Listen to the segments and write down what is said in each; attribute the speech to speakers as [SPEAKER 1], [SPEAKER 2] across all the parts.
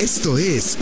[SPEAKER 1] Esto es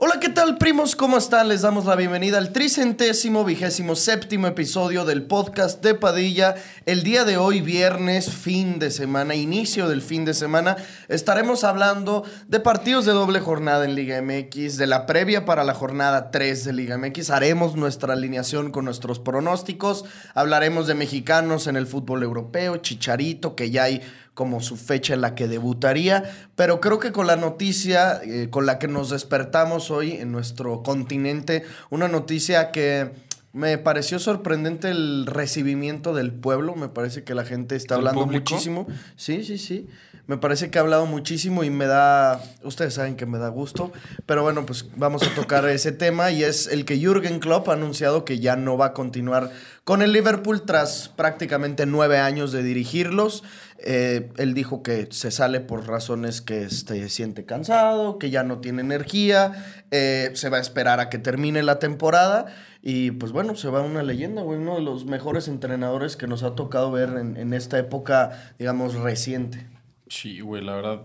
[SPEAKER 2] Hola, ¿qué tal, primos? ¿Cómo están? Les damos la bienvenida al tricentésimo, vigésimo séptimo episodio del podcast de Padilla. El día de hoy, viernes, fin de semana, inicio del fin de semana, estaremos hablando de partidos de doble jornada en Liga MX, de la previa para la jornada 3 de Liga MX. Haremos nuestra alineación con nuestros pronósticos. Hablaremos de mexicanos en el fútbol europeo, Chicharito, que ya hay como su fecha en la que debutaría, pero creo que con la noticia eh, con la que nos despertamos hoy en nuestro continente, una noticia que me pareció sorprendente el recibimiento del pueblo, me parece que la gente está
[SPEAKER 3] ¿Del
[SPEAKER 2] hablando
[SPEAKER 3] público?
[SPEAKER 2] muchísimo, sí, sí, sí, me parece que ha hablado muchísimo y me da, ustedes saben que me da gusto, pero bueno, pues vamos a tocar ese tema y es el que Jürgen Klopp ha anunciado que ya no va a continuar con el Liverpool tras prácticamente nueve años de dirigirlos. Eh, él dijo que se sale por razones que este, se siente cansado, que ya no tiene energía, eh, se va a esperar a que termine la temporada y pues bueno, se va una leyenda, güey, uno de los mejores entrenadores que nos ha tocado ver en, en esta época, digamos, reciente.
[SPEAKER 3] Sí, güey, la verdad,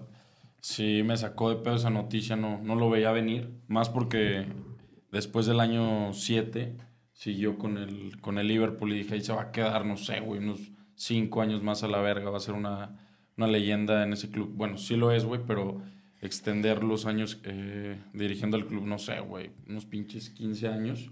[SPEAKER 3] sí me sacó de pedo esa noticia, no, no lo veía venir. Más porque después del año 7 siguió con el, con el Liverpool y dije, ahí se va a quedar, no sé, güey, unos 5 años más a la verga, va a ser una, una leyenda en ese club. Bueno, sí lo es, güey, pero extender los años eh, dirigiendo el club, no sé, güey, unos pinches 15 años,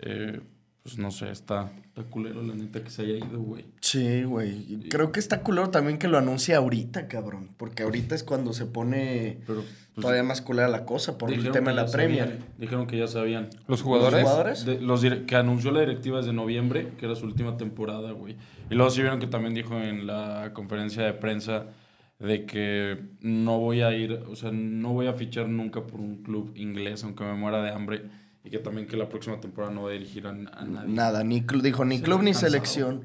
[SPEAKER 3] eh, pues no sé, está, está culero la neta que se haya ido, güey.
[SPEAKER 2] Sí, güey. Y Creo que está culero también que lo anuncie ahorita, cabrón. Porque ahorita es cuando se pone
[SPEAKER 3] Pero pues,
[SPEAKER 2] todavía más culera la cosa por el
[SPEAKER 3] dijeron
[SPEAKER 2] tema
[SPEAKER 3] que
[SPEAKER 2] de la
[SPEAKER 3] ya
[SPEAKER 2] Premier.
[SPEAKER 3] sabían, dijeron que ya sabían.
[SPEAKER 4] ¿Los jugadores?
[SPEAKER 2] ¿Los jugadores?
[SPEAKER 3] De- los dire- que anunció la directiva desde noviembre, que era su última temporada, güey. Y luego sí vieron que también dijo en la conferencia de prensa de que no voy a ir, o sea, no voy a fichar nunca por un club inglés, aunque me muera de hambre. Y que también que la próxima temporada no va a dirigir a, a nadie.
[SPEAKER 2] Nada, ni clu- dijo ni
[SPEAKER 3] Se
[SPEAKER 2] club
[SPEAKER 3] ve
[SPEAKER 2] ni
[SPEAKER 3] cansado.
[SPEAKER 2] selección.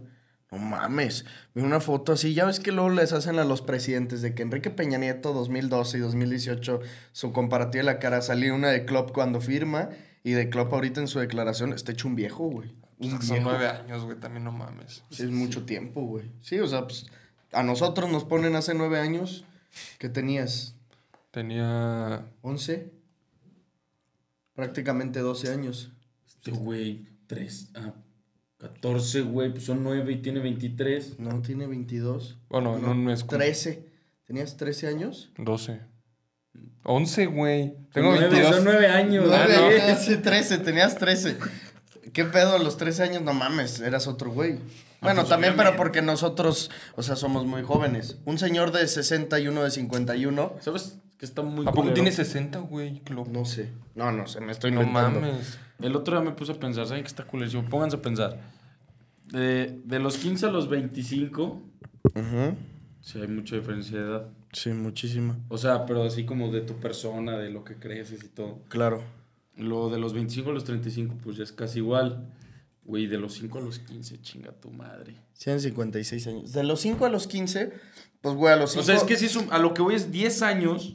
[SPEAKER 2] No mames. Vi una foto así. Ya ves que luego les hacen a los presidentes de que Enrique Peña Nieto 2012 y 2018, su comparativa de la cara, salió una de Klopp cuando firma y de Klopp ahorita en su declaración está hecho un viejo, güey.
[SPEAKER 4] O sea,
[SPEAKER 2] Un
[SPEAKER 4] que son
[SPEAKER 2] viejo.
[SPEAKER 4] nueve años, güey, también no mames.
[SPEAKER 2] Sí, es mucho tiempo, güey. Sí, o sea, pues a nosotros nos ponen hace nueve años que tenías
[SPEAKER 4] Tenía.
[SPEAKER 2] 11, prácticamente 12 años.
[SPEAKER 3] Este güey, 3, ah, 14, güey, pues son 9 y tiene 23.
[SPEAKER 2] No, tiene 22.
[SPEAKER 4] Bueno, en un mes.
[SPEAKER 2] 13. ¿Tenías 13 años?
[SPEAKER 4] 12. 11, güey. Tengo
[SPEAKER 3] Nueve, Son
[SPEAKER 4] 22.
[SPEAKER 3] 9 años, Ah,
[SPEAKER 2] No,
[SPEAKER 3] güey.
[SPEAKER 2] güey, hace 13, tenías 13. ¿Qué pedo a los 13 años? No mames, eras otro güey. Bueno,
[SPEAKER 3] pues,
[SPEAKER 2] también, pero
[SPEAKER 3] obviamente.
[SPEAKER 2] porque nosotros, o sea, somos muy jóvenes. Un señor de 60 y uno de 51,
[SPEAKER 3] ¿Sabes? Que está muy
[SPEAKER 4] ¿A poco
[SPEAKER 3] culero?
[SPEAKER 4] tiene 60, güey? Klopp?
[SPEAKER 2] no sé. No, no sé, me estoy
[SPEAKER 4] No
[SPEAKER 2] inventando.
[SPEAKER 4] mames.
[SPEAKER 3] El otro día me puse a pensar, ¿saben qué está culerísimo? Pónganse a pensar. De, de los 15 a los 25,
[SPEAKER 2] Ujú.
[SPEAKER 3] sí hay mucha diferencia de edad.
[SPEAKER 2] Sí, muchísima.
[SPEAKER 3] O sea, pero así como de tu persona, de lo que creces y todo.
[SPEAKER 2] Claro.
[SPEAKER 3] Lo de los 25 a los 35, pues ya es casi igual. Güey, de los 5 a los 15, chinga tu madre.
[SPEAKER 2] 156 años. De los 5 a los 15, pues güey, a los 5.
[SPEAKER 3] O sea, es que si es un- a lo que voy es 10 años,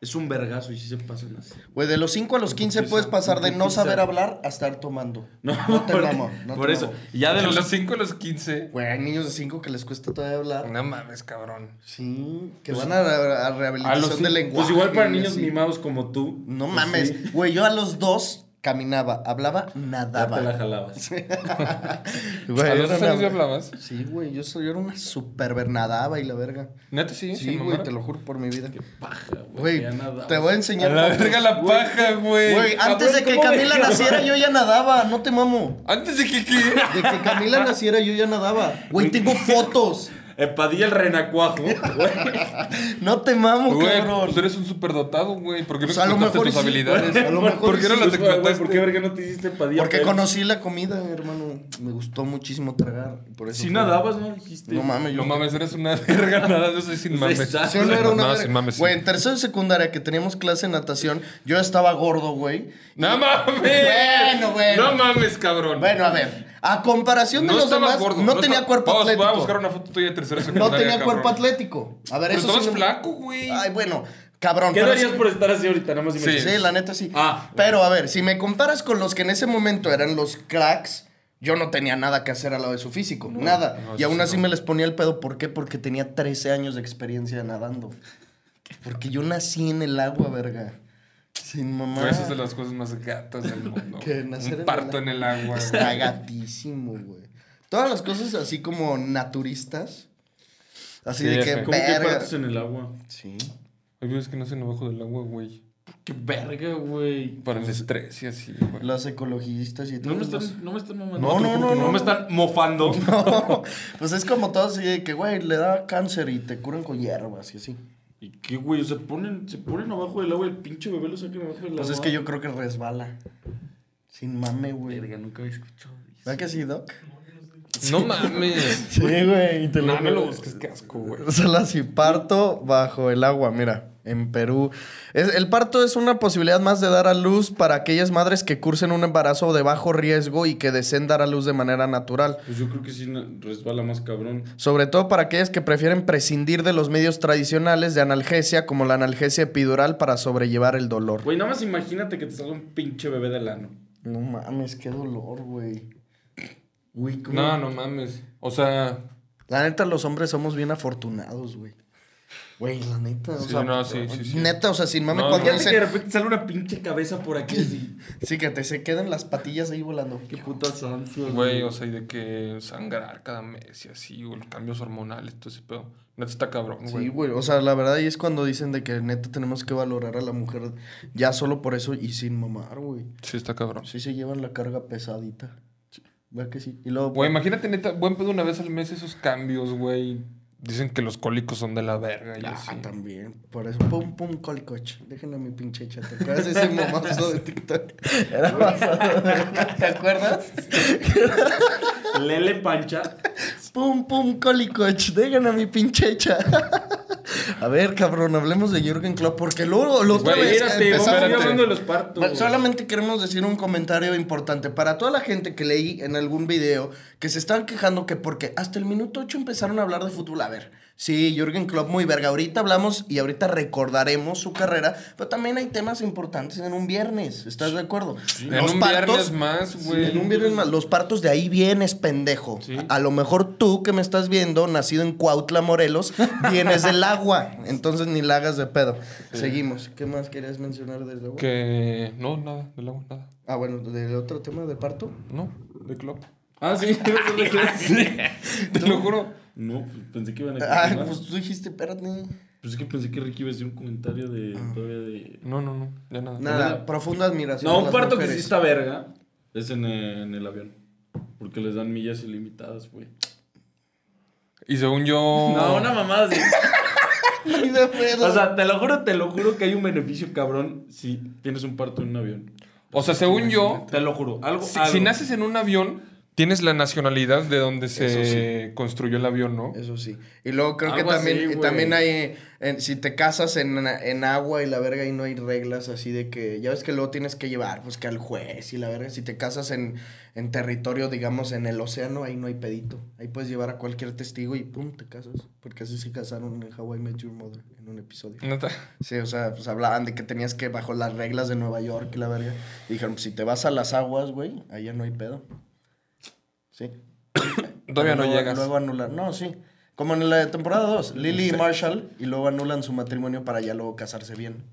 [SPEAKER 3] es un vergazo y si se pasan así.
[SPEAKER 2] Güey, de los 5 a los 15 puedes pasar de no
[SPEAKER 3] putiza.
[SPEAKER 2] saber hablar a estar tomando.
[SPEAKER 3] No,
[SPEAKER 2] te
[SPEAKER 3] por,
[SPEAKER 2] mamo, no te
[SPEAKER 3] por eso.
[SPEAKER 2] mamo.
[SPEAKER 3] Ya de
[SPEAKER 4] De
[SPEAKER 3] los,
[SPEAKER 4] los 5 a los 15.
[SPEAKER 2] Güey, hay niños de 5 que les cuesta todavía hablar.
[SPEAKER 4] No mames, cabrón.
[SPEAKER 2] Sí, que van a, re- a
[SPEAKER 3] a los
[SPEAKER 2] rehabilitación
[SPEAKER 3] cin-
[SPEAKER 2] de lenguaje.
[SPEAKER 3] Pues igual para
[SPEAKER 2] y
[SPEAKER 3] niños
[SPEAKER 2] así.
[SPEAKER 3] mimados como tú.
[SPEAKER 2] No
[SPEAKER 3] pues sí.
[SPEAKER 2] mames. Güey, yo a los 2 caminaba, hablaba,
[SPEAKER 3] Ya te la
[SPEAKER 2] nadaba.
[SPEAKER 3] jalabas.
[SPEAKER 2] Güey,
[SPEAKER 4] ¿A
[SPEAKER 2] yo era
[SPEAKER 4] los dos años
[SPEAKER 2] una-
[SPEAKER 4] ya hablabas?
[SPEAKER 2] Sí, güey, yo, soy, yo era una super bernadaba y la verga.
[SPEAKER 4] Neta, sí.
[SPEAKER 2] Sí, güey, te lo juro por mi vida.
[SPEAKER 3] Qué paja, güey.
[SPEAKER 2] Güey,
[SPEAKER 3] ya nada.
[SPEAKER 2] te voy a enseñar.
[SPEAKER 4] La
[SPEAKER 2] fotos.
[SPEAKER 4] verga la paja, güey.
[SPEAKER 2] Güey, antes de que
[SPEAKER 3] ¿cómo
[SPEAKER 2] Camila
[SPEAKER 3] dejaba?
[SPEAKER 2] naciera yo ya nadaba, no te mamo.
[SPEAKER 4] Antes de que. ¿qué?
[SPEAKER 2] De que Camila naciera yo ya nadaba. Güey, tengo fotos.
[SPEAKER 3] Eh, Padilla el renacuajo. güey.
[SPEAKER 2] No te mamo,
[SPEAKER 4] Güey,
[SPEAKER 2] cabrón.
[SPEAKER 4] pues eres un superdotado, güey. ¿Por qué no
[SPEAKER 2] Pues a lo
[SPEAKER 4] explotaste
[SPEAKER 2] mejor
[SPEAKER 4] tus
[SPEAKER 2] sí,
[SPEAKER 4] habilidades?
[SPEAKER 2] güey, a lo mejor
[SPEAKER 4] ¿Por qué no
[SPEAKER 2] sí,
[SPEAKER 3] Güey,
[SPEAKER 4] las
[SPEAKER 3] güey, ¿Por qué
[SPEAKER 4] explotaste?
[SPEAKER 3] verga no te hiciste Padilla?
[SPEAKER 2] Porque
[SPEAKER 3] Pérez?
[SPEAKER 2] conocí la comida, hermano. Me gustó muchísimo tragar. Por eso
[SPEAKER 3] Si
[SPEAKER 2] fue.
[SPEAKER 3] nadabas, ¿no? Dijiste.
[SPEAKER 2] No mames, yo.
[SPEAKER 4] No mames, eres una verga, nada, yo soy sin mames.
[SPEAKER 3] Exacto.
[SPEAKER 2] Sí, no era una
[SPEAKER 4] No,
[SPEAKER 2] verga.
[SPEAKER 4] sin mames, sí.
[SPEAKER 2] Güey, en tercero de secundaria que teníamos clase de natación, yo estaba gordo, güey.
[SPEAKER 4] ¡No mames!
[SPEAKER 2] Bueno, bueno.
[SPEAKER 4] No mames, cabrón.
[SPEAKER 2] Bueno, a ver. A comparación de
[SPEAKER 4] no
[SPEAKER 2] los demás,
[SPEAKER 4] estabas gordo.
[SPEAKER 2] no, tenía
[SPEAKER 4] esta-
[SPEAKER 2] cuerpo
[SPEAKER 4] Vamos,
[SPEAKER 2] atlético.
[SPEAKER 4] Voy a buscar una foto tuya de tercera
[SPEAKER 2] No
[SPEAKER 4] secundaria,
[SPEAKER 2] tenía
[SPEAKER 4] cabrón.
[SPEAKER 2] cuerpo atlético. A ver,
[SPEAKER 4] Pero
[SPEAKER 2] eso
[SPEAKER 4] estabas
[SPEAKER 2] sí no-
[SPEAKER 4] flaco, güey.
[SPEAKER 2] Ay, bueno, cabrón.
[SPEAKER 3] ¿Qué
[SPEAKER 2] pero es-
[SPEAKER 3] darías por estar así ahorita? Nada más
[SPEAKER 4] Sí.
[SPEAKER 3] imagínate.
[SPEAKER 2] Sí, la neta sí.
[SPEAKER 3] Ah.
[SPEAKER 2] Pero a ver, si me comparas con los que en ese momento eran los cracks, Yo no tenía nada que hacer al lado de su físico, nada.
[SPEAKER 3] no,
[SPEAKER 2] y
[SPEAKER 3] eso
[SPEAKER 2] aún
[SPEAKER 3] sí
[SPEAKER 2] así
[SPEAKER 3] no.
[SPEAKER 2] me les ponía el pedo. ¿Por qué? Porque tenía 13 años de experiencia nadando. Porque yo nací en el agua, verga. Sin mamá.
[SPEAKER 4] Esa Pues es de las cosas más gatas del mundo.
[SPEAKER 2] Que nacer en
[SPEAKER 4] Un
[SPEAKER 2] el
[SPEAKER 4] parto
[SPEAKER 2] agua.
[SPEAKER 4] en el agua.
[SPEAKER 2] Está gatísimo, güey. Todas las cosas así como naturistas. Así
[SPEAKER 4] Sí,
[SPEAKER 2] de que,
[SPEAKER 4] ese.
[SPEAKER 3] ¿Cómo que
[SPEAKER 2] verga.
[SPEAKER 3] partes en el agua?
[SPEAKER 2] Sí.
[SPEAKER 4] Hay videos que nacen abajo del agua, güey.
[SPEAKER 3] ¡Qué verga, güey!
[SPEAKER 4] Para el estrés y así, güey.
[SPEAKER 2] Los ecologistas y
[SPEAKER 3] No
[SPEAKER 2] todo.
[SPEAKER 3] me están, no me están mamando.
[SPEAKER 2] No,
[SPEAKER 3] te
[SPEAKER 2] no,
[SPEAKER 3] juro
[SPEAKER 2] no,
[SPEAKER 3] que
[SPEAKER 2] no.
[SPEAKER 3] me están mofando.
[SPEAKER 2] pues es como todo así de que, güey, le da cáncer y te curan con hierbas y así.
[SPEAKER 3] ¿Y qué, güey? Se ponen, se ponen abajo del agua el pinche bebé lo sacan abajo del agua.
[SPEAKER 2] Pues es que yo creo que resbala. Sin mame, güey.
[SPEAKER 3] Verga, nunca había escuchado.
[SPEAKER 2] ¿Verdad que sí, Doc?
[SPEAKER 4] No mames.
[SPEAKER 2] Sí, güey. y Te
[SPEAKER 4] No, no lo busques, qué asco, güey.
[SPEAKER 2] Salas y parto bajo el agua, mira, en Perú. Es- el parto es una posibilidad más de dar a luz para aquellas madres que cursen un embarazo de bajo riesgo y que deseen dar a luz de manera natural.
[SPEAKER 3] Pues yo creo que sí na- resbala más cabrón.
[SPEAKER 2] Sobre todo para aquellas que prefieren prescindir de los medios tradicionales de analgesia, como la analgesia epidural, para sobrellevar el dolor.
[SPEAKER 3] Güey, nada más imagínate que te salga un pinche bebé de lano.
[SPEAKER 2] No mames, qué dolor, güey. Uy, cómo-
[SPEAKER 4] No, no mames. O sea,
[SPEAKER 2] La neta, los hombres somos bien afortunados, güey. Güey, la neta. O
[SPEAKER 4] Sí,
[SPEAKER 2] sea,
[SPEAKER 4] no, sí, sí, sí.
[SPEAKER 2] Neta, o sea, sin mame,
[SPEAKER 4] No,
[SPEAKER 2] cuando
[SPEAKER 4] no.
[SPEAKER 3] Fíjate que de
[SPEAKER 2] dicen.
[SPEAKER 3] repente sale una pinche cabeza por aquí. así.
[SPEAKER 2] Sí, que te se queden las patillas ahí volando.
[SPEAKER 3] Qué puta sanso.
[SPEAKER 4] güey, o sea, y de que sangrar cada mes y así, o los cambios hormonales, todo ese pedo. Neta está cabrón,
[SPEAKER 2] Sí,
[SPEAKER 4] güey.
[SPEAKER 2] güey. O sea, la verdad ahí es cuando dicen de que neta tenemos que valorar a la mujer ya solo por eso y sin mamar, güey.
[SPEAKER 4] Sí, está cabrón.
[SPEAKER 2] Sí se llevan la carga pesadita. ¿Verdad que sí? Y luego. pues,
[SPEAKER 4] Güey, imagínate, neta, buen pedo una vez al mes esos cambios, güey. Dicen que los cólicos son de la verga y
[SPEAKER 2] Ah,
[SPEAKER 4] así.
[SPEAKER 2] también. Por eso. Pum, pum, colcoch. Déjenle a mi pinche hecha. ¿Te acuerdas de ese mamazo de TikTok? Era basado de- ¿Te acuerdas?
[SPEAKER 3] Lele pancha.
[SPEAKER 2] Pum, pum, colicoch, dejen a mi pinchecha. A ver, cabrón, hablemos de Jürgen Klopp, porque luego lo otra
[SPEAKER 4] Güey,
[SPEAKER 2] vez
[SPEAKER 4] espérate,
[SPEAKER 2] empezamos-
[SPEAKER 4] espérate.
[SPEAKER 3] Estoy hablando de los partos.
[SPEAKER 2] Bueno, Solamente queremos decir un comentario importante para toda la gente que leí en algún video que se están quejando que porque hasta el minuto 8 empezaron a hablar de fútbol. A ver, sí, Jürgen Klopp muy verga. Ahorita hablamos y ahorita recordaremos su carrera, pero también hay temas importantes en un viernes. ¿Estás de acuerdo?
[SPEAKER 4] En un viernes más, güey.
[SPEAKER 2] En un viernes más, los partos de ahí vienes, pendejo. A lo mejor tú que me estás viendo, nacido en Cuautla, Morelos, vienes del agua. Entonces ni la hagas de pedo. Seguimos. ¿Qué más querías mencionar del agua?
[SPEAKER 4] Que. No, nada, del agua, nada.
[SPEAKER 2] Ah, bueno, del otro tema de parto.
[SPEAKER 4] No, de club.
[SPEAKER 3] Ah, sí.
[SPEAKER 4] Te lo juro.
[SPEAKER 3] No, pues pensé que iban a
[SPEAKER 2] Ah,
[SPEAKER 3] continuar.
[SPEAKER 2] pues tú dijiste, espérate.
[SPEAKER 3] Pues es que pensé que Ricky iba a decir un comentario de
[SPEAKER 2] Ah.
[SPEAKER 3] todavía de.
[SPEAKER 4] No, no, no, ya nada.
[SPEAKER 2] Nada, profunda admiración.
[SPEAKER 3] No,
[SPEAKER 2] a
[SPEAKER 3] un
[SPEAKER 2] las
[SPEAKER 3] parto que sí
[SPEAKER 2] mujeres.
[SPEAKER 3] está verga. Es en, eh, en el avión. Porque les dan millas ilimitadas, güey.
[SPEAKER 4] Y según yo.
[SPEAKER 3] No, una mamada así.
[SPEAKER 2] Ni de pedo.
[SPEAKER 3] O sea, te lo juro, te lo juro que hay un beneficio cabrón si tienes un parto en un avión.
[SPEAKER 4] O sea, según yo,
[SPEAKER 3] Te lo juro. Algo.
[SPEAKER 4] si,
[SPEAKER 3] algo.
[SPEAKER 4] si naces en un avión, tienes la nacionalidad de donde se construyó el avión, ¿no?
[SPEAKER 2] Eso sí. Y luego creo que
[SPEAKER 3] Algo así,
[SPEAKER 2] también,
[SPEAKER 3] güey.
[SPEAKER 2] también hay. eh, en- si te casas en, en agua y la verga y no hay reglas así de que. Ya ves que luego tienes que llevar, pues que al juez y la verga. Si te casas en, en territorio, digamos, en el océano, ahí no hay pedito. Ahí puedes llevar a cualquier testigo y pum, te casas. Porque así se casaron en Hawaii Met Your Mother en un episodio.
[SPEAKER 4] Neta.
[SPEAKER 2] Sí, o sea, pues hablaban de que tenías que bajo las reglas de Nueva York y la verga. Y dijeron, pues si te vas a las aguas, güey, allá no hay pedo. Sí.
[SPEAKER 4] Todavía no
[SPEAKER 2] Luego-
[SPEAKER 4] llegas.
[SPEAKER 2] Luego anulan. No, sí. Como en la temporada 2, Lily y Marshall, y luego anulan su matrimonio para ya luego casarse bien.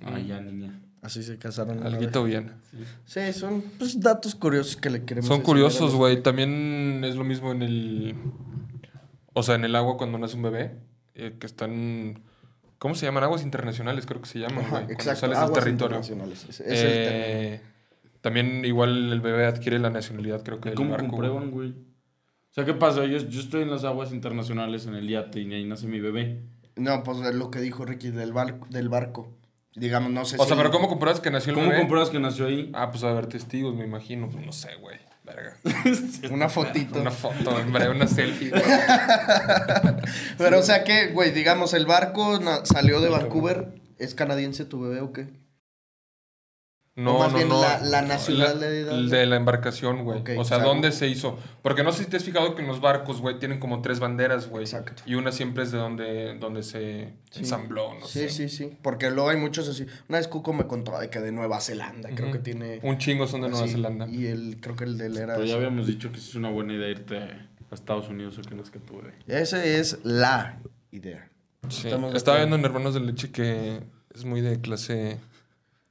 [SPEAKER 4] Mm.
[SPEAKER 3] Ay, Ah, ya, niña.
[SPEAKER 2] Así se casaron. la
[SPEAKER 4] Alguito bien.
[SPEAKER 2] verdad. Sí, son pues, datos curiosos que le queremos
[SPEAKER 4] Son
[SPEAKER 2] enseñar a
[SPEAKER 4] curiosos,
[SPEAKER 2] los-
[SPEAKER 4] güey. También es lo mismo en el. O sea, en el agua cuando nace un bebé. eh, que están. ¿Cómo se llaman? Aguas internacionales, creo que se llaman,
[SPEAKER 2] Ajá,
[SPEAKER 4] güey. Cuando
[SPEAKER 2] exacto.
[SPEAKER 4] sales
[SPEAKER 2] Aguas
[SPEAKER 4] del territorio.
[SPEAKER 2] internacionales. Es, es el término.
[SPEAKER 4] Eh, También igual el bebé adquiere la nacionalidad, creo que del
[SPEAKER 3] ¿Cómo
[SPEAKER 4] barco. güey.
[SPEAKER 3] comprueban, güey? O sea, ¿qué pasa? Yo, yo estoy en las aguas internacionales en el yate y ahí nace mi bebé.
[SPEAKER 2] No, pues de lo que dijo Ricky del barco. Del barco. Digamos, no sé
[SPEAKER 4] O
[SPEAKER 2] si-
[SPEAKER 4] sea, pero ¿cómo compruebas que nació el
[SPEAKER 3] ¿Cómo
[SPEAKER 4] bebé?
[SPEAKER 3] compruebas que nació ahí?
[SPEAKER 4] Ah, pues a ver, testigos, me imagino. Pues No sé, güey. Verga.
[SPEAKER 2] Una fotito.
[SPEAKER 4] Una foto, hombre, una selfie. güey.
[SPEAKER 2] Pero, o sea, que, güey, digamos, el barco na- salió de Vancouver. ¿Es canadiense tu bebé o qué?
[SPEAKER 4] No,
[SPEAKER 2] O más
[SPEAKER 4] no,
[SPEAKER 2] bien
[SPEAKER 4] no.
[SPEAKER 2] la- la nacionalidad.
[SPEAKER 4] La- De la embarcación, güey.
[SPEAKER 2] Ok,
[SPEAKER 4] o sea,
[SPEAKER 2] exacto.
[SPEAKER 4] ¿dónde se hizo? Porque no sé si te has fijado que en los barcos, güey, tienen como tres banderas, güey.
[SPEAKER 2] Exacto.
[SPEAKER 4] Y una siempre es de donde, donde se ensambló, no
[SPEAKER 2] sí,
[SPEAKER 4] sé.
[SPEAKER 2] sí, sí. Porque luego hay muchos así. Una vez Cuco me contó de que de Nueva Zelanda, creo que tiene.
[SPEAKER 4] Un chingo son de Nueva
[SPEAKER 2] así,
[SPEAKER 4] Zelanda.
[SPEAKER 2] Y el, creo que el de él era.
[SPEAKER 3] Pero ya
[SPEAKER 2] así.
[SPEAKER 3] habíamos dicho que sí es una buena idea irte a Estados Unidos o que no es que tuve.
[SPEAKER 2] Esa es la idea.
[SPEAKER 4] Sí.
[SPEAKER 2] Estamos de
[SPEAKER 4] Estaba
[SPEAKER 2] acuerdo.
[SPEAKER 4] viendo en Hermanos de Leche que es muy de clase,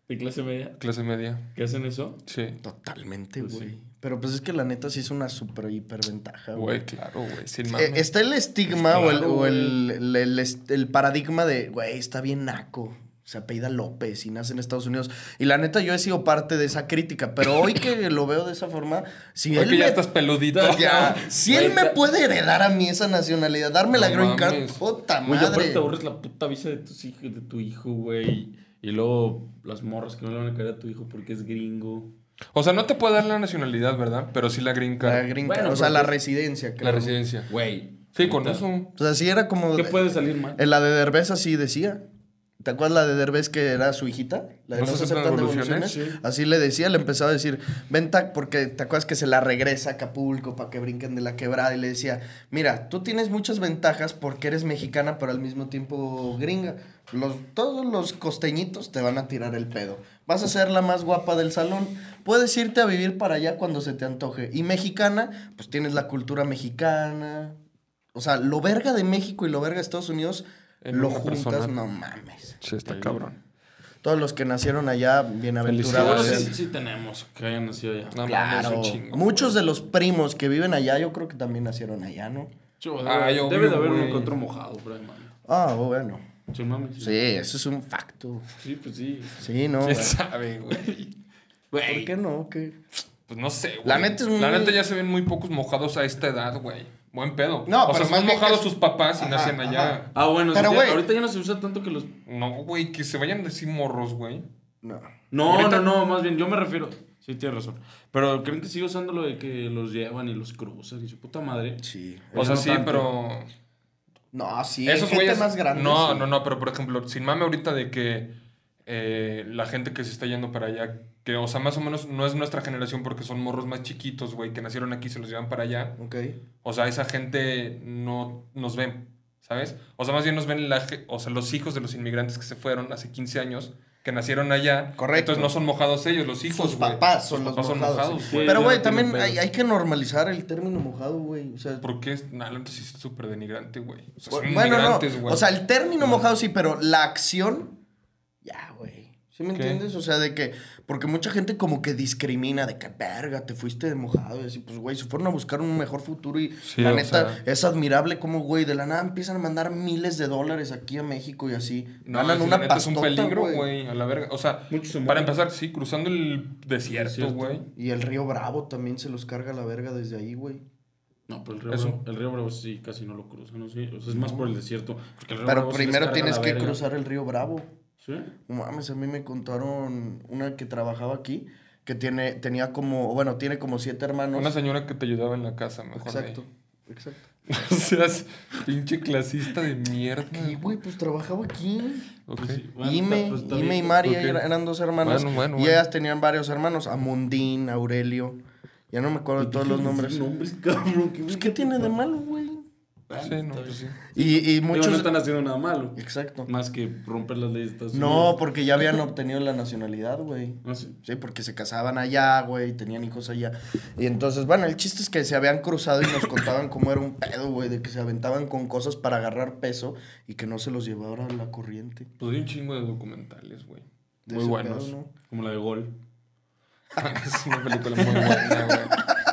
[SPEAKER 3] ¿De clase media?
[SPEAKER 4] clase media.
[SPEAKER 3] ¿Qué hacen eso?
[SPEAKER 4] Sí.
[SPEAKER 2] Totalmente,
[SPEAKER 3] Pues
[SPEAKER 2] güey.
[SPEAKER 3] sí.
[SPEAKER 2] Pero pues es que la neta sí es una super hiperventaja, güey.
[SPEAKER 4] Güey, claro, güey. Sin
[SPEAKER 2] Eh,
[SPEAKER 4] mames.
[SPEAKER 2] está el estigma
[SPEAKER 3] Claro,
[SPEAKER 2] o, el, o el- el- el est- el paradigma de, güey, está bien naco. Se apellida López y nace en Estados Unidos. Y la neta, yo he sido parte de esa crítica. Pero hoy que lo veo de esa forma, si
[SPEAKER 4] Güey,
[SPEAKER 2] él
[SPEAKER 4] que ya
[SPEAKER 2] me-
[SPEAKER 4] estás peludito.
[SPEAKER 2] Ya, si él me puede heredar a mí esa nacionalidad, darme la
[SPEAKER 4] No
[SPEAKER 2] green card,
[SPEAKER 4] mames.
[SPEAKER 2] puta
[SPEAKER 3] Güey, aparte
[SPEAKER 2] madre.
[SPEAKER 3] te ahorras la puta visa de tus hijos, de tu hijo, güey. Y luego las morras que no le van a caer a tu hijo porque es gringo.
[SPEAKER 4] O sea, no te puede dar la nacionalidad, ¿verdad? Pero sí la green card.
[SPEAKER 2] La green card,
[SPEAKER 3] Bueno,
[SPEAKER 2] o sea, la
[SPEAKER 3] porque-
[SPEAKER 2] residencia,
[SPEAKER 4] La
[SPEAKER 2] creo.
[SPEAKER 4] residencia.
[SPEAKER 3] Güey.
[SPEAKER 4] Sí, con
[SPEAKER 3] neta.
[SPEAKER 4] eso.
[SPEAKER 2] O sea, sí era como.
[SPEAKER 3] ¿Qué puede salir mal?
[SPEAKER 2] En la de Derbez así decía. ¿Te acuerdas la de Derbez que era su hijita? La de no, se aceptan devoluciones. Así le decía, le empezaba a decir, ven tac, porque te acuerdas que se la regresa a Acapulco para que brinquen de la quebrada. Y le decía, mira, tú tienes muchas ventajas porque eres mexicana, pero al mismo tiempo gringa. Los, todos los costeñitos te van a tirar el pedo. Vas a ser la más guapa del salón. Puedes irte a vivir para allá cuando se te antoje. Y mexicana, pues tienes la cultura mexicana. O sea, lo verga de México y lo verga de Estados Unidos,
[SPEAKER 4] En
[SPEAKER 2] lo
[SPEAKER 4] una
[SPEAKER 2] juntas,
[SPEAKER 4] persona.
[SPEAKER 2] no mames.
[SPEAKER 4] Sí, está cabrón.
[SPEAKER 2] Todos los que nacieron allá, bienaventurados.
[SPEAKER 3] Seguro
[SPEAKER 2] sean.
[SPEAKER 3] sí,
[SPEAKER 4] Felicidades.
[SPEAKER 3] sí tenemos que hayan nacido allá.
[SPEAKER 4] No mames,
[SPEAKER 2] Claro.
[SPEAKER 4] un chingo.
[SPEAKER 2] Muchos de los primos que viven allá, yo creo que también nacieron allá, ¿no?
[SPEAKER 3] Yo,
[SPEAKER 4] Ah,
[SPEAKER 3] debe-
[SPEAKER 4] yo
[SPEAKER 3] debe
[SPEAKER 4] vi,
[SPEAKER 3] de haber uno
[SPEAKER 4] güey.
[SPEAKER 3] que otro mojado, por ahí, mano.
[SPEAKER 2] Ah, bueno.
[SPEAKER 3] Sí, mames.
[SPEAKER 2] Sí, eso es un facto.
[SPEAKER 3] Sí, pues sí.
[SPEAKER 2] Sí, no.
[SPEAKER 4] ¿Quién
[SPEAKER 2] güey.
[SPEAKER 4] sabe, güey?
[SPEAKER 2] ¿Por
[SPEAKER 3] Güey.
[SPEAKER 2] qué no? ¿Qué?
[SPEAKER 4] Pues no sé, güey.
[SPEAKER 2] La neta es muy-
[SPEAKER 4] La neta ya se ven muy pocos mojados a esta edad, güey. Buen pedo.
[SPEAKER 2] No,
[SPEAKER 4] o
[SPEAKER 2] pero
[SPEAKER 4] sea,
[SPEAKER 2] más
[SPEAKER 4] son
[SPEAKER 2] bien
[SPEAKER 4] mojados
[SPEAKER 2] que-
[SPEAKER 4] sus papás y
[SPEAKER 2] Ajá,
[SPEAKER 4] nacen allá.
[SPEAKER 2] ajá.
[SPEAKER 3] Ah, bueno,
[SPEAKER 2] Pero,
[SPEAKER 3] sí,
[SPEAKER 2] güey.
[SPEAKER 3] ahorita ya no se usa tanto que los.
[SPEAKER 4] No, güey, que se vayan así morros, güey.
[SPEAKER 2] No.
[SPEAKER 3] No,
[SPEAKER 4] Ahorita-
[SPEAKER 3] no, no, más bien, yo me refiero. Sí, tienes razón. Pero creen que sigue usando lo de que los llevan y los cruzan y su puta madre.
[SPEAKER 2] Sí.
[SPEAKER 4] O
[SPEAKER 3] Ellos
[SPEAKER 4] sea,
[SPEAKER 3] no
[SPEAKER 4] sí,
[SPEAKER 3] tanto.
[SPEAKER 4] pero.
[SPEAKER 2] No, sí. hay
[SPEAKER 4] Esos
[SPEAKER 2] gente
[SPEAKER 4] güeyes.
[SPEAKER 2] más grande.
[SPEAKER 4] no, no, no, pero por ejemplo, sin mame ahorita de que eh, la gente que se está yendo para allá, que, o sea, más o menos no es nuestra generación porque son morros más chiquitos, güey, que nacieron aquí y se los llevan para allá.
[SPEAKER 2] Ok.
[SPEAKER 4] O sea, esa gente no nos ven, ¿sabes? O sea, más bien nos ven la ge- o sea, los hijos de los inmigrantes que se fueron hace 15 años, que nacieron allá.
[SPEAKER 2] Correcto.
[SPEAKER 4] Entonces no son mojados ellos, los hijos.
[SPEAKER 2] Sus
[SPEAKER 4] güey.
[SPEAKER 2] papás son
[SPEAKER 4] Sus
[SPEAKER 2] los
[SPEAKER 4] papás son
[SPEAKER 2] mojados,
[SPEAKER 4] mojados,
[SPEAKER 3] sí.
[SPEAKER 4] güey.
[SPEAKER 2] Pero,
[SPEAKER 3] ya
[SPEAKER 2] güey,
[SPEAKER 3] no
[SPEAKER 2] también
[SPEAKER 3] tienen
[SPEAKER 2] hay,
[SPEAKER 3] pedos.
[SPEAKER 2] hay que normalizar el término mojado, güey. O sea,
[SPEAKER 4] ¿Por qué? Nah, la neta sí es súper denigrante, güey. O sea, son
[SPEAKER 2] bueno, no.
[SPEAKER 4] Pues inmigrantes, güey.
[SPEAKER 2] O sea, el término mojado sí, pero la acción, ya, güey. ¿Sí me
[SPEAKER 4] ¿Qué?
[SPEAKER 2] entiendes? O sea, de que, porque mucha gente como que discrimina, de que, verga, te fuiste de mojado. Y así, pues, güey, se fueron a buscar un mejor futuro y
[SPEAKER 4] Sí,
[SPEAKER 2] la
[SPEAKER 4] o
[SPEAKER 2] neta
[SPEAKER 4] sea.
[SPEAKER 2] es admirable como, güey, de la nada empiezan a mandar miles de dólares aquí a México y así.
[SPEAKER 4] No,
[SPEAKER 2] Ganan
[SPEAKER 4] es-
[SPEAKER 2] una
[SPEAKER 4] la neta es un
[SPEAKER 2] pastota,
[SPEAKER 4] peligro,
[SPEAKER 2] güey.
[SPEAKER 4] güey, a la verga. O sea,
[SPEAKER 3] Muchos se
[SPEAKER 4] para
[SPEAKER 3] mueren.
[SPEAKER 4] empezar, sí, cruzando el desierto,
[SPEAKER 3] Desierto.
[SPEAKER 4] güey.
[SPEAKER 2] Y el río Bravo también se los carga la verga desde ahí, güey.
[SPEAKER 3] No, pero el río,
[SPEAKER 4] Eso.
[SPEAKER 3] Bravo, el río Bravo sí casi no lo cruzan, ¿no? Sí, o sea, es más por el desierto. porque el río
[SPEAKER 2] Pero
[SPEAKER 3] Bravo sí
[SPEAKER 2] primero
[SPEAKER 3] descarga
[SPEAKER 2] tienes
[SPEAKER 3] la
[SPEAKER 2] que
[SPEAKER 3] verga.
[SPEAKER 2] cruzar el río Bravo.
[SPEAKER 3] ¿Sí?
[SPEAKER 2] No Mames, a mí me contaron una que trabajaba aquí, que tiene, tenía como, bueno, tiene como siete hermanos.
[SPEAKER 4] Una señora que te ayudaba en la casa, mejor.
[SPEAKER 2] Exacto,
[SPEAKER 4] Exacto.
[SPEAKER 2] exacto.
[SPEAKER 4] O seas pinche clasista de mierda.
[SPEAKER 2] Y güey, pues trabajaba aquí.
[SPEAKER 4] Ok.
[SPEAKER 3] Pues sí. Bueno,
[SPEAKER 2] Ime,
[SPEAKER 3] está- pues está
[SPEAKER 2] Ime y
[SPEAKER 3] bien.
[SPEAKER 2] María
[SPEAKER 4] Ok.
[SPEAKER 2] era- eran dos hermanas.
[SPEAKER 4] Bueno, bueno,
[SPEAKER 2] y
[SPEAKER 4] bueno.
[SPEAKER 2] ellas tenían varios hermanos, Amundín, Aurelio. Ya "Pues, no me acuerdo de todos los nombres.
[SPEAKER 3] Nombres, cabrón.
[SPEAKER 2] Pues, ¿Qué tiene de malo, güey? ah,
[SPEAKER 4] Sí, no, pues sí.
[SPEAKER 2] Y, y
[SPEAKER 3] Muchos no
[SPEAKER 2] muchos...
[SPEAKER 3] están haciendo nada malo.
[SPEAKER 2] Exacto.
[SPEAKER 3] Más que romper las leyes de Estados
[SPEAKER 2] No,
[SPEAKER 3] Unidos.
[SPEAKER 2] porque ya habían obtenido la nacionalidad, güey.
[SPEAKER 3] Ah, sí.
[SPEAKER 2] Sí, porque se casaban allá, güey, tenían hijos allá. Y entonces, bueno, el chiste es que se habían cruzado y nos contaban cómo era un pedo, güey, de que se aventaban con cosas para agarrar peso y que no se los llevara la corriente.
[SPEAKER 4] Pues hay un chingo de documentales, güey.
[SPEAKER 2] De
[SPEAKER 4] Muy
[SPEAKER 2] ese
[SPEAKER 4] buenos.
[SPEAKER 2] pedo, ¿no?
[SPEAKER 3] Como la de gol.
[SPEAKER 4] es una película muy buena, güey.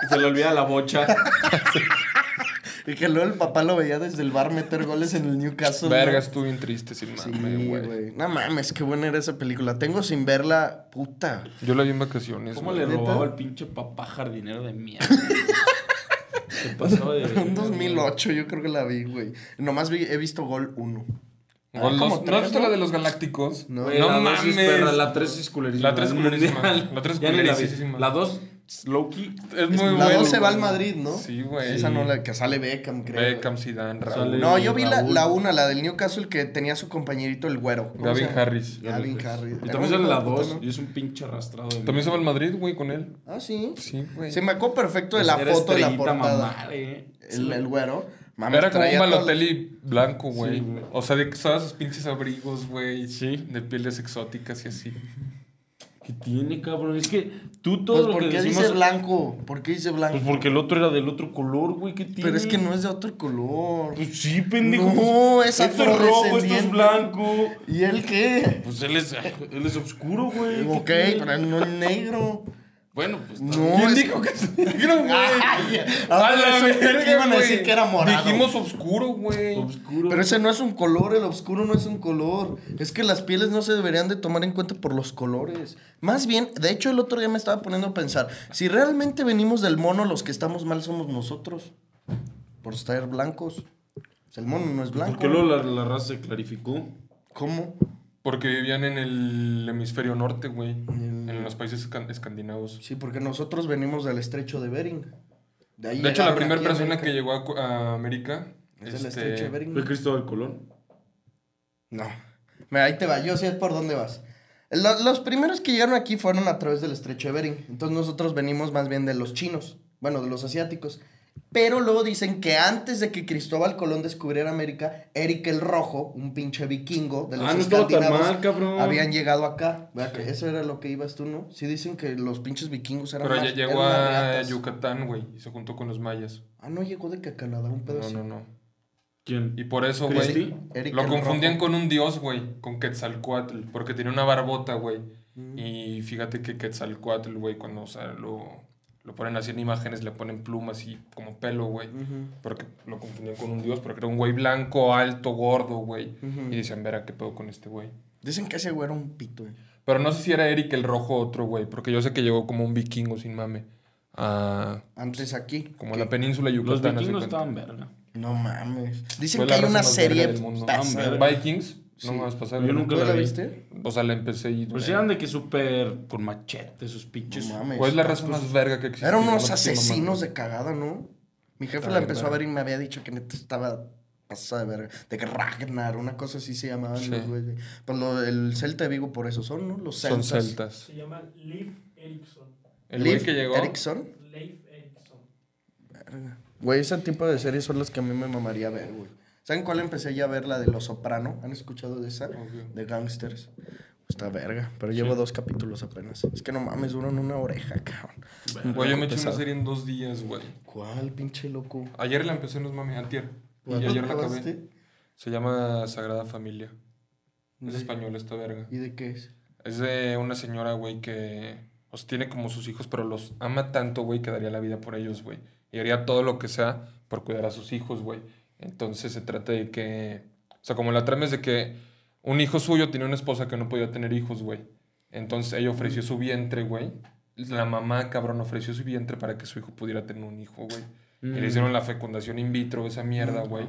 [SPEAKER 3] Se le olvida la bocha.
[SPEAKER 2] Y que luego el papá lo veía desde el bar meter goles en el Newcastle. ¿no?
[SPEAKER 4] Verga, estuve bien triste sin
[SPEAKER 2] Sí,
[SPEAKER 4] mame, güey.
[SPEAKER 2] güey. No mames, qué buena era esa película. Tengo sin verla, puta.
[SPEAKER 4] Yo la vi en vacaciones.
[SPEAKER 3] ¿Cómo
[SPEAKER 4] güey.
[SPEAKER 3] le
[SPEAKER 2] ¿Neta?
[SPEAKER 3] robaba el pinche papá jardinero de mierda? Se pasaba de.
[SPEAKER 2] En 2008 yo creo que la vi, güey. Nomás vi- he visto Gol 1.
[SPEAKER 3] Ah,
[SPEAKER 4] O los-
[SPEAKER 2] como
[SPEAKER 4] ¿No
[SPEAKER 2] tres,
[SPEAKER 4] has visto
[SPEAKER 2] ¿no?
[SPEAKER 4] la de los galácticos?
[SPEAKER 2] No.
[SPEAKER 3] Güey, la dos es perra, la 3 es culerísima.
[SPEAKER 4] La tres es culerísima. La tres es
[SPEAKER 3] Ya ni vi.
[SPEAKER 4] culerísima.
[SPEAKER 3] La 2 Loki es muy
[SPEAKER 2] La
[SPEAKER 3] bueno.
[SPEAKER 2] 12 va al Madrid, ¿no?
[SPEAKER 4] Sí, güey.
[SPEAKER 2] Esa no, la que sale Beckham, creo.
[SPEAKER 4] Beckham, Zidane,
[SPEAKER 3] Sale-
[SPEAKER 4] Raúl,
[SPEAKER 2] No, yo vi la,
[SPEAKER 3] Raúl.
[SPEAKER 2] la una, la del Newcastle, que tenía su compañerito el güero. ¿Cómo se
[SPEAKER 4] Gavin
[SPEAKER 2] llama?
[SPEAKER 4] Harris.
[SPEAKER 2] Gavin Harris. Era
[SPEAKER 3] Y
[SPEAKER 2] un
[SPEAKER 3] también sale
[SPEAKER 2] hijo
[SPEAKER 3] la
[SPEAKER 2] de puta,
[SPEAKER 3] 2
[SPEAKER 2] ¿no?
[SPEAKER 3] y es un pinche arrastrado. de
[SPEAKER 4] También
[SPEAKER 3] mierda.
[SPEAKER 4] se va al Madrid, güey, con él.
[SPEAKER 2] Ah, sí.
[SPEAKER 4] Sí, güey.
[SPEAKER 2] Se me acuerdo perfecto de la
[SPEAKER 3] Era
[SPEAKER 2] foto de la
[SPEAKER 3] estrellita
[SPEAKER 2] portada.
[SPEAKER 3] mamar, eh.
[SPEAKER 2] El, el güero. Mames,
[SPEAKER 4] Era como un
[SPEAKER 2] traía todo-
[SPEAKER 4] balotelli blanco, güey.
[SPEAKER 3] Sí, güey.
[SPEAKER 4] o sea, de que usaba sus pinches abrigos, güey.
[SPEAKER 3] Sí.
[SPEAKER 4] De pieles exóticas y así.
[SPEAKER 3] ¿Qué tiene, cabrón? Es que tú todo
[SPEAKER 2] Pues,
[SPEAKER 3] lo que
[SPEAKER 2] ¿por qué
[SPEAKER 3] decimos...
[SPEAKER 2] dice blanco? ¿Por qué dice blanco?
[SPEAKER 3] Pues porque el otro era del otro color, güey. ¿Qué tiene?
[SPEAKER 2] Pero es que no es de otro color.
[SPEAKER 3] Pues sí, pendejo.
[SPEAKER 2] No, es
[SPEAKER 3] Esto es rojo, esto
[SPEAKER 2] afrodescendiente.
[SPEAKER 3] es blanco.
[SPEAKER 2] ¿Y él qué? Pues,
[SPEAKER 3] Pues él es, él es oscuro, güey. ¿Qué
[SPEAKER 2] Ok,
[SPEAKER 3] tiene?
[SPEAKER 2] pero no es negro.
[SPEAKER 3] Bueno, pues...
[SPEAKER 2] No,
[SPEAKER 3] también.
[SPEAKER 2] es-
[SPEAKER 4] que es negro, güey?
[SPEAKER 2] Ay, ahora resulta Ah, que iban a decir
[SPEAKER 4] güey.
[SPEAKER 2] que era morado.
[SPEAKER 4] Dijimos oscuro, güey.
[SPEAKER 3] Oscuro.
[SPEAKER 2] Pero ese no es un color, el oscuro no es un color. Es que las pieles no se deberían de tomar en cuenta por los colores. Más bien, de hecho el otro día me estaba poniendo a pensar, si realmente venimos del mono, los que estamos mal somos nosotros. Por estar blancos. Pues el mono no es blanco.
[SPEAKER 3] ¿Por qué luego la, la raza se clarificó?
[SPEAKER 2] ¿Cómo?
[SPEAKER 4] Porque vivían en el hemisferio norte, güey.
[SPEAKER 2] Mm.
[SPEAKER 4] En los países escan- escandinavos.
[SPEAKER 2] Sí, porque nosotros venimos del estrecho de Bering. De, ahí
[SPEAKER 4] De hecho, la
[SPEAKER 2] llegaron
[SPEAKER 4] primera
[SPEAKER 2] aquí a
[SPEAKER 4] persona
[SPEAKER 2] América.
[SPEAKER 4] que llegó a, cu- a América.
[SPEAKER 2] Es el
[SPEAKER 4] este,
[SPEAKER 2] estrecho de Bering.
[SPEAKER 3] Fue Cristóbal Colón.
[SPEAKER 2] No. Mira, ahí te va. Yo sé por dónde vas. Lo- los primeros que llegaron aquí fueron a través del estrecho de Bering. Entonces nosotros venimos más bien de los chinos. Bueno, de los asiáticos. Pero luego dicen que antes de que Cristóbal Colón descubriera América, Eric el Rojo, un pinche vikingo de los
[SPEAKER 3] Ah, no estaba tan
[SPEAKER 2] escandinavos,
[SPEAKER 3] mal, cabrón.
[SPEAKER 2] habían llegado acá. Vea que eso era lo que ibas tú, ¿no? Sí dicen que los pinches vikingos eran
[SPEAKER 4] Pero ya
[SPEAKER 2] más-
[SPEAKER 4] llegó
[SPEAKER 2] eran más
[SPEAKER 4] a
[SPEAKER 2] reatas.
[SPEAKER 4] Yucatán, güey. Y se juntó con los mayas.
[SPEAKER 2] Ah, no llegó de que a Canadá, un pedo
[SPEAKER 4] No,
[SPEAKER 2] así.
[SPEAKER 4] no, no.
[SPEAKER 3] ¿Quién?
[SPEAKER 4] Y por eso,
[SPEAKER 3] ¿Cristi?
[SPEAKER 4] güey,
[SPEAKER 2] Eric
[SPEAKER 4] lo
[SPEAKER 2] el
[SPEAKER 4] confundían
[SPEAKER 2] Rojo.
[SPEAKER 4] con un dios, güey, con Quetzalcoatl, porque tenía una barbota, güey.
[SPEAKER 3] Mm.
[SPEAKER 4] Y fíjate que Quetzalcoatl, güey, cuando o sea, lo, lo ponen así en imágenes, le ponen plumas y como pelo, güey. Porque lo confundían con un dios, porque era un güey blanco, alto, gordo, güey. Y dicen, verá, ¿qué pedo con este güey?
[SPEAKER 2] Dicen que ese güey era un pito, eh.
[SPEAKER 4] Pero no sé si era Eric el Rojo otro, güey, porque yo sé que llegó como un vikingo, sin mame, a,
[SPEAKER 2] Antes aquí.
[SPEAKER 4] como a la península
[SPEAKER 3] Los
[SPEAKER 4] yucatán. haz de
[SPEAKER 3] vikingos
[SPEAKER 4] cuenta.
[SPEAKER 3] estaban verga.
[SPEAKER 2] No mames. Dicen
[SPEAKER 4] Fue
[SPEAKER 2] que
[SPEAKER 4] la
[SPEAKER 2] hay
[SPEAKER 4] raza
[SPEAKER 2] una
[SPEAKER 4] más
[SPEAKER 2] serie
[SPEAKER 4] verga del mundo.
[SPEAKER 2] pasada.
[SPEAKER 3] verga.
[SPEAKER 4] Vikings, no me vas a pasar.
[SPEAKER 3] Yo
[SPEAKER 4] güey.
[SPEAKER 3] nunca
[SPEAKER 2] ¿Tú la
[SPEAKER 3] vi.
[SPEAKER 2] viste?
[SPEAKER 4] O sea, la empecé y...
[SPEAKER 3] Pues eran de que súper con machete, sus pinches.
[SPEAKER 2] No mames.
[SPEAKER 4] ¿Cuál es la raza más verga que existe?
[SPEAKER 2] Eran unos
[SPEAKER 4] No,
[SPEAKER 2] asesinos
[SPEAKER 4] sí,
[SPEAKER 2] de cagada, ¿no? Mi jefe
[SPEAKER 4] Está
[SPEAKER 2] la
[SPEAKER 4] bien,
[SPEAKER 2] empezó a
[SPEAKER 4] verga.
[SPEAKER 2] ver y me había dicho que neta estaba pasada de verga. De que Ragnar, una cosa así se llamaban
[SPEAKER 4] Sí.
[SPEAKER 2] los güeyes. Pues lo- el Celta de Vigo por eso son, ¿no? Los
[SPEAKER 4] mamá. Son
[SPEAKER 2] celtas.
[SPEAKER 4] celtas.
[SPEAKER 5] Se llama Leif Erikson.
[SPEAKER 4] El güey que llegó...
[SPEAKER 2] Erickson.
[SPEAKER 5] Leif Erikson.
[SPEAKER 2] Güey, ese tipo de series son las que a mí me mamaría ver, güey. ¿Saben cuál empecé ya a ver? La de Los Soprano. ¿Han escuchado de esa?
[SPEAKER 4] Obvio.
[SPEAKER 2] De Gangsters. Está verga, pero llevo dos capítulos apenas. Es que no mames, duran una oreja, cabrón.
[SPEAKER 4] Güey, yo me eché una
[SPEAKER 2] Pesado.
[SPEAKER 4] serie en dos días, güey.
[SPEAKER 2] ¿Cuál, pinche loco?
[SPEAKER 4] Ayer la empecé, no es mami, antier. Y
[SPEAKER 2] ¿Cuándo
[SPEAKER 4] ayer la
[SPEAKER 2] acabaste?
[SPEAKER 4] acabé. Se llama Sagrada Familia. Es española esta verga.
[SPEAKER 2] ¿Y de qué es?
[SPEAKER 4] Es de una señora, güey, que... O sea, tiene como sus hijos, pero los ama tanto, güey, que daría la vida por ellos, güey. Y haría todo lo que sea por cuidar a sus hijos, güey. Entonces se trata de que... O sea, como la trama es de que un hijo suyo tenía una esposa que no podía tener hijos, güey. Entonces ella ofreció su vientre, güey. La mamá, cabrón, ofreció su vientre para que su hijo pudiera tener un hijo, güey.
[SPEAKER 3] Mm.
[SPEAKER 4] Y le hicieron la fecundación in vitro, esa mierda, güey.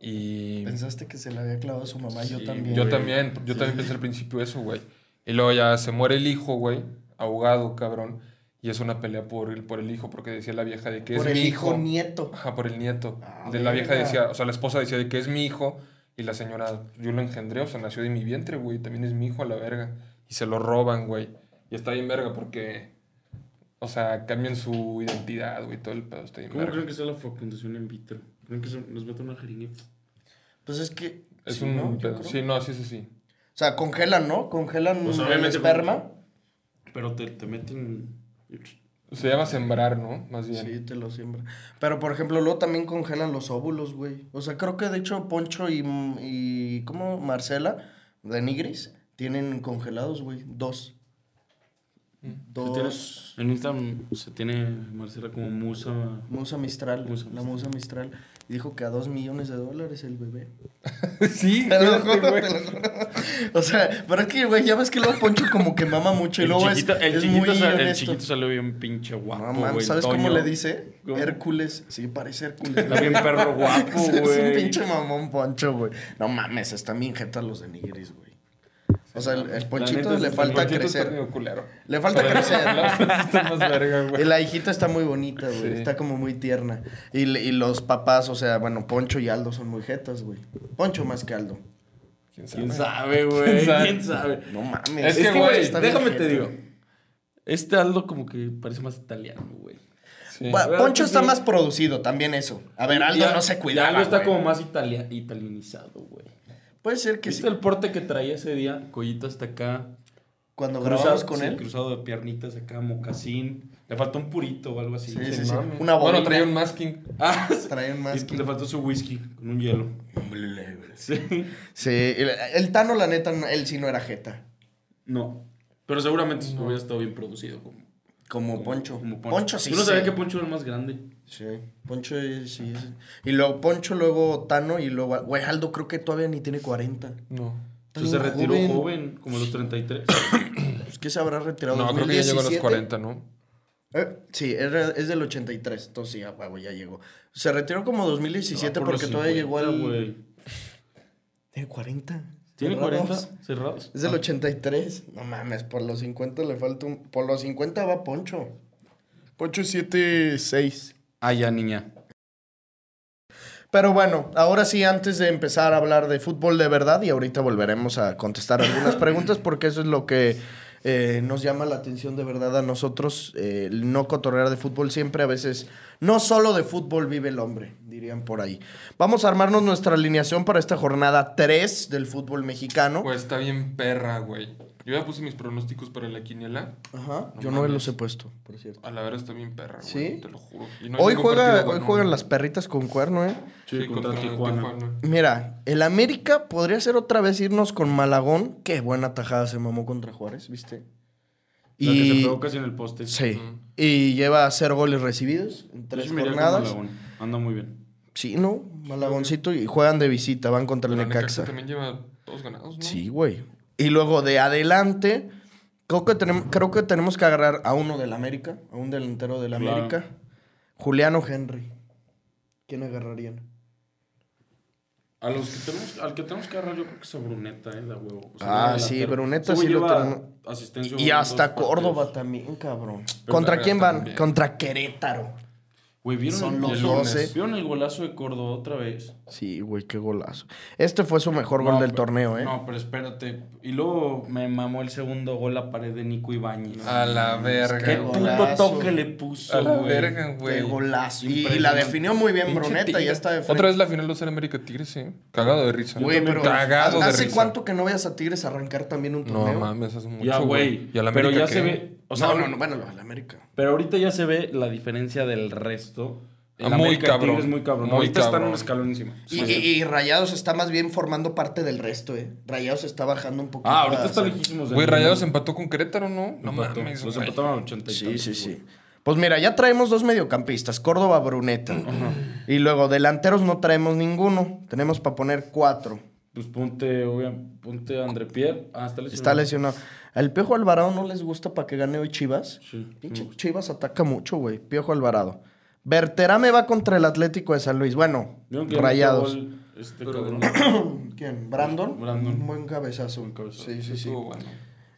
[SPEAKER 4] Y...
[SPEAKER 2] Pensaste que se la había clavado su mamá, yo
[SPEAKER 3] Sí,
[SPEAKER 2] también.
[SPEAKER 4] Yo
[SPEAKER 3] güey.
[SPEAKER 4] también, yo también pensé al principio eso, güey. Y luego ya se muere el hijo, güey, ahogado, cabrón. Y es una pelea por el, por el hijo, porque decía la vieja de que
[SPEAKER 2] Por
[SPEAKER 4] es
[SPEAKER 2] el
[SPEAKER 4] mi
[SPEAKER 2] hijo
[SPEAKER 4] hijo.
[SPEAKER 2] nieto.
[SPEAKER 4] Ajá, por el nieto.
[SPEAKER 2] Ah,
[SPEAKER 4] de la vieja
[SPEAKER 2] verga.
[SPEAKER 4] decía, o sea, la esposa decía de que es mi hijo. Y la señora, yo lo engendré, o sea, nació de mi vientre, güey. También es mi hijo a la verga. Y se lo roban, güey. Y está bien verga porque, o sea, cambian su identidad, güey, todo el pedo. Está bien
[SPEAKER 3] ¿Cómo
[SPEAKER 4] verga.
[SPEAKER 3] creen que sea la fecundación in vitro? ¿Creen que se nos meten una jeringa?
[SPEAKER 2] Pues es que.
[SPEAKER 4] Es
[SPEAKER 2] sí,
[SPEAKER 4] un
[SPEAKER 2] ¿no? Yo
[SPEAKER 4] pedo.
[SPEAKER 2] creo.
[SPEAKER 4] Sí, no, sí, sí, sí.
[SPEAKER 2] O sea, congelan, ¿no? Congelan
[SPEAKER 3] Pues
[SPEAKER 2] el
[SPEAKER 3] obviamente-
[SPEAKER 2] esperma.
[SPEAKER 3] Pero te, te meten.
[SPEAKER 4] Se llama sembrar, ¿no? Más bien.
[SPEAKER 2] Sí, te lo siembran. Pero, por ejemplo, luego también congelan los óvulos, güey. O sea, creo que de hecho Poncho y, y ¿cómo? Marcela de Nigris tienen congelados, güey. Dos.
[SPEAKER 3] Mm.
[SPEAKER 2] Dos.
[SPEAKER 3] En Instagram se tiene Marcela como musa.
[SPEAKER 2] Musa Mistral,
[SPEAKER 3] Musa
[SPEAKER 2] la Musa Mistral. Y dijo que a dos millones de dólares el bebé.
[SPEAKER 4] sí,
[SPEAKER 2] Te lo
[SPEAKER 4] fíjate,
[SPEAKER 2] juro,
[SPEAKER 4] güey.
[SPEAKER 2] te lo juro. O sea, pero es que, güey, ya ves que luego Poncho como que mama mucho y
[SPEAKER 3] El
[SPEAKER 2] luego es-
[SPEAKER 3] chiquito,
[SPEAKER 2] es,
[SPEAKER 3] el, chiquito
[SPEAKER 2] muy
[SPEAKER 3] sa- el
[SPEAKER 2] honesto.
[SPEAKER 3] chiquito salió bien pinche guapo.
[SPEAKER 2] No, man,
[SPEAKER 3] güey,
[SPEAKER 2] ¿sabes cómo
[SPEAKER 3] Toño.
[SPEAKER 2] le dice?
[SPEAKER 3] ¿Cómo?
[SPEAKER 2] Hércules. Sí, parece Hércules.
[SPEAKER 3] Está bien perro guapo,
[SPEAKER 2] es un
[SPEAKER 3] güey.
[SPEAKER 2] pinche mamón Poncho, güey. No mames, están bien jetas los de Nigris, güey. O sea, el, el
[SPEAKER 4] La
[SPEAKER 2] ponchito
[SPEAKER 4] neta,
[SPEAKER 2] le
[SPEAKER 4] el
[SPEAKER 2] falta
[SPEAKER 4] Ponchito está
[SPEAKER 2] crecer.
[SPEAKER 4] medio culero.
[SPEAKER 2] Le falta
[SPEAKER 4] Pero
[SPEAKER 2] crecer.
[SPEAKER 4] la- está más verga, güey.
[SPEAKER 2] La hijita está muy bonita, güey.
[SPEAKER 4] Sí.
[SPEAKER 2] Está como muy tierna. Y, le- y los papás, o sea, bueno, Poncho y Aldo son muy jetas, güey. Poncho más que Aldo.
[SPEAKER 4] ¿Quién sabe?
[SPEAKER 3] ¿Quién sabe, güey?
[SPEAKER 4] sabe?
[SPEAKER 3] ¿Quién sabe?
[SPEAKER 2] No mames.
[SPEAKER 3] Es
[SPEAKER 4] Es
[SPEAKER 3] que,
[SPEAKER 4] que,
[SPEAKER 3] güey,
[SPEAKER 2] está bien
[SPEAKER 3] déjame te
[SPEAKER 2] jeta.
[SPEAKER 3] digo. Este Aldo como que parece más italiano, güey.
[SPEAKER 4] Sí.
[SPEAKER 2] Pa-
[SPEAKER 3] ¿Verdad
[SPEAKER 2] Poncho
[SPEAKER 3] que
[SPEAKER 2] está
[SPEAKER 3] sí?
[SPEAKER 2] más producido, también eso. A ver, Aldo
[SPEAKER 3] Y a-
[SPEAKER 2] no se
[SPEAKER 3] y
[SPEAKER 2] cuidaba,
[SPEAKER 3] Aldo está
[SPEAKER 2] güey.
[SPEAKER 3] como más italia- italianizado, güey.
[SPEAKER 2] Puede ser que
[SPEAKER 3] ¿Viste
[SPEAKER 2] sí.
[SPEAKER 3] el porte que traía ese día? Collito hasta acá.
[SPEAKER 2] Cuando grabamos
[SPEAKER 3] Cruzado
[SPEAKER 2] con
[SPEAKER 3] sí,
[SPEAKER 2] él.
[SPEAKER 3] Cruzado de piernitas acá, mocasín. Le faltó un purito o algo así.
[SPEAKER 2] Sí, sí,
[SPEAKER 4] Sí,
[SPEAKER 2] sí.
[SPEAKER 4] mami.
[SPEAKER 2] Una
[SPEAKER 4] Bueno,
[SPEAKER 2] bobina.
[SPEAKER 4] traía un masking.
[SPEAKER 3] Ah, sí.
[SPEAKER 2] Trae un
[SPEAKER 3] Y
[SPEAKER 2] masking.
[SPEAKER 3] le faltó su whisky con un hielo. Sí.
[SPEAKER 2] Sí, el, el Tano, la neta, no- él sí no era jeta.
[SPEAKER 3] No. Pero seguramente hubiera estado bien producido. Como,
[SPEAKER 2] Como,
[SPEAKER 3] como-
[SPEAKER 2] Poncho.
[SPEAKER 3] como
[SPEAKER 2] Poncho. sí.
[SPEAKER 3] Yo no sabía
[SPEAKER 2] se-
[SPEAKER 3] que Poncho era el más grande.
[SPEAKER 2] Sí, Poncho eh, sí. sí. Y luego Poncho, luego Tano y luego. Güey, Aldo creo que todavía ni tiene 40.
[SPEAKER 4] No.
[SPEAKER 3] Entonces se
[SPEAKER 2] bien
[SPEAKER 3] retiró
[SPEAKER 2] joven.
[SPEAKER 3] joven, como a los 33.
[SPEAKER 2] Pues, ¿Qué se habrá retirado?
[SPEAKER 4] No, creo que ya llegó a los
[SPEAKER 2] 2017.
[SPEAKER 4] 40, ¿no?
[SPEAKER 2] Eh, sí, era- es del 83. Entonces sí, a huevo, ya llegó. Se retiró como 2017
[SPEAKER 3] Ah, por
[SPEAKER 2] porque
[SPEAKER 3] los
[SPEAKER 2] todavía
[SPEAKER 3] 50,
[SPEAKER 2] llegó al.
[SPEAKER 3] güey.
[SPEAKER 2] Tiene 40.
[SPEAKER 3] ¿Tiene
[SPEAKER 2] Cerrados.
[SPEAKER 3] 40 cerrados?
[SPEAKER 2] Es del 83. No mames, por los 50 le falta un. Por los 50 va Poncho. Poncho 76.
[SPEAKER 3] Ah, ya, niña.
[SPEAKER 2] Pero bueno, ahora sí, antes de empezar a hablar de fútbol de verdad, y ahorita volveremos a contestar algunas preguntas, porque eso es lo que eh, nos llama la atención de verdad a nosotros, eh, el no cotorrear de fútbol siempre, a veces, no solo de fútbol vive el hombre, dirían por ahí. Vamos a armarnos nuestra alineación para esta jornada 3 del fútbol mexicano.
[SPEAKER 4] Pues está bien perra, güey. Yo ya puse mis pronósticos para la quiniela.
[SPEAKER 2] Ajá,
[SPEAKER 4] No
[SPEAKER 2] yo no
[SPEAKER 4] mames.
[SPEAKER 2] los he puesto, por cierto.
[SPEAKER 4] A la verdad está bien perra, güey.
[SPEAKER 2] ¿Sí?
[SPEAKER 4] Te lo juro. Y no hay
[SPEAKER 2] Hoy,
[SPEAKER 4] ningún
[SPEAKER 2] juega,
[SPEAKER 4] partido
[SPEAKER 2] hoy
[SPEAKER 4] ganado.
[SPEAKER 2] juegan las perritas con cuerno, ¿eh?
[SPEAKER 4] Sí, contra, Tijuana.
[SPEAKER 2] Mira, el América podría ser otra vez irnos con Malagón. Qué buena tajada se mamó contra Juárez, ¿viste?
[SPEAKER 3] La que se
[SPEAKER 2] Y,
[SPEAKER 3] pegó casi en el poste.
[SPEAKER 2] sí,
[SPEAKER 4] Mm.
[SPEAKER 2] y lleva cero goles recibidos en
[SPEAKER 3] Yo
[SPEAKER 2] tres
[SPEAKER 3] sí me iría con
[SPEAKER 2] jornadas.
[SPEAKER 3] Malagón. Anda muy bien.
[SPEAKER 2] Sí, ¿no? Malagoncito y juegan de visita, van contra
[SPEAKER 4] Pero
[SPEAKER 2] el
[SPEAKER 4] la
[SPEAKER 2] Necaxa.
[SPEAKER 4] Necaxa también lleva dos ganados, ¿no?
[SPEAKER 2] Sí, güey. Y luego de adelante, creo que, tenemos, creo que tenemos que agarrar a uno del América, a un delantero del
[SPEAKER 3] Claro.
[SPEAKER 2] América. Juliano Henry. ¿Quién agarrarían?
[SPEAKER 3] A los que tenemos, al que tenemos que agarrar, yo creo que es a Bruneta, ¿eh? La huevo. O
[SPEAKER 2] Ah,
[SPEAKER 3] la- la-
[SPEAKER 2] sí,
[SPEAKER 3] la-
[SPEAKER 2] Bruneta
[SPEAKER 3] Según
[SPEAKER 2] sí lo
[SPEAKER 3] lleva
[SPEAKER 2] tenemos.
[SPEAKER 3] Asistencia
[SPEAKER 2] Y
[SPEAKER 3] en
[SPEAKER 2] hasta
[SPEAKER 3] dos
[SPEAKER 2] Córdoba
[SPEAKER 3] partidos.
[SPEAKER 2] también, cabrón.
[SPEAKER 4] Pero
[SPEAKER 2] ¿Contra
[SPEAKER 4] Verga
[SPEAKER 2] quién van?
[SPEAKER 4] también.
[SPEAKER 2] Contra Querétaro.
[SPEAKER 3] Güey, ¿vieron,
[SPEAKER 2] Son
[SPEAKER 3] el-
[SPEAKER 2] los
[SPEAKER 3] el,
[SPEAKER 2] 12.
[SPEAKER 3] ¿vieron el golazo de Córdoba otra vez?
[SPEAKER 2] Sí, güey, qué golazo. Este fue su mejor
[SPEAKER 3] No,
[SPEAKER 2] gol del
[SPEAKER 3] pero-
[SPEAKER 2] torneo, ¿eh?
[SPEAKER 3] No, pero espérate. Y luego me mamó el segundo gol la pared de Nico Ibáñez.
[SPEAKER 4] A la verga.
[SPEAKER 3] Qué
[SPEAKER 4] güey.
[SPEAKER 3] puto
[SPEAKER 2] golazo.
[SPEAKER 3] toque le puso,
[SPEAKER 4] A la
[SPEAKER 3] güey.
[SPEAKER 4] verga,
[SPEAKER 2] Qué
[SPEAKER 4] güey.
[SPEAKER 2] golazo. Y,
[SPEAKER 3] Impresionante.
[SPEAKER 2] la definió muy bien
[SPEAKER 4] Pinche
[SPEAKER 2] Bruneta, ya
[SPEAKER 4] Tigres.
[SPEAKER 2] está de frente.
[SPEAKER 4] Otra vez la final lo ser América Tigres, sí. Cagado de risa.
[SPEAKER 2] Güey, pero
[SPEAKER 4] Cagado de
[SPEAKER 2] ¿hace
[SPEAKER 4] risa.
[SPEAKER 2] cuánto que no veas a Tigres arrancar también un
[SPEAKER 4] No
[SPEAKER 2] torneo?
[SPEAKER 4] mames, hace mucho.
[SPEAKER 3] Ya, güey.
[SPEAKER 4] ¿Y a la
[SPEAKER 3] Pero
[SPEAKER 4] América
[SPEAKER 3] ya
[SPEAKER 4] qué?
[SPEAKER 3] se ve. O sea,
[SPEAKER 2] no, no, no, bueno, lo- la América.
[SPEAKER 3] Pero ahorita ya se ve la diferencia del resto.
[SPEAKER 4] Ah,
[SPEAKER 3] El
[SPEAKER 4] muy
[SPEAKER 3] América
[SPEAKER 4] cabrón,
[SPEAKER 3] Tigres muy cabrón.
[SPEAKER 4] muy
[SPEAKER 3] ahorita están
[SPEAKER 4] cabrón.
[SPEAKER 3] un escalón encima.
[SPEAKER 2] Y, y- y Rayados está más bien formando parte del resto, ¿eh? Rayados está bajando un poquito.
[SPEAKER 3] ah, ahorita
[SPEAKER 2] a-
[SPEAKER 3] está lejísimos. del
[SPEAKER 4] Güey,
[SPEAKER 3] mundo.
[SPEAKER 4] Rayados empató con Querétaro, ¿no? No
[SPEAKER 3] Empató.
[SPEAKER 4] mames,
[SPEAKER 3] Los
[SPEAKER 4] güey.
[SPEAKER 3] empataron al 80 y
[SPEAKER 2] Sí,
[SPEAKER 3] tantos,
[SPEAKER 2] sí, sí.
[SPEAKER 3] güey.
[SPEAKER 2] Pues mira, ya traemos dos mediocampistas, Córdoba, Bruneta. Y luego delanteros no traemos ninguno. Tenemos para poner cuatro.
[SPEAKER 3] Pues ponte, obvia- ponte a André Pierre. Ah, está lesionado.
[SPEAKER 2] Está lesionado. ¿Al Piojo Alvarado no les gusta para que gane hoy Chivas?
[SPEAKER 3] Sí, sí.
[SPEAKER 2] Pinche Chivas ataca mucho, güey. Piojo Alvarado. Berterame va contra el Atlético de San Luis. Bueno,
[SPEAKER 3] Vieron que
[SPEAKER 2] rayados.
[SPEAKER 3] metió gol Este cabrón.
[SPEAKER 2] ¿Quién? ¿Brandon?
[SPEAKER 3] Brandon.
[SPEAKER 2] Un buen cabezazo.
[SPEAKER 3] Buen cabezazo.
[SPEAKER 2] Sí, sí, sí.
[SPEAKER 4] Estuvo bueno.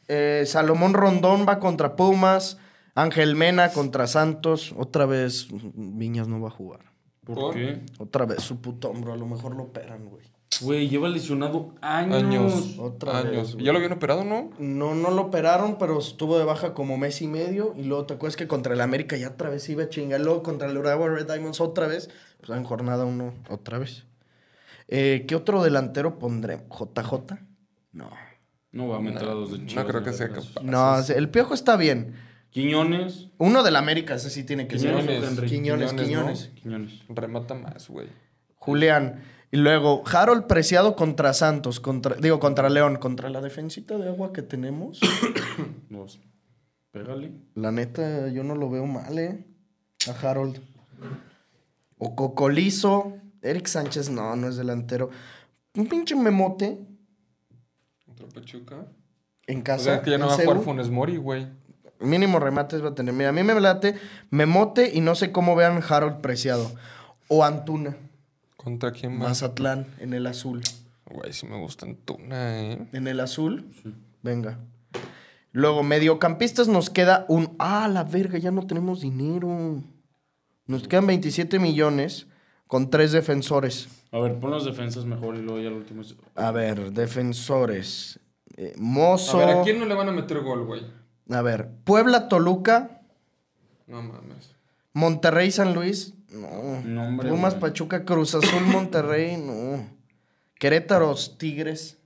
[SPEAKER 2] Eh, Salomón Rondón va contra Pumas. Ángel Mena contra Santos. Otra vez Viñas no va a jugar.
[SPEAKER 3] ¿Por,
[SPEAKER 4] ¿Por?
[SPEAKER 3] qué?
[SPEAKER 2] Otra vez su puto hombro, a lo mejor lo operan, güey.
[SPEAKER 3] Güey, lleva lesionado años.
[SPEAKER 4] Años.
[SPEAKER 2] Otra vez,
[SPEAKER 4] años.
[SPEAKER 2] güey.
[SPEAKER 4] ¿Ya lo habían operado, no?
[SPEAKER 2] No, no lo operaron, pero estuvo de baja como mes y medio. Y luego te acuerdas que contra el América ya otra vez iba a chingar. Luego contra el Urawa Red Diamonds otra vez. Pues en jornada uno otra vez. Eh, ¿Qué otro delantero pondré? ¿JJ? No.
[SPEAKER 3] No va a meter a dos de
[SPEAKER 4] No
[SPEAKER 3] Chivas.
[SPEAKER 4] creo
[SPEAKER 3] la
[SPEAKER 4] que sea
[SPEAKER 3] verdad.
[SPEAKER 4] capaz.
[SPEAKER 2] No, el Piojo está bien.
[SPEAKER 3] Quiñones.
[SPEAKER 2] Uno del América, ese sí tiene que ser.
[SPEAKER 3] Quiñones,
[SPEAKER 2] Quiñones,
[SPEAKER 3] Henry.
[SPEAKER 2] Quiñones.
[SPEAKER 4] Quiñones,
[SPEAKER 3] Quiñones.
[SPEAKER 4] Remata más, güey.
[SPEAKER 2] Julián. Y luego, Harold Preciado contra Santos, contra, digo, contra León, contra la defensita de agua que tenemos.
[SPEAKER 3] Dos. Pégale.
[SPEAKER 2] La neta, yo no lo veo mal, ¿eh? A Harold. O Cocolizo. Eric Sánchez, no, no es delantero. Un pinche memote
[SPEAKER 4] Contra Pachuca.
[SPEAKER 2] en
[SPEAKER 4] O
[SPEAKER 2] casa.
[SPEAKER 4] sea, que ya no
[SPEAKER 2] en
[SPEAKER 4] va a jugar
[SPEAKER 2] CU.
[SPEAKER 4] Funes Mori, güey.
[SPEAKER 2] Mínimo remates va a tener. Mira, a mí me late memote y no sé cómo vean Harold Preciado. O Antuna,
[SPEAKER 4] ¿Contra quién más?
[SPEAKER 2] Mazatlán, en el azul.
[SPEAKER 4] Güey, sí me gusta Antuna, ¿eh?
[SPEAKER 2] En el azul. Venga. Luego, mediocampistas nos queda un. ¡Ah, la verga! Ya no tenemos dinero. Nos quedan 27 millones con tres defensores.
[SPEAKER 3] A ver, pon las defensas mejor y luego ya el último. es-
[SPEAKER 2] A ver, defensores. Eh,
[SPEAKER 4] A
[SPEAKER 2] Mozo.
[SPEAKER 4] ver, ¿a quién no le van a meter gol, güey?
[SPEAKER 2] A ver, Puebla, Toluca,
[SPEAKER 4] No mames.
[SPEAKER 2] Monterrey, San Luis. No.
[SPEAKER 3] No, hombre,
[SPEAKER 2] Pumas,
[SPEAKER 3] güey.
[SPEAKER 2] Pachuca, Cruz Azul, Monterrey. No. Querétaro, Tigres.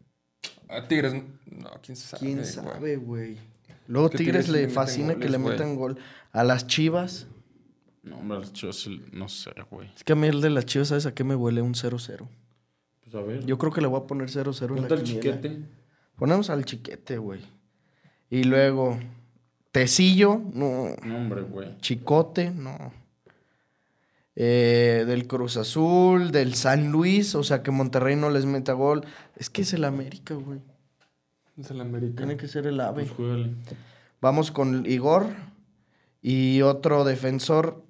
[SPEAKER 4] A Tigres, no, quién sabe.
[SPEAKER 2] ¿Quién
[SPEAKER 4] güey.
[SPEAKER 2] sabe, güey? Luego
[SPEAKER 4] Es que
[SPEAKER 2] Tigres
[SPEAKER 4] Tigres sí
[SPEAKER 2] le
[SPEAKER 4] le meten
[SPEAKER 2] fascina que
[SPEAKER 4] goles,
[SPEAKER 2] le
[SPEAKER 4] güey.
[SPEAKER 2] metan gol. A las Chivas.
[SPEAKER 3] No, hombre, al Chivas sí- no sé, güey.
[SPEAKER 2] Es que a mí el de las Chivas, ¿sabes a qué me huele? Un 0-0.
[SPEAKER 3] Pues a ver.
[SPEAKER 2] Yo creo que le voy a poner 0-0 en la
[SPEAKER 3] Ponte el
[SPEAKER 2] quiniela.
[SPEAKER 3] chiquete.
[SPEAKER 2] Ponemos al chiquete, güey. Y luego, Tecillo, no.
[SPEAKER 3] No, hombre, güey.
[SPEAKER 2] Chicote, no. Eh, del Cruz Azul, del San Luis, o sea que Monterrey no les meta gol. Es que es el América, güey.
[SPEAKER 4] Es el América.
[SPEAKER 2] Tiene que ser el AVE.
[SPEAKER 3] Pues juégale.
[SPEAKER 2] Vamos con Igor y otro defensor.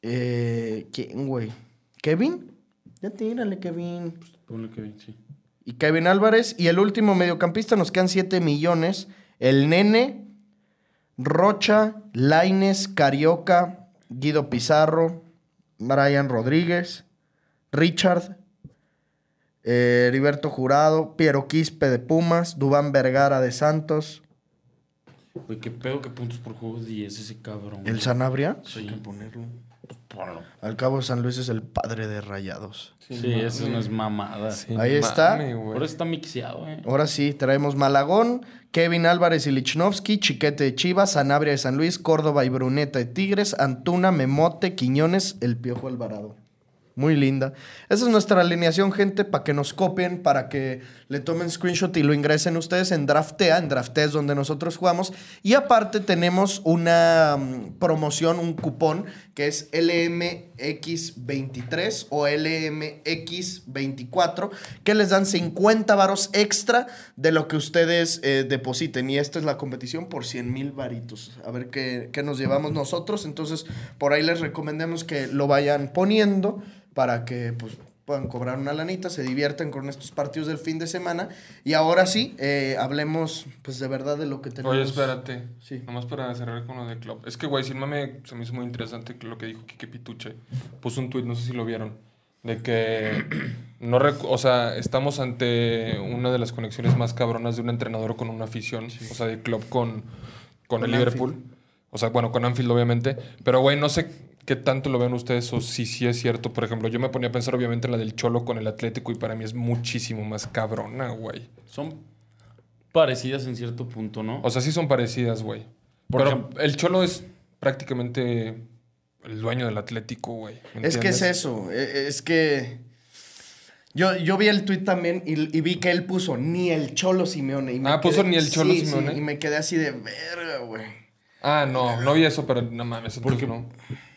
[SPEAKER 2] Eh, ¿Quién, güey? ¿Kevin? Ya tírale, Kevin.
[SPEAKER 3] Ponle que sí.
[SPEAKER 2] Y Kevin Álvarez. Y el último mediocampista, nos quedan 7 millones. El Nene, Rocha, Laines, Carioca, Guido Pizarro, Brian Rodríguez, Richard, eh, Heriberto Jurado, Piero Quispe de Pumas, Dubán Vergara de Santos.
[SPEAKER 3] Güey, qué pedo que puntos por juego 10 ese cabrón.
[SPEAKER 2] ¿El Sanabria?
[SPEAKER 3] Sí. Hay que ponerlo. Ponlo.
[SPEAKER 2] Al cabo, San Luis es el padre de rayados.
[SPEAKER 3] Sí, eso no es mamada.
[SPEAKER 2] Ahí está.
[SPEAKER 3] Ahora está mixeado, eh.
[SPEAKER 2] Ahora sí, traemos Malagón, Kevin Álvarez y Lichnowsky, Chiquete de Chivas, Sanabria de San Luis, Córdoba y Bruneta de Tigres, Antuna, Memote, Quiñones, El Piojo Alvarado. Muy linda. Esa es nuestra alineación, gente, para que nos copien, para que le tomen screenshot y lo ingresen ustedes en Draftea. En Draftea es donde nosotros jugamos. Y aparte tenemos una mm, promoción, un cupón, que es LMX23 o LMX24, que les dan 50 varos extra de lo que ustedes eh, depositen. Y esta es la competición por 100 mil varitos. A ver qué, qué nos llevamos nosotros. Entonces, por ahí les recomendamos que lo vayan poniendo para que pues, puedan cobrar una lanita, se diviertan con estos partidos del fin de semana. Y ahora sí, eh, hablemos pues de verdad de lo que tenemos.
[SPEAKER 4] Oye, espérate.
[SPEAKER 2] Sí.
[SPEAKER 4] Nomás para cerrar con lo de Klopp. Es que, güey, sin mame, se me hizo muy interesante lo que dijo Kike Pituche. Puso un tuit, no sé si lo vieron, de que no recu- o sea, estamos ante una de las conexiones más cabronas de un entrenador con una afición, o sea, de Klopp con, con,
[SPEAKER 2] Con
[SPEAKER 4] el Liverpool. O sea, bueno, con Anfield obviamente, pero güey, no sé qué tanto lo vean ustedes o si sí es cierto. Por ejemplo, yo me ponía a pensar obviamente en la del Cholo con el Atlético y para mí es muchísimo más cabrona, güey.
[SPEAKER 3] Son parecidas en cierto punto, ¿no?
[SPEAKER 4] O sea, sí son parecidas, güey.
[SPEAKER 3] Por
[SPEAKER 4] Pero
[SPEAKER 3] ejemplo-
[SPEAKER 4] el Cholo es prácticamente el dueño del Atlético, güey. ¿me
[SPEAKER 2] Es que es
[SPEAKER 4] entiendes?
[SPEAKER 2] eso, e- es que... Yo, yo vi el tuit también y, y vi que él puso ni el Cholo Simeone. y me
[SPEAKER 4] Ah, puso
[SPEAKER 2] quedé-
[SPEAKER 4] ni el Cholo
[SPEAKER 2] sí, sí,
[SPEAKER 4] Simeone.
[SPEAKER 2] y me quedé así de verga, güey.
[SPEAKER 4] Ah, no, no vi eso, pero no mames. ¿Por
[SPEAKER 3] Porque-
[SPEAKER 4] no?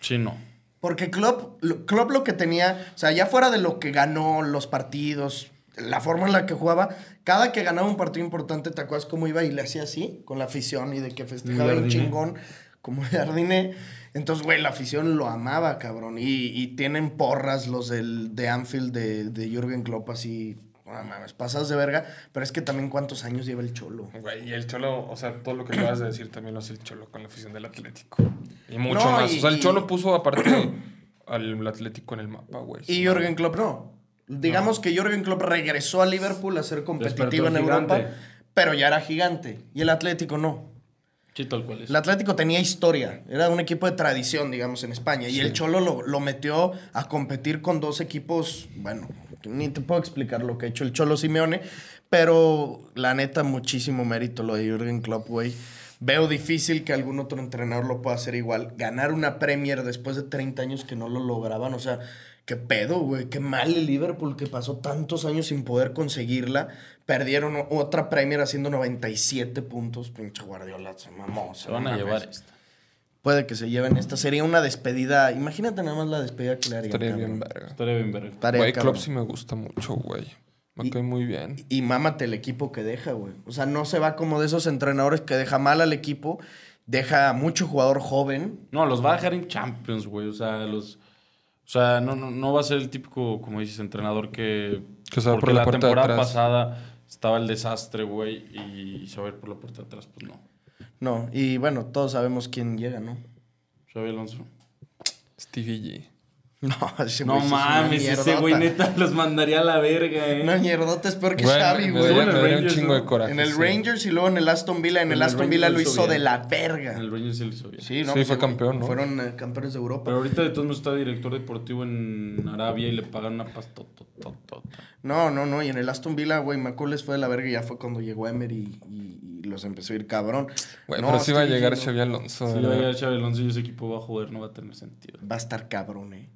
[SPEAKER 3] Sí, no.
[SPEAKER 2] Porque Klopp lo, Klopp lo que tenía, o sea, ya fuera de lo que ganó los partidos, la forma en la que jugaba, cada que ganaba un partido importante, ¿te acuerdas cómo iba y le hacía así? Con la afición y de que festejaba un
[SPEAKER 3] Jardiné.
[SPEAKER 2] chingón como Jardine. Entonces, güey, la afición lo amaba, cabrón. Y, y tienen porras los del, de Anfield, de, de Jürgen Klopp, así, no mames, pasas de verga. Pero es que también cuántos años lleva el Cholo.
[SPEAKER 4] Güey, y el Cholo, o sea, todo lo que acabas de decir también lo hace el Cholo con la afición del Atlético. Y mucho
[SPEAKER 2] No,
[SPEAKER 4] más.
[SPEAKER 2] y-
[SPEAKER 4] o sea, el
[SPEAKER 2] y-
[SPEAKER 4] Cholo puso aparte al Atlético en el mapa, güey.
[SPEAKER 2] Y Jürgen Klopp no. Digamos que Jürgen Klopp regresó a Liverpool a ser competitivo
[SPEAKER 3] Despertó
[SPEAKER 2] en
[SPEAKER 3] gigante.
[SPEAKER 2] Europa, pero ya era gigante. Y el Atlético no.
[SPEAKER 3] Sí, tal cual es.
[SPEAKER 2] El Atlético tenía historia, era un equipo de tradición, digamos, en España. Y el Cholo lo, lo metió a competir con dos equipos, bueno, ni te puedo explicar lo que ha hecho el Cholo Simeone, pero la neta, muchísimo mérito lo de Jürgen Klopp, güey. Veo difícil que algún otro entrenador lo pueda hacer igual. Ganar una Premier después de 30 años que no lo lograban, o sea, qué pedo, güey. Qué mal el Liverpool que pasó tantos años sin poder conseguirla. Perdieron o- otra Premier haciendo 97 puntos. Pinche Guardiola, se mamó.
[SPEAKER 3] Se van a llevar esta.
[SPEAKER 2] Puede que se lleven esta. Sería una despedida. Imagínate nada más la despedida que le harían.
[SPEAKER 4] Estaría
[SPEAKER 2] cabrón.
[SPEAKER 4] bien verga.
[SPEAKER 3] Estaría bien verga.
[SPEAKER 2] Estaría
[SPEAKER 4] Güey,
[SPEAKER 2] cabrón.
[SPEAKER 4] Klopp sí me gusta mucho, güey. Me
[SPEAKER 2] Y-
[SPEAKER 4] cae muy bien.
[SPEAKER 2] Y mámate el equipo que deja, güey. O sea, no se va como de esos entrenadores que deja mal al equipo. Deja mucho jugador joven.
[SPEAKER 3] No, los va a dejar en Champions, güey. O sea, los. O sea, no, no, no va a ser el típico, como dices, entrenador que
[SPEAKER 4] Que se va
[SPEAKER 3] Porque
[SPEAKER 4] por la, puerta de
[SPEAKER 3] temporada
[SPEAKER 4] atrás.
[SPEAKER 3] pasada estaba el desastre, güey, y se va a ir por la puerta de atrás, pues no.
[SPEAKER 2] No, y bueno, todos sabemos quién llega, ¿no?
[SPEAKER 3] Xavi Alonso.
[SPEAKER 4] Stevie G.
[SPEAKER 2] No, ese
[SPEAKER 3] No
[SPEAKER 2] güey sí es una
[SPEAKER 3] mames, ese güey
[SPEAKER 2] mierdota.
[SPEAKER 3] neta los mandaría a la verga, eh.
[SPEAKER 2] Una mierdota es peor que
[SPEAKER 4] Güey,
[SPEAKER 2] Xavi,
[SPEAKER 4] me- me
[SPEAKER 2] güey.
[SPEAKER 4] daría-
[SPEAKER 3] En el
[SPEAKER 4] me daría un
[SPEAKER 3] Rangers,
[SPEAKER 4] chingo de
[SPEAKER 3] ¿no?
[SPEAKER 4] coraje.
[SPEAKER 2] En el
[SPEAKER 4] sí.
[SPEAKER 2] Rangers y luego en el Aston Villa. En el,
[SPEAKER 3] En el
[SPEAKER 2] Aston Villa lo
[SPEAKER 3] Rangers lo
[SPEAKER 2] hizo
[SPEAKER 3] hizo
[SPEAKER 2] de
[SPEAKER 3] bien.
[SPEAKER 2] la verga.
[SPEAKER 3] El Rangers se lo hizo bien.
[SPEAKER 2] Sí, no,
[SPEAKER 4] Sí,
[SPEAKER 2] pues,
[SPEAKER 4] fue
[SPEAKER 2] güey,
[SPEAKER 4] campeón, ¿no?
[SPEAKER 2] Fueron eh, campeones de Europa.
[SPEAKER 3] Pero ahorita de todos modos está director deportivo en Arabia y le pagan una pasta.
[SPEAKER 2] No, no, no. Y en el Aston Villa, güey, McCulles fue de la verga y ya fue cuando llegó Emery y, y- y los empezó a ir cabrón.
[SPEAKER 4] Güey,
[SPEAKER 2] No,
[SPEAKER 4] pero sí va a
[SPEAKER 2] estoy
[SPEAKER 4] llegar
[SPEAKER 2] diciendo,
[SPEAKER 4] Xavi Alonso.
[SPEAKER 3] Si le
[SPEAKER 4] ¿verdad?
[SPEAKER 3] va a Xabi Alonso y ese equipo va a jugar, no va a tener sentido.
[SPEAKER 2] Va a estar cabrón, eh.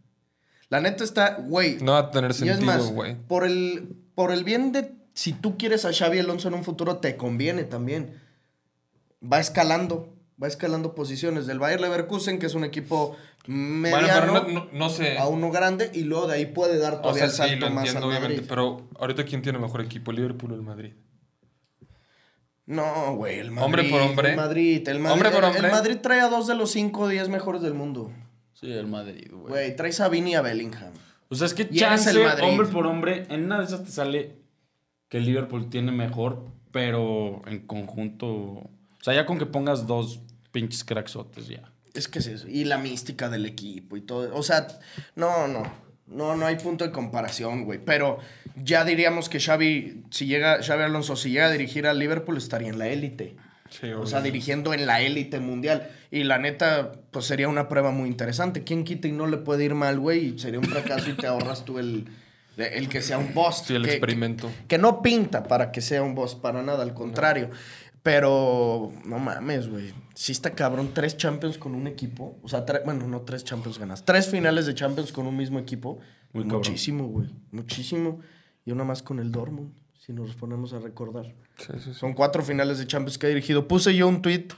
[SPEAKER 2] La neta está, güey.
[SPEAKER 4] No va a tener
[SPEAKER 2] y es más,
[SPEAKER 4] sentido, güey.
[SPEAKER 2] por el, por el bien de. Si tú quieres a Xavi Alonso en un futuro, te conviene también. Va escalando. Va escalando posiciones del Bayer Leverkusen, que es un equipo
[SPEAKER 4] Bueno,
[SPEAKER 2] mediano
[SPEAKER 4] pero no, no, no sé.
[SPEAKER 2] a uno grande, y luego de ahí puede dar
[SPEAKER 4] O
[SPEAKER 2] todavía
[SPEAKER 4] sea,
[SPEAKER 2] el
[SPEAKER 4] sí,
[SPEAKER 2] salto
[SPEAKER 4] lo
[SPEAKER 2] más
[SPEAKER 4] entiendo,
[SPEAKER 2] al
[SPEAKER 4] obviamente.
[SPEAKER 2] Madrid.
[SPEAKER 4] Pero ahorita, ¿quién tiene mejor equipo? ¿El ¿Liverpool o el Madrid?
[SPEAKER 2] No, güey, el Madrid.
[SPEAKER 4] Hombre por hombre.
[SPEAKER 2] El Madrid, el Madrid.
[SPEAKER 4] Hombre por
[SPEAKER 2] el-
[SPEAKER 4] hombre.
[SPEAKER 2] El Madrid trae a dos de los cinco o diez mejores del mundo.
[SPEAKER 3] Sí, el Madrid, güey.
[SPEAKER 2] Güey, trae a Vini y a Bellingham.
[SPEAKER 3] O sea, es que
[SPEAKER 2] Y eres
[SPEAKER 3] chance,
[SPEAKER 2] el Madrid.
[SPEAKER 3] hombre por hombre, en una de esas te sale que el Liverpool tiene mejor, pero en conjunto. O sea, ya con que pongas dos pinches cracksotes ya.
[SPEAKER 2] Es que es eso. Y la mística del equipo y todo. O sea, no, no. No, no hay punto de comparación, güey. Pero ya diríamos que Xavi, si llega, Xavi Alonso, si llega a dirigir al Liverpool, estaría en la élite.
[SPEAKER 4] Sí,
[SPEAKER 2] O sea,
[SPEAKER 4] obvio.
[SPEAKER 2] dirigiendo en la élite mundial. Y la neta, pues sería una prueba muy interesante. ¿Quién quita y no le puede ir mal, güey? Y Sería un fracaso y te ahorras tú el, el que sea un boss.
[SPEAKER 4] Sí, el
[SPEAKER 2] que-
[SPEAKER 4] experimento.
[SPEAKER 2] Que, que no pinta para que sea un boss, para nada, al contrario. Pero, no mames, güey. Sí está cabrón, tres Champions con un equipo. O sea, tre- bueno, no tres Champions ganas. Tres finales de Champions con un mismo equipo.
[SPEAKER 3] Muy cabrón.
[SPEAKER 2] Muchísimo, güey. Muchísimo. Y una más con el Dortmund, si nos ponemos a recordar.
[SPEAKER 4] Sí, sí, sí.
[SPEAKER 2] Son cuatro finales de Champions que ha dirigido. Puse yo un tweet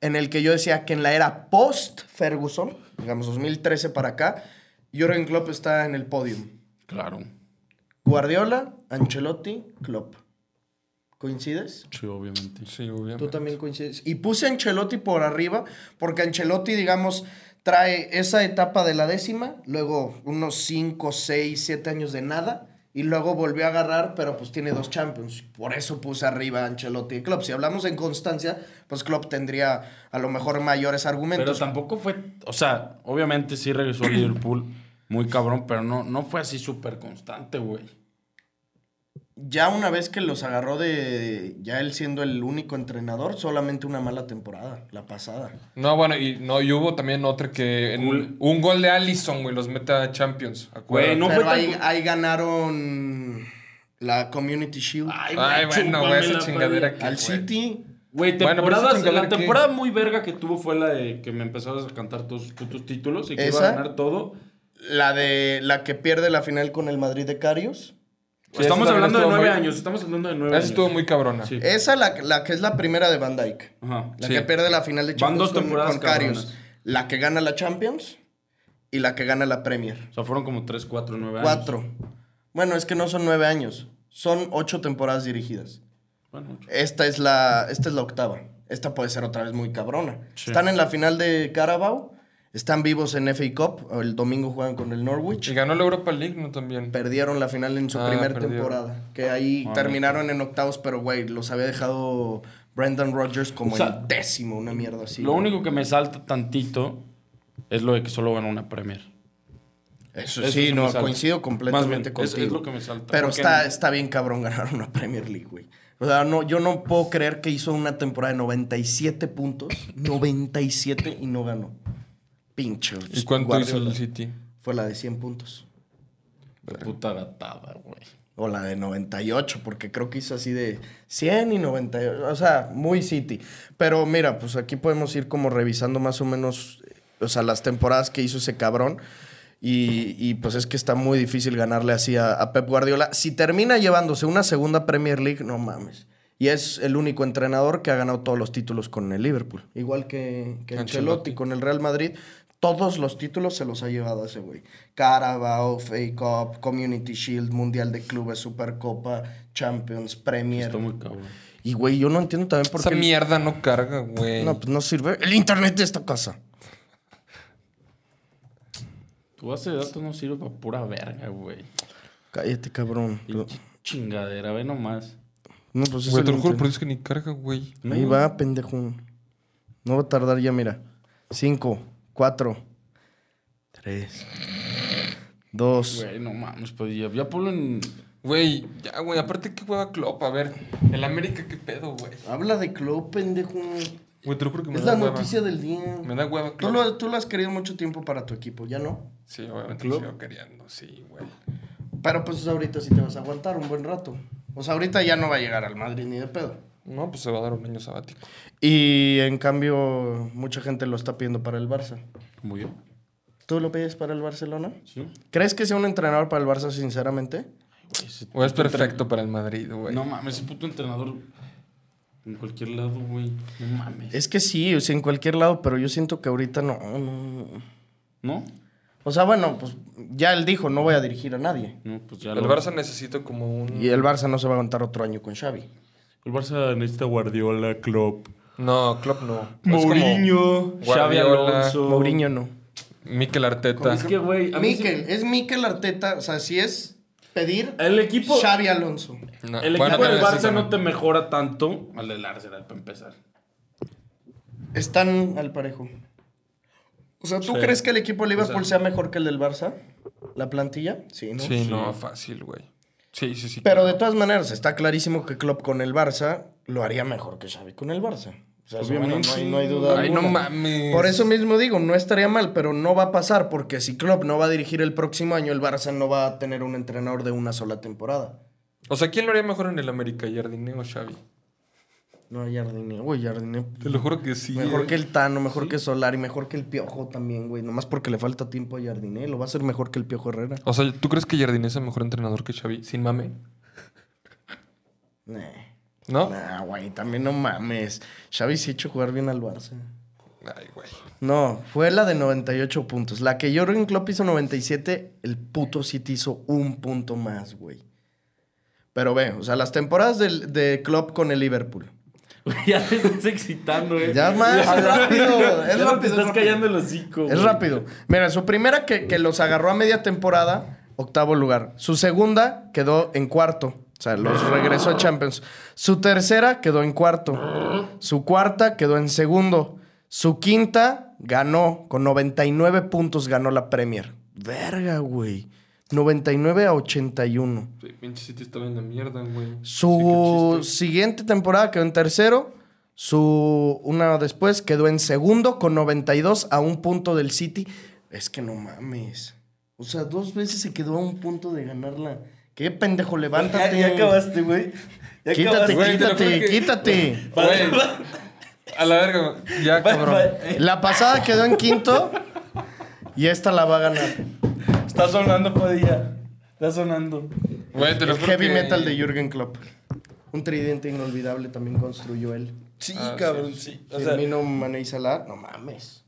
[SPEAKER 2] en el que yo decía que en la era post-Ferguson, digamos 2013 para acá, Jürgen Klopp está en el podio.
[SPEAKER 3] Claro.
[SPEAKER 2] Guardiola, Ancelotti, Klopp. ¿Coincides?
[SPEAKER 3] Sí, obviamente.
[SPEAKER 4] Sí, obviamente.
[SPEAKER 2] Tú también coincides. Y puse Ancelotti por arriba, porque Ancelotti, digamos, trae esa etapa de la décima, luego unos 5, 6, 7 años de nada, y luego volvió a agarrar, pero pues tiene dos Champions. Por eso puse arriba a Ancelotti y Klopp. Si hablamos en constancia, pues Klopp tendría a lo mejor mayores
[SPEAKER 3] Pero
[SPEAKER 2] argumentos.
[SPEAKER 3] tampoco fue. O sea, obviamente sí regresó al Liverpool muy cabrón, pero no, no fue así súper constante, güey.
[SPEAKER 2] ya una vez que los agarró de. Ya él siendo el único entrenador, solamente una mala temporada, la pasada.
[SPEAKER 4] No, bueno, y, no, y hubo también otra que. en
[SPEAKER 3] Cool.
[SPEAKER 4] Un gol de Allison, güey, los mete a Champions.
[SPEAKER 3] Güey,
[SPEAKER 4] acuérdate.
[SPEAKER 3] no
[SPEAKER 2] pero
[SPEAKER 3] fue
[SPEAKER 2] ahí,
[SPEAKER 3] tan.
[SPEAKER 2] ahí ganaron la Community Shield.
[SPEAKER 4] Ay,
[SPEAKER 3] güey,
[SPEAKER 4] bueno, güey,
[SPEAKER 3] chúpamela,
[SPEAKER 4] esa chingadera
[SPEAKER 3] padre.
[SPEAKER 4] que.
[SPEAKER 2] Al
[SPEAKER 4] güey.
[SPEAKER 2] City.
[SPEAKER 3] Güey,
[SPEAKER 4] Bueno, pero
[SPEAKER 3] temporadas-
[SPEAKER 4] esa chingadera
[SPEAKER 3] la
[SPEAKER 4] que-
[SPEAKER 3] temporada muy verga que tuvo fue la de que me empezabas a cantar todos tus putos títulos y que iba
[SPEAKER 2] ¿Esa?
[SPEAKER 3] a ganar todo.
[SPEAKER 2] La de la que pierde la final con el Madrid de Carios.
[SPEAKER 4] Sí,
[SPEAKER 3] estamos
[SPEAKER 4] esa también
[SPEAKER 3] hablando de
[SPEAKER 4] estuvo
[SPEAKER 3] nueve
[SPEAKER 4] muy-
[SPEAKER 3] años, estamos hablando de nueve
[SPEAKER 4] Esa
[SPEAKER 3] años.
[SPEAKER 4] estuvo muy cabrona.
[SPEAKER 3] Sí.
[SPEAKER 2] Esa la, la que es la primera de Van Dyke.
[SPEAKER 3] Ajá.
[SPEAKER 2] La
[SPEAKER 4] Sí.
[SPEAKER 2] que pierde la final de
[SPEAKER 3] Van
[SPEAKER 2] Champions
[SPEAKER 3] dos
[SPEAKER 2] con-
[SPEAKER 3] temporadas
[SPEAKER 2] con Karius.
[SPEAKER 3] cabronas.
[SPEAKER 2] La que gana la Champions y la que gana la Premier.
[SPEAKER 3] O sea, fueron como tres, cuatro, nueve años.
[SPEAKER 2] Cuatro. Bueno, es que no son nueve años. Son ocho temporadas dirigidas.
[SPEAKER 3] Bueno, ocho.
[SPEAKER 2] Esta es la, esta es la octava. Esta puede ser otra vez muy cabrona.
[SPEAKER 3] Sí.
[SPEAKER 2] Están en la final de Carabao. Están vivos en FA Cup. El domingo juegan con el Norwich.
[SPEAKER 4] Y ganó la Europa League, ¿no? También.
[SPEAKER 2] Perdieron la final en su
[SPEAKER 4] Ah,
[SPEAKER 2] primer
[SPEAKER 4] perdieron.
[SPEAKER 2] temporada. Que ahí
[SPEAKER 3] Ah,
[SPEAKER 2] terminaron en octavos, pero güey, los había dejado Brendan Rodgers como
[SPEAKER 3] O sea,
[SPEAKER 2] el décimo, una mierda así.
[SPEAKER 3] Lo
[SPEAKER 2] güey.
[SPEAKER 3] único que me salta tantito es lo de que solo ganó una Premier.
[SPEAKER 2] Eso,
[SPEAKER 3] eso
[SPEAKER 2] sí,
[SPEAKER 3] sí me
[SPEAKER 2] no,
[SPEAKER 3] salta.
[SPEAKER 2] coincido
[SPEAKER 3] Más
[SPEAKER 2] completamente
[SPEAKER 3] bien,
[SPEAKER 2] contigo.
[SPEAKER 3] es- es lo que me salta.
[SPEAKER 2] Pero
[SPEAKER 3] Porque
[SPEAKER 2] está,
[SPEAKER 3] no-
[SPEAKER 2] está bien cabrón ganar una Premier League, güey. O sea, no, yo no puedo creer que hizo una temporada de 97 puntos, 97 y no ganó. Pinche.
[SPEAKER 4] ¿Y cuánto hizo
[SPEAKER 2] Guardiola.
[SPEAKER 4] el City?
[SPEAKER 2] Fue la de 100 puntos.
[SPEAKER 3] De puta gatada, güey.
[SPEAKER 2] O la de 98, porque creo que hizo así de 100 y 98. O sea, muy City. Pero mira, pues aquí podemos ir como revisando más o menos, eh, o sea, las temporadas que hizo ese cabrón. Y, y, pues es que está muy difícil ganarle así a, a Pep Guardiola. Si termina llevándose una segunda Premier League, no mames. Y es el único entrenador que ha ganado todos los títulos con el Liverpool. Igual que, que Ancelotti
[SPEAKER 4] Ancelotti.
[SPEAKER 2] con el Real Madrid. Todos los títulos se los ha llevado a ese güey. Carabao, FA Cup, Community Shield, Mundial de Clubes, Supercopa, Champions, Premier.
[SPEAKER 3] Está muy cabrón.
[SPEAKER 2] Y güey, yo no entiendo también por
[SPEAKER 4] Esa
[SPEAKER 2] qué... el-
[SPEAKER 4] mierda no carga, güey.
[SPEAKER 2] No, pues no sirve. El internet de esta casa.
[SPEAKER 3] Tu base de datos no sirve para pura verga, güey.
[SPEAKER 2] Cállate, cabrón. Lo-
[SPEAKER 3] Pinche Chingadera, ve nomás.
[SPEAKER 2] No, pues es
[SPEAKER 4] Güey,
[SPEAKER 2] el
[SPEAKER 4] te lo juro,
[SPEAKER 2] internet.
[SPEAKER 4] pero es que ni carga, güey.
[SPEAKER 2] Ahí va, pendejo. No va a tardar ya, mira. Cinco, cuatro, tres, dos.
[SPEAKER 3] Güey, no mames, pues ya, ya ponlo en.
[SPEAKER 4] Güey, ya, güey. Aparte, qué hueva Klopp. A ver, el América, qué pedo, güey.
[SPEAKER 2] Habla de Klopp, pendejo.
[SPEAKER 4] Güey, te lo juro que me
[SPEAKER 2] Es
[SPEAKER 4] da
[SPEAKER 2] la
[SPEAKER 4] hueva.
[SPEAKER 2] noticia del día.
[SPEAKER 4] Me da hueva
[SPEAKER 2] Tú
[SPEAKER 4] Klopp.
[SPEAKER 2] lo, tú lo has querido mucho tiempo para tu equipo, ¿ya no?
[SPEAKER 4] Sí, obviamente lo
[SPEAKER 3] Klopp.
[SPEAKER 4] sigo queriendo, sí, güey.
[SPEAKER 2] Pero pues ahorita sí te vas a aguantar un buen rato. O sea, ahorita ya no va a llegar al Madrid ni de pedo.
[SPEAKER 4] No, pues se va a dar un año sabático.
[SPEAKER 2] Y en cambio, mucha gente lo está pidiendo para el Barça.
[SPEAKER 3] Como yo.
[SPEAKER 2] ¿Tú lo pides para el Barcelona?
[SPEAKER 3] Sí.
[SPEAKER 2] ¿Crees que sea un entrenador para el Barça, sinceramente?
[SPEAKER 3] Güey, ese
[SPEAKER 4] Güey, es
[SPEAKER 3] puto
[SPEAKER 4] perfecto para el Madrid,
[SPEAKER 3] entren-
[SPEAKER 4] güey.
[SPEAKER 3] No mames, ese puto entrenador. En cualquier lado, güey. No mames.
[SPEAKER 2] Es que sí, o sea, en cualquier lado, pero yo siento que ahorita no, no.
[SPEAKER 3] ¿No?
[SPEAKER 2] O sea, bueno, pues ya él dijo, no voy a dirigir a nadie.
[SPEAKER 3] No, pues ya
[SPEAKER 4] El
[SPEAKER 3] lo-
[SPEAKER 4] Barça necesita como un...
[SPEAKER 2] Y el Barça no se va a aguantar otro año con Xavi.
[SPEAKER 3] El Barça necesita Guardiola, Klopp.
[SPEAKER 4] No, Klopp no. Es como
[SPEAKER 3] Mourinho, Xavi
[SPEAKER 4] Guardiola,
[SPEAKER 3] Alonso.
[SPEAKER 2] Mourinho no.
[SPEAKER 4] Mikel Arteta.
[SPEAKER 3] Es que, güey, a mí sí-
[SPEAKER 2] Mikel, es Mikel Arteta, o sea, si es pedir
[SPEAKER 3] El equipo.
[SPEAKER 2] Xavi Alonso.
[SPEAKER 4] No,
[SPEAKER 3] El
[SPEAKER 4] bueno,
[SPEAKER 3] equipo del
[SPEAKER 4] también sí,
[SPEAKER 3] Barça no
[SPEAKER 4] también.
[SPEAKER 3] te mejora tanto al del Arsenal, para empezar.
[SPEAKER 2] Están al parejo. O sea, ¿tú
[SPEAKER 3] Sí.
[SPEAKER 2] crees que el equipo de Liverpool sea mejor que el del Barça? ¿La plantilla? Sí, ¿no?
[SPEAKER 4] Sí, no, fácil, güey. Sí, sí, sí.
[SPEAKER 2] Pero de todas maneras, está clarísimo que Klopp con el Barça lo haría mejor que Xavi con el Barça. O sea, eso, bueno,
[SPEAKER 3] Obviamente.
[SPEAKER 2] no, hay, no hay duda.
[SPEAKER 4] Ay, no
[SPEAKER 2] alguna.
[SPEAKER 4] mames.
[SPEAKER 2] Por eso mismo digo, no estaría mal, pero no va a pasar porque si Klopp no va a dirigir el próximo año, el Barça no va a tener un entrenador de una sola temporada.
[SPEAKER 4] O sea, ¿quién lo haría mejor en el América, Jardine o Xavi?
[SPEAKER 2] No hay Jardine, güey, Jardine.
[SPEAKER 4] Te lo juro que sí.
[SPEAKER 2] Mejor
[SPEAKER 4] eh.
[SPEAKER 2] que el Tano, mejor que Solari, mejor que el Piojo también, güey. Nomás porque le falta tiempo a Jardine, lo va a ser mejor que el Piojo Herrera.
[SPEAKER 4] O sea, ¿tú crees que Jardine es el mejor entrenador que Xavi? Sin mame.
[SPEAKER 2] Nah,
[SPEAKER 4] ¿No?
[SPEAKER 2] nah, güey, también no mames. Xavi sí ha hecho jugar bien al Barça.
[SPEAKER 4] Ay, güey.
[SPEAKER 2] No, fue la de 98 puntos. La que Jürgen Klopp hizo 97, el puto City hizo un punto más, güey. Pero ve, o sea, las temporadas del- de Klopp con el Liverpool.
[SPEAKER 3] ya te estás excitando, eh.
[SPEAKER 2] Ya más, es rápido, es
[SPEAKER 3] Ya no
[SPEAKER 2] rápido,
[SPEAKER 3] te
[SPEAKER 2] es
[SPEAKER 3] estás
[SPEAKER 2] rápido.
[SPEAKER 3] callando el hocico.
[SPEAKER 2] Es
[SPEAKER 3] güey.
[SPEAKER 2] rápido. Mira, su primera que, que los agarró a media temporada, octavo lugar. Su segunda quedó en cuarto. O sea, los regresó a Champions. Su tercera quedó en cuarto. Su cuarta quedó en segundo. Su quinta ganó. Con 99 puntos ganó la Premier. Verga, güey. 99 a 81.
[SPEAKER 4] Sí, pinche City estaba en la mierda, güey.
[SPEAKER 2] Su siguiente temporada quedó en tercero. Su una después quedó en segundo con 92 a un punto del City. Es que no mames. O sea, dos veces se quedó a un punto de ganarla. Qué pendejo, levántate.
[SPEAKER 3] güey. Ya
[SPEAKER 2] Quítate,
[SPEAKER 4] güey, te lo
[SPEAKER 2] quítate,
[SPEAKER 4] juro que-
[SPEAKER 2] quítate.
[SPEAKER 3] Va-
[SPEAKER 4] Güey,
[SPEAKER 3] va-
[SPEAKER 4] a la verga. Ya,
[SPEAKER 3] va-
[SPEAKER 4] cabrón.
[SPEAKER 3] va-
[SPEAKER 2] La pasada quedó en quinto y esta la va a ganar.
[SPEAKER 3] Está sonando, Padilla. Está sonando.
[SPEAKER 4] Güey, te lo
[SPEAKER 2] El
[SPEAKER 4] juro
[SPEAKER 2] heavy
[SPEAKER 4] que-
[SPEAKER 2] metal de Jürgen Klopp. Un tridente inolvidable también construyó él.
[SPEAKER 3] Sí,
[SPEAKER 4] Ah,
[SPEAKER 3] cabrón, sí. O sea,
[SPEAKER 2] Firmino, Mané y Salah, no mames.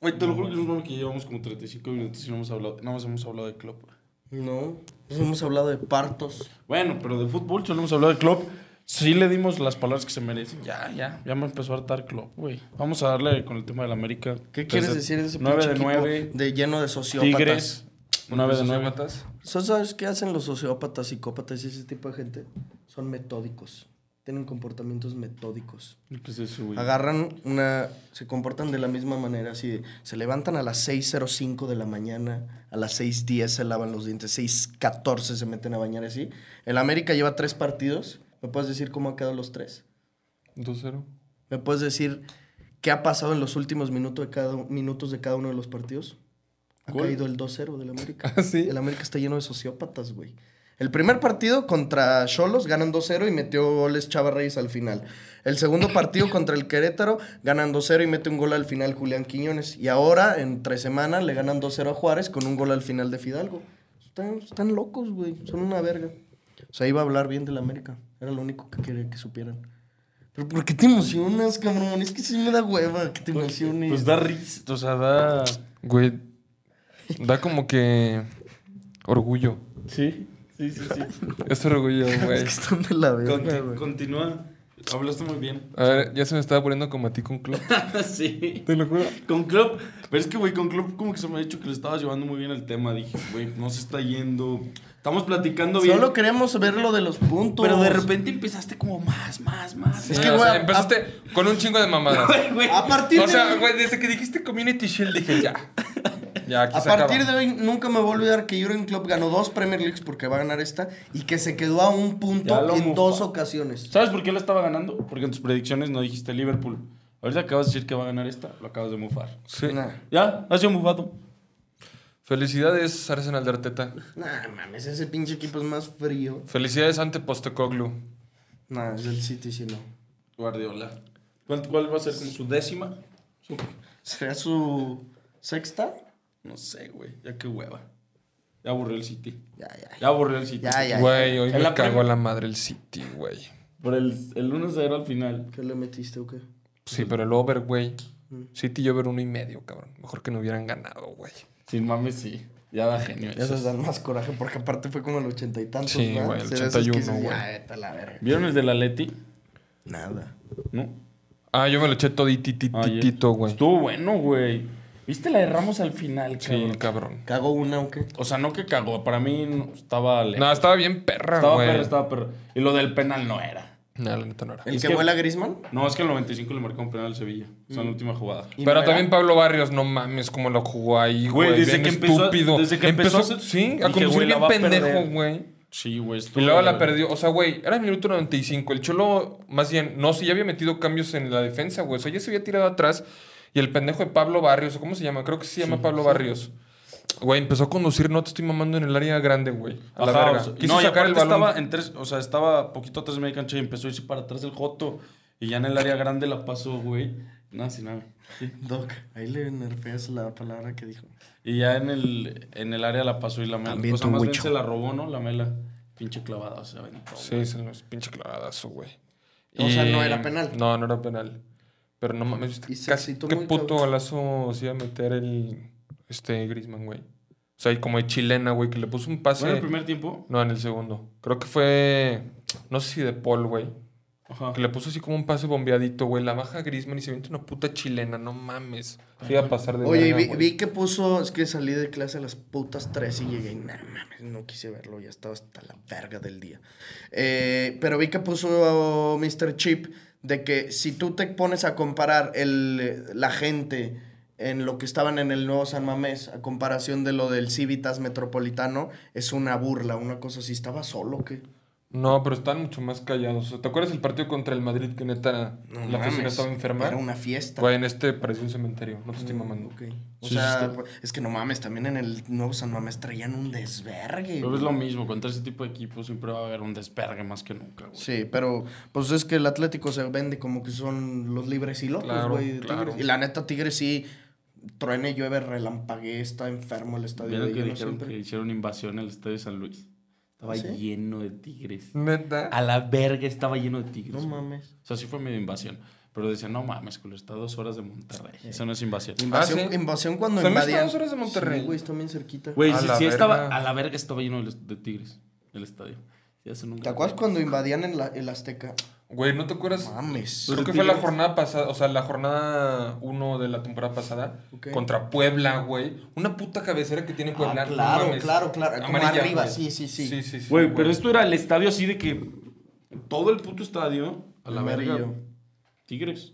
[SPEAKER 3] güey, te lo juro que es un que llevamos como 35 minutos y no hemos hablado, nada más hemos hablado de Klopp.
[SPEAKER 2] No, pues hemos hablado de partos.
[SPEAKER 3] Bueno, pero de fútbol solo hemos hablado de Klopp. Sí le dimos las palabras que se merecen. Ya, ya. Ya me empezó a hartar Klopp, güey. Vamos a darle con el tema del América.
[SPEAKER 2] ¿Qué quieres
[SPEAKER 3] Desde
[SPEAKER 2] decir de ese
[SPEAKER 3] 9
[SPEAKER 2] pinche
[SPEAKER 3] de
[SPEAKER 2] equipo
[SPEAKER 3] 9.
[SPEAKER 2] de lleno de sociópatas?
[SPEAKER 3] Tigres. 9 de 9.
[SPEAKER 4] ¿Sociópatas?
[SPEAKER 2] ¿Sa- ¿Sabes qué hacen los sociópatas, psicópatas y ese tipo de gente? Son metódicos. Tienen comportamientos metódicos.
[SPEAKER 3] ¿Qué es eso, güey?
[SPEAKER 2] Agarran una... Se comportan de la misma manera. Así de- se levantan a las 6.05 de la mañana. A las 6.10 se lavan los dientes. 6.14 se meten a bañar así. El América lleva tres partidos. ¿Me puedes decir cómo han quedado los tres?
[SPEAKER 4] 2-0.
[SPEAKER 2] ¿Me puedes decir qué ha pasado en los últimos minutos de cada, minutos de cada uno de los partidos? Ha
[SPEAKER 3] Gol.
[SPEAKER 2] caído el 2-0 del América.
[SPEAKER 4] ¿Ah, sí?
[SPEAKER 2] El América está lleno de sociópatas, güey. El primer partido contra Cholos ganan 2-0 y metió goles Chava Reyes al final. El segundo partido contra el Querétaro ganan 2-0 y mete un gol al final Julián Quiñones. Y ahora, en tres semanas, le ganan 2-0 a Juárez con un gol al final de Fidalgo. Están, están locos, güey. Son una verga. O sea, iba a hablar bien del América. Era lo único que quería que supieran. ¿Pero por qué te emocionas, cabrón? Es que sí me da hueva que te emociones.
[SPEAKER 3] Pues da risa. O sea, da.
[SPEAKER 4] Güey, da como que orgullo.
[SPEAKER 3] Sí. Sí, sí, sí.
[SPEAKER 4] Es orgullo, güey.
[SPEAKER 2] Es que están de la verga,
[SPEAKER 3] Conti-
[SPEAKER 2] güey.
[SPEAKER 3] continúa. Hablaste muy bien.
[SPEAKER 4] A ver, ya se me estaba poniendo como a ti con Klopp.
[SPEAKER 3] sí.
[SPEAKER 4] Te lo juro.
[SPEAKER 3] Con Klopp, pero es que, güey, con Klopp como que se me ha dicho que le estabas llevando muy bien el tema. Dije, güey, no se está yendo. Estamos platicando bien.
[SPEAKER 2] Solo queremos ver lo de los puntos.
[SPEAKER 3] pero de repente empezaste como más, más, más.
[SPEAKER 2] Es
[SPEAKER 4] Sí,
[SPEAKER 2] que,
[SPEAKER 4] o sea,
[SPEAKER 2] güey,
[SPEAKER 4] empezaste con un chingo de mamadas.
[SPEAKER 3] Güey, güey.
[SPEAKER 2] A partir
[SPEAKER 4] O sea,
[SPEAKER 2] de...
[SPEAKER 4] güey, desde que dijiste Community Shield dije ya. Ya, aquí
[SPEAKER 2] A
[SPEAKER 4] se
[SPEAKER 2] partir
[SPEAKER 4] acaba.
[SPEAKER 2] de hoy nunca me voy a olvidar que Jurgen Klopp ganó dos Premier Leagues porque va a ganar esta y que se quedó a un
[SPEAKER 3] Ya
[SPEAKER 2] punto
[SPEAKER 3] lo
[SPEAKER 2] en
[SPEAKER 3] mufa.
[SPEAKER 2] dos ocasiones.
[SPEAKER 3] ¿Sabes por qué la estaba ganando? Porque en tus predicciones no dijiste Liverpool. Ahorita acabas de decir que va a ganar esta, lo acabas de mufar.
[SPEAKER 4] Sí.
[SPEAKER 2] Nah,
[SPEAKER 3] Ya, ha sido mufado.
[SPEAKER 4] Felicidades, Arsenal de Arteta.
[SPEAKER 2] nah, mames, ese pinche equipo es más frío.
[SPEAKER 4] Felicidades ante Postecoglu.
[SPEAKER 2] Nah, es del City, sí, no.
[SPEAKER 3] Guardiola. ¿Cuál, cuál va a ser como su décima? Su-
[SPEAKER 2] ¿Será su sexta?
[SPEAKER 3] No sé, güey. Ya qué hueva. Ya aburrió el City.
[SPEAKER 2] Ya, ya.
[SPEAKER 3] Ya aburrió el City.
[SPEAKER 2] Ya, ya.
[SPEAKER 4] Güey, hoy
[SPEAKER 3] En
[SPEAKER 4] me
[SPEAKER 3] la
[SPEAKER 4] cagó
[SPEAKER 3] prim-
[SPEAKER 4] la madre el City, güey.
[SPEAKER 3] Por el, el 1-0 al final.
[SPEAKER 2] ¿Qué le metiste o qué?
[SPEAKER 4] Sí, pero el over, güey.
[SPEAKER 2] Mm.
[SPEAKER 4] City y over uno y medio, cabrón. Mejor que no hubieran ganado, güey.
[SPEAKER 3] Sin mames, sí. Ya da genio. eso.
[SPEAKER 2] Esos dan más coraje porque aparte fue como el ochenta y tantos,
[SPEAKER 4] Sí,
[SPEAKER 2] ¿verdad?
[SPEAKER 4] güey, el
[SPEAKER 2] O sea, esos
[SPEAKER 4] 81,
[SPEAKER 2] que dices,
[SPEAKER 4] güey.
[SPEAKER 2] Ya, vete a la verga.
[SPEAKER 3] ¿Vieron el del Atleti?
[SPEAKER 2] Nada.
[SPEAKER 3] No.
[SPEAKER 4] Ah, yo me lo eché
[SPEAKER 3] Ayer.
[SPEAKER 4] toditititito, güey.
[SPEAKER 3] Estuvo bueno, güey. ¿Viste la de Ramos al final,
[SPEAKER 4] Sí,
[SPEAKER 3] cabrón?
[SPEAKER 4] cabrón.
[SPEAKER 2] ¿Cago una o qué?
[SPEAKER 3] O sea, no que cagó. Para mí no- estaba lejos.
[SPEAKER 4] No, estaba bien perra,
[SPEAKER 3] Estaba
[SPEAKER 4] güey.
[SPEAKER 3] perro, estaba perro. Y lo del penal no era.
[SPEAKER 4] No, la neta no era.
[SPEAKER 2] ¿El
[SPEAKER 3] Es
[SPEAKER 2] que
[SPEAKER 3] que-
[SPEAKER 2] vuela Grisman?
[SPEAKER 3] No, es que el 95 le marcó un penal al Sevilla. O
[SPEAKER 4] Mm.
[SPEAKER 3] sea, en la última jugada.
[SPEAKER 4] Pero también Pablo Barrios, no mames, cómo lo jugó ahí,
[SPEAKER 3] Güey,
[SPEAKER 4] güey.
[SPEAKER 3] desde
[SPEAKER 4] bien
[SPEAKER 3] que empezó-
[SPEAKER 4] estúpido.
[SPEAKER 3] desde que empezó a hacer-
[SPEAKER 4] sí, a
[SPEAKER 3] dije,
[SPEAKER 4] conducir
[SPEAKER 3] güey, la
[SPEAKER 4] bien
[SPEAKER 3] va a
[SPEAKER 4] pendejo,
[SPEAKER 3] perder.
[SPEAKER 4] güey.
[SPEAKER 3] Sí, güey. estuvo
[SPEAKER 4] Y luego la
[SPEAKER 3] de-
[SPEAKER 4] perdió. O sea, güey, era el minuto 95. El Cholo, más bien, no, si ya había metido cambios en la defensa, güey. O sea, ya se había tirado atrás. Y el pendejo de Pablo Barrios, ¿cómo se llama? Creo que se llama Pablo Barrios. Güey, empezó a conducir, no te estoy mamando en el área grande, güey. A la
[SPEAKER 3] Ajá,
[SPEAKER 4] verga.
[SPEAKER 3] o sea,
[SPEAKER 4] Quiso
[SPEAKER 3] no, y
[SPEAKER 4] sacar el
[SPEAKER 3] aparte
[SPEAKER 4] balón.
[SPEAKER 3] Estaba en tres, o sea, estaba poquito atrás de media cancha y empezó a irse para atrás el Joto. Y ya en el área grande la pasó, güey. Nada, sin nada. Sí.
[SPEAKER 2] Doc, ahí le nerfeas la palabra que dijo.
[SPEAKER 3] Y ya en el, en el área la pasó y la mela.
[SPEAKER 2] También
[SPEAKER 3] o sea,
[SPEAKER 2] tu
[SPEAKER 3] más bien
[SPEAKER 2] huicho.
[SPEAKER 3] se la robó, ¿no? La mela. Pinche clavada, se aventó.
[SPEAKER 4] Sí, se nos pinche clavadazo, güey.
[SPEAKER 2] O sea, no era penal.
[SPEAKER 4] No, no era penal. Pero no mames,
[SPEAKER 2] Y
[SPEAKER 4] ¿viste
[SPEAKER 2] se
[SPEAKER 4] casi,
[SPEAKER 2] excitó
[SPEAKER 4] qué
[SPEAKER 2] muy
[SPEAKER 4] puto
[SPEAKER 2] cabrón.
[SPEAKER 4] golazo se iba a meter el este Griezmann, güey. O sea, y como de chilena, güey, que le puso un pase.
[SPEAKER 3] Bueno, el primer tiempo.
[SPEAKER 4] No, en el segundo. Creo que fue no sé si de Paul, güey,
[SPEAKER 3] Ajá.
[SPEAKER 4] que le puso así como un pase bombeadito, güey, la baja Griezmann y se viene una puta chilena, no mames. Se iba a pasar de
[SPEAKER 2] Oye, y
[SPEAKER 4] verga,
[SPEAKER 2] vi,
[SPEAKER 4] güey.
[SPEAKER 2] vi que puso, es que salí de clase a las putas 3 y llegué y nada mames, no quise verlo, ya estaba hasta la verga del día. Eh, pero vi que puso Mr. Chip de que si tú te pones a comparar el, la gente en lo que estaban en el nuevo San Mamés a comparación de lo del Civitas Metropolitano, es una burla, una cosa así, estaba solo que...
[SPEAKER 4] No, pero están mucho más callados. O sea, ¿Te acuerdas el partido contra el Madrid que neta la oficina estaba enferma?
[SPEAKER 2] Era una fiesta.
[SPEAKER 4] Güey, en este parecía un cementerio, no te estoy mamando.
[SPEAKER 2] Pues Ok. O
[SPEAKER 3] Mm. Sí, sí,
[SPEAKER 2] sea,
[SPEAKER 3] está-
[SPEAKER 2] pues, es que no mames, también en el nuevo San Mamés traían un desvergue.
[SPEAKER 3] Pero
[SPEAKER 2] güey.
[SPEAKER 3] Pues es lo mismo. Contra ese tipo de equipos siempre va a haber un despergue más que nunca, güey.
[SPEAKER 2] Sí, pero pues es que el Atlético se vende como que son los libres y locos,
[SPEAKER 4] Claro,
[SPEAKER 2] güey. de
[SPEAKER 4] claro.
[SPEAKER 2] Tigres. Y la neta, Tigres sí truene, llueve, relampague, está enfermo el estadio.
[SPEAKER 3] Vieron
[SPEAKER 2] de
[SPEAKER 3] que
[SPEAKER 2] lleno
[SPEAKER 3] dijeron
[SPEAKER 2] siempre. ¿Ah,
[SPEAKER 3] que hicieron invasión al estadio de San Luis. Estaba
[SPEAKER 2] ¿Sí?
[SPEAKER 3] lleno de tigres.
[SPEAKER 4] Neta.
[SPEAKER 3] A la verga estaba lleno de tigres.
[SPEAKER 2] No
[SPEAKER 3] güey.
[SPEAKER 2] mames.
[SPEAKER 3] O sea, sí fue medio invasión. Pero decían, no mames, culo, está a dos horas de Monterrey. Eso no es invasión.
[SPEAKER 2] Invasión,
[SPEAKER 4] sí.
[SPEAKER 2] invasión cuando
[SPEAKER 4] San Luis está a
[SPEAKER 2] invadían.
[SPEAKER 4] dos horas de Monterrey.
[SPEAKER 2] Sí, güey, está bien cerquita.
[SPEAKER 3] Ah, Güey,
[SPEAKER 4] A
[SPEAKER 3] sí,
[SPEAKER 4] la
[SPEAKER 3] sí estaba,
[SPEAKER 4] verga.
[SPEAKER 3] a la verga estaba lleno de, de tigres el estadio. Sí, eso nunca-
[SPEAKER 2] ¿Te acuerdas cuando invadían en la- el Azteca?
[SPEAKER 4] Güey, ¿no te acuerdas?
[SPEAKER 2] Mames.
[SPEAKER 4] Creo que fue la jornada pasada, o sea, la jornada 1 de la temporada pasada
[SPEAKER 2] Ok.
[SPEAKER 4] contra Puebla, güey. Una puta cabecera que tiene Puebla.
[SPEAKER 2] Ah,
[SPEAKER 4] no
[SPEAKER 2] claro,
[SPEAKER 4] mames.
[SPEAKER 2] claro, claro. Como
[SPEAKER 4] Amarilla,
[SPEAKER 2] arriba,
[SPEAKER 4] güey.
[SPEAKER 2] sí, sí, sí.
[SPEAKER 4] Sí, sí, sí,
[SPEAKER 3] Güey, pero esto era el estadio así de que todo el puto estadio a la verga.
[SPEAKER 2] Amarillo.
[SPEAKER 3] Tigres.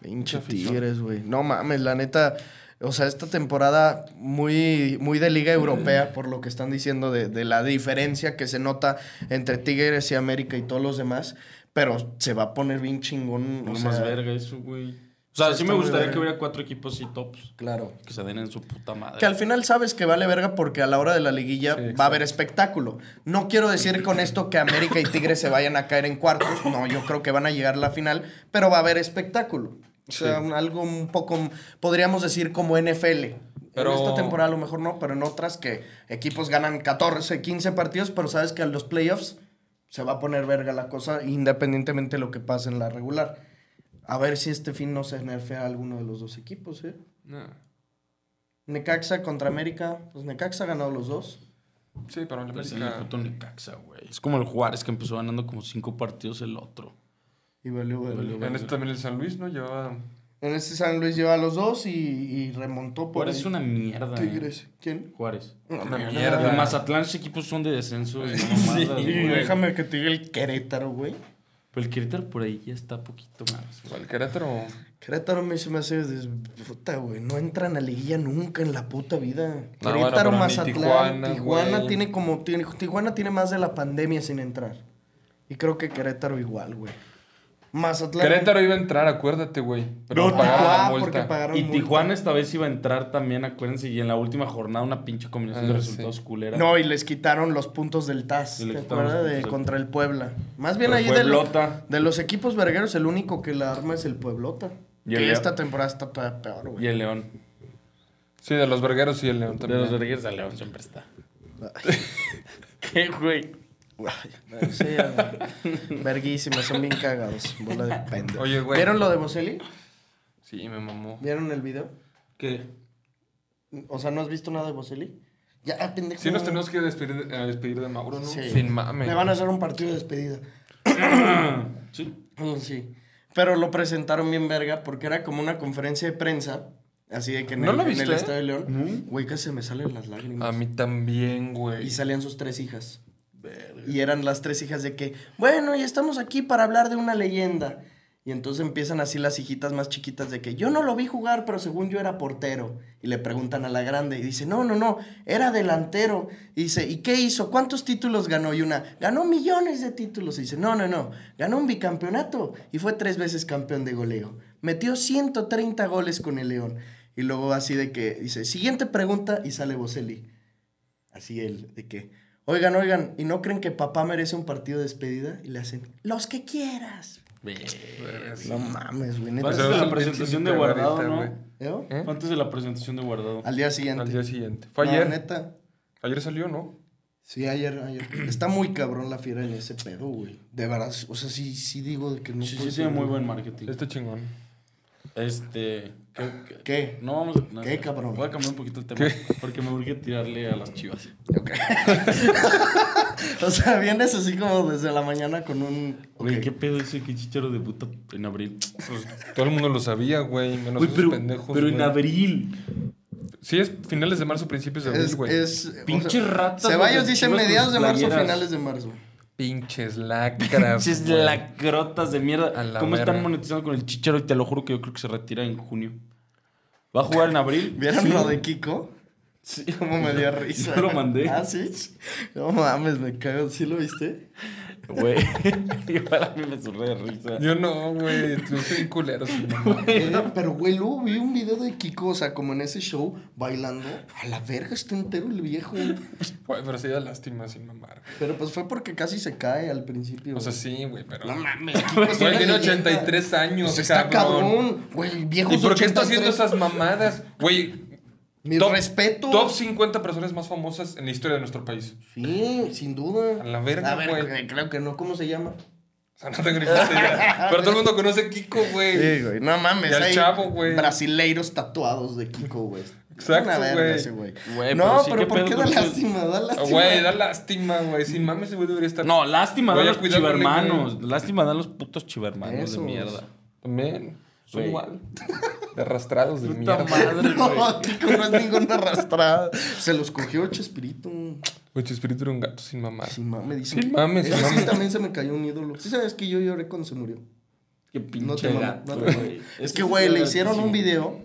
[SPEAKER 2] Pinche
[SPEAKER 3] Mucha afición.
[SPEAKER 2] Tigres, güey. No mames, la neta. O sea, esta temporada muy, muy de liga europea, por lo que están diciendo, de, de la diferencia que se nota entre Tigres y América y todos los demás. Pero se va a poner bien chingón.
[SPEAKER 3] No
[SPEAKER 2] o
[SPEAKER 3] más
[SPEAKER 2] sea,
[SPEAKER 3] verga eso, güey. O sea,
[SPEAKER 2] sí
[SPEAKER 3] sí
[SPEAKER 2] está
[SPEAKER 3] me
[SPEAKER 2] muy
[SPEAKER 3] gustaría
[SPEAKER 2] verga.
[SPEAKER 3] que hubiera cuatro equipos y tops.
[SPEAKER 2] Claro.
[SPEAKER 3] Que se den en su puta madre.
[SPEAKER 2] Que al final sabes que vale verga porque a la hora de la liguilla
[SPEAKER 4] Sí,
[SPEAKER 2] va a haber espectáculo. No quiero decir con esto que América y Tigres se vayan a caer en cuartos. No, yo creo que van a llegar a la final, pero va a haber espectáculo. O sea, un- algo un poco, podríamos decir como NFL.
[SPEAKER 4] Pero-
[SPEAKER 2] En esta temporada a lo mejor no, pero en otras que equipos ganan 14, 15 partidos, pero sabes que a los playoffs se va a poner verga la cosa independientemente de lo que pase en la regular. A ver si este fin no se nerfea a alguno de los dos equipos, ¿eh?
[SPEAKER 4] No.
[SPEAKER 2] Necaxa contra América. Pues Necaxa ha ganado los dos.
[SPEAKER 4] Sí, pero en la
[SPEAKER 3] Es
[SPEAKER 4] América.
[SPEAKER 3] puto Necaxa, güey. Es como el Juárez que empezó ganando como cinco partidos el otro.
[SPEAKER 2] Y valió, valió.
[SPEAKER 3] Valió,
[SPEAKER 4] En este también el San Luis, ¿no? Llevaba.
[SPEAKER 2] En este San Luis lleva a los dos y, y remontó por
[SPEAKER 3] Juárez
[SPEAKER 2] ahí.
[SPEAKER 3] es una mierda. eh.
[SPEAKER 2] Tigres. ¿Quién?
[SPEAKER 3] Juárez.
[SPEAKER 4] Una
[SPEAKER 2] no,
[SPEAKER 4] mierda.
[SPEAKER 3] El Mazatlán, sus equipos son de descenso. y no mamadas,
[SPEAKER 2] Y
[SPEAKER 3] güey.
[SPEAKER 2] déjame que te diga el Querétaro, güey.
[SPEAKER 3] Pero el Querétaro por ahí ya está poquito más. güey.
[SPEAKER 4] El Querétaro.
[SPEAKER 2] Querétaro me se me hace des- puta, güey. No entran a liguilla nunca en la puta vida.
[SPEAKER 4] No, Ah, bueno,
[SPEAKER 2] Querétaro,
[SPEAKER 4] pero ni
[SPEAKER 2] Mazatlán, Tijuana,
[SPEAKER 4] Tijuana, güey.
[SPEAKER 2] tiene como tiene, Tijuana tiene más de la pandemia sin entrar. Y creo que Querétaro igual, güey. Mazatlán.
[SPEAKER 4] Querétaro iba a entrar, acuérdate, güey. Pero
[SPEAKER 2] No,
[SPEAKER 4] pagaron
[SPEAKER 2] ah,
[SPEAKER 4] la
[SPEAKER 2] porque
[SPEAKER 4] multa.
[SPEAKER 2] pagaron
[SPEAKER 3] Y
[SPEAKER 2] multa.
[SPEAKER 3] Tijuana esta vez iba a entrar también, acuérdense. Y en la última jornada una pinche combinación de
[SPEAKER 4] Ah,
[SPEAKER 3] resultados
[SPEAKER 4] sí.
[SPEAKER 3] culera.
[SPEAKER 2] No, y les quitaron los puntos del TAS.
[SPEAKER 3] Y le
[SPEAKER 2] ¿Te
[SPEAKER 3] quitaron los
[SPEAKER 2] acuerdas? De
[SPEAKER 3] puntos del-
[SPEAKER 2] contra el Puebla. Más bien
[SPEAKER 3] Pero
[SPEAKER 2] ahí de, lo-
[SPEAKER 3] Pueblota.
[SPEAKER 2] de los equipos vergueros, el único que la arma es el Pueblota.
[SPEAKER 3] Y
[SPEAKER 2] que
[SPEAKER 3] el-
[SPEAKER 2] esta temporada está todavía peor,
[SPEAKER 3] Y
[SPEAKER 2] güey.
[SPEAKER 3] el León.
[SPEAKER 4] Sí, de los vergueros y el León
[SPEAKER 3] De
[SPEAKER 4] también.
[SPEAKER 3] los Rodríguez el León siempre está. ¿Qué, güey?
[SPEAKER 2] Sí, güey. verguísimas, son bien cagados. Bola de pendejo.
[SPEAKER 4] Oye, güey.
[SPEAKER 2] ¿Vieron lo de Boselli?
[SPEAKER 4] Sí, me mamó.
[SPEAKER 2] ¿Vieron el video?
[SPEAKER 3] ¿Qué?
[SPEAKER 2] O sea, ¿no has visto nada de Boselli? Ya, ah, pendejo.
[SPEAKER 4] Sí, nos tenemos que despedir, eh, despedir de Mauro, ¿no?
[SPEAKER 2] Sí.
[SPEAKER 4] Sin mame.
[SPEAKER 2] Le van a hacer un partido de despedida.
[SPEAKER 3] Sí.
[SPEAKER 2] Mm, Sí. Pero lo presentaron bien verga porque era como una conferencia de prensa. Así de que en
[SPEAKER 4] ¿No
[SPEAKER 2] el,
[SPEAKER 4] lo
[SPEAKER 2] en
[SPEAKER 4] viste?
[SPEAKER 2] el Estadio de León. Güey, casi se me salen las lágrimas.
[SPEAKER 4] A mí también,
[SPEAKER 2] Y
[SPEAKER 4] güey.
[SPEAKER 2] salían sus tres hijas. Y eran las tres hijas de que, bueno, y estamos aquí para hablar de una leyenda. Y entonces empiezan así las hijitas más chiquitas de que yo no lo vi jugar, pero según yo era portero. Y le preguntan a la grande y dice, no, no, no, era delantero. Y dice, ¿y qué hizo? ¿Cuántos títulos ganó? Y una, ganó millones de títulos. Y dice, no, no, no, ganó un bicampeonato y fue tres veces campeón de goleo. Metió 130 goles con el León. Y luego así de que dice, siguiente pregunta y sale Boselli. Así él, de que, oigan, oigan, ¿y no creen que papá merece un partido de despedida? Y le hacen, los que quieras. ¿Eh? No mames, güey, neta.
[SPEAKER 3] Vas a
[SPEAKER 4] Pero
[SPEAKER 3] hacer la
[SPEAKER 4] es
[SPEAKER 3] presentación
[SPEAKER 4] pinche
[SPEAKER 3] de guardado,
[SPEAKER 4] cagadita,
[SPEAKER 3] ¿no?
[SPEAKER 4] güey.
[SPEAKER 2] ¿Yo?
[SPEAKER 4] ¿Eh?
[SPEAKER 3] Antes de la presentación de guardado.
[SPEAKER 2] Al día siguiente.
[SPEAKER 4] Al día siguiente. Fue
[SPEAKER 2] No,
[SPEAKER 4] ayer.
[SPEAKER 2] neta.
[SPEAKER 4] Ayer salió, ¿no?
[SPEAKER 2] Sí, ayer, ayer. Está muy cabrón la fiera en ese pedo, güey. De verdad, o sea, sí, sí digo de que no
[SPEAKER 3] Sí,
[SPEAKER 2] puede
[SPEAKER 3] sí, tiene
[SPEAKER 2] ser,
[SPEAKER 3] muy
[SPEAKER 2] güey.
[SPEAKER 3] buen marketing.
[SPEAKER 4] Este chingón.
[SPEAKER 3] Este. ¿qué- qué?
[SPEAKER 2] ¿Qué?
[SPEAKER 3] No vamos a. no,
[SPEAKER 2] ¿Qué, cabrón?
[SPEAKER 3] Voy a cambiar un poquito el tema. Porque me urge tirarle a las chivas.
[SPEAKER 2] O sea, vienes así como desde la mañana con un...
[SPEAKER 3] Güey,
[SPEAKER 2] Ok.
[SPEAKER 3] ¿qué pedo ese que Chicharo debuta en abril?
[SPEAKER 4] Pues, todo el mundo lo sabía, güey. Menos
[SPEAKER 3] Güey,
[SPEAKER 4] esos
[SPEAKER 3] pero,
[SPEAKER 4] pendejos.
[SPEAKER 3] pero en
[SPEAKER 4] güey.
[SPEAKER 3] abril.
[SPEAKER 4] Sí, es finales de marzo, principios de abril,
[SPEAKER 2] Es,
[SPEAKER 4] güey.
[SPEAKER 2] es, o
[SPEAKER 3] Pinches
[SPEAKER 2] sea,
[SPEAKER 3] ratas,
[SPEAKER 2] Ceballos
[SPEAKER 3] los de
[SPEAKER 2] dice
[SPEAKER 3] Chivas con
[SPEAKER 2] mediados
[SPEAKER 3] sus
[SPEAKER 2] de marzo,
[SPEAKER 3] playeras.
[SPEAKER 2] finales de marzo.
[SPEAKER 4] Pinches lacras.
[SPEAKER 3] Pinches
[SPEAKER 4] güey.
[SPEAKER 3] lacrotas de mierda.
[SPEAKER 4] A la
[SPEAKER 3] ¿Cómo están
[SPEAKER 4] verga.
[SPEAKER 3] monetizando con el Chicharo? Y te lo juro que yo creo que se retira en junio. ¿Va a jugar en abril?
[SPEAKER 2] ¿Vieron lo de Kiko?
[SPEAKER 3] Sí.
[SPEAKER 2] Cómo me dio risa.
[SPEAKER 3] Yo lo mandé.
[SPEAKER 2] ¿Ah, sí? No mames, me cago. ¿Sí lo viste?
[SPEAKER 3] Güey. Igual a mí me surre de risa.
[SPEAKER 4] Yo no, güey. Yo soy un culero. sin mamá.
[SPEAKER 2] Eh, pero, güey, luego vi un video de Kiko, o sea, como en ese show, bailando. A la verga está entero el viejo.
[SPEAKER 4] Güey, pero sí da lástima sin mamar.
[SPEAKER 2] Pero pues fue porque casi se cae al principio.
[SPEAKER 4] O sea, sí, güey, pero.
[SPEAKER 2] no mames. Kiko es
[SPEAKER 4] Güey,
[SPEAKER 2] una
[SPEAKER 4] tiene
[SPEAKER 2] leyenda.
[SPEAKER 4] 83 años,
[SPEAKER 2] Pues está
[SPEAKER 4] cabrón.
[SPEAKER 2] cabrón. Güey, viejo
[SPEAKER 4] ¿Y por qué está haciendo esas mamadas? Güey,
[SPEAKER 2] Mi
[SPEAKER 4] Top-
[SPEAKER 2] respeto.
[SPEAKER 4] top 50 personas más famosas en la historia de nuestro país.
[SPEAKER 2] Sí, sin duda.
[SPEAKER 4] A la verga,
[SPEAKER 2] A ver,
[SPEAKER 4] güey.
[SPEAKER 2] eh, creo que no. ¿Cómo se llama?
[SPEAKER 4] O sea, no te gritaste ya. Pero todo el mundo conoce a Kiko, güey.
[SPEAKER 2] güey. No mames.
[SPEAKER 4] Y al
[SPEAKER 2] hay
[SPEAKER 4] chavo, güey.
[SPEAKER 2] Brasileiros tatuados de Kiko, güey.
[SPEAKER 4] Exacto,
[SPEAKER 2] Una verga
[SPEAKER 4] güey.
[SPEAKER 2] ese güey.
[SPEAKER 3] Güey,
[SPEAKER 2] No, pero,
[SPEAKER 3] pero sí, ¿qué
[SPEAKER 2] ¿por
[SPEAKER 3] pedo
[SPEAKER 2] qué da
[SPEAKER 3] con eso?
[SPEAKER 2] lástima? Da lástima.
[SPEAKER 4] Ah, Güey, da lástima, güey. Sin mames, ese güey debería estar.
[SPEAKER 3] No, lástima dan
[SPEAKER 4] Voy a
[SPEAKER 3] los
[SPEAKER 4] cuidarlo,
[SPEAKER 3] chivermanos. Lástima dan los putos chivermanos de
[SPEAKER 2] Esos.
[SPEAKER 3] mierda.
[SPEAKER 4] También. Son
[SPEAKER 3] Güey.
[SPEAKER 4] igual. De arrastrados de
[SPEAKER 3] Puta
[SPEAKER 4] mierda.
[SPEAKER 3] madre, güey.
[SPEAKER 2] No, Kiko no es ninguna arrastrada. Se los cogió Chespirito.
[SPEAKER 4] Güey, Chespirito era un gato sin
[SPEAKER 3] Ah.
[SPEAKER 4] mamar.
[SPEAKER 2] Sin mames, dice.
[SPEAKER 4] Sin mames, sin
[SPEAKER 2] Ese sí
[SPEAKER 4] mames.
[SPEAKER 2] también se me cayó un ídolo. Sí sabes que yo lloré cuando se murió.
[SPEAKER 3] Qué
[SPEAKER 2] No
[SPEAKER 3] pinche
[SPEAKER 2] te mames,
[SPEAKER 3] gato,
[SPEAKER 2] no te
[SPEAKER 3] güey.
[SPEAKER 2] mames. Es
[SPEAKER 3] Eso
[SPEAKER 2] que,
[SPEAKER 3] sí
[SPEAKER 2] güey, le
[SPEAKER 3] está
[SPEAKER 2] hicieron un
[SPEAKER 3] gatísimo.
[SPEAKER 2] video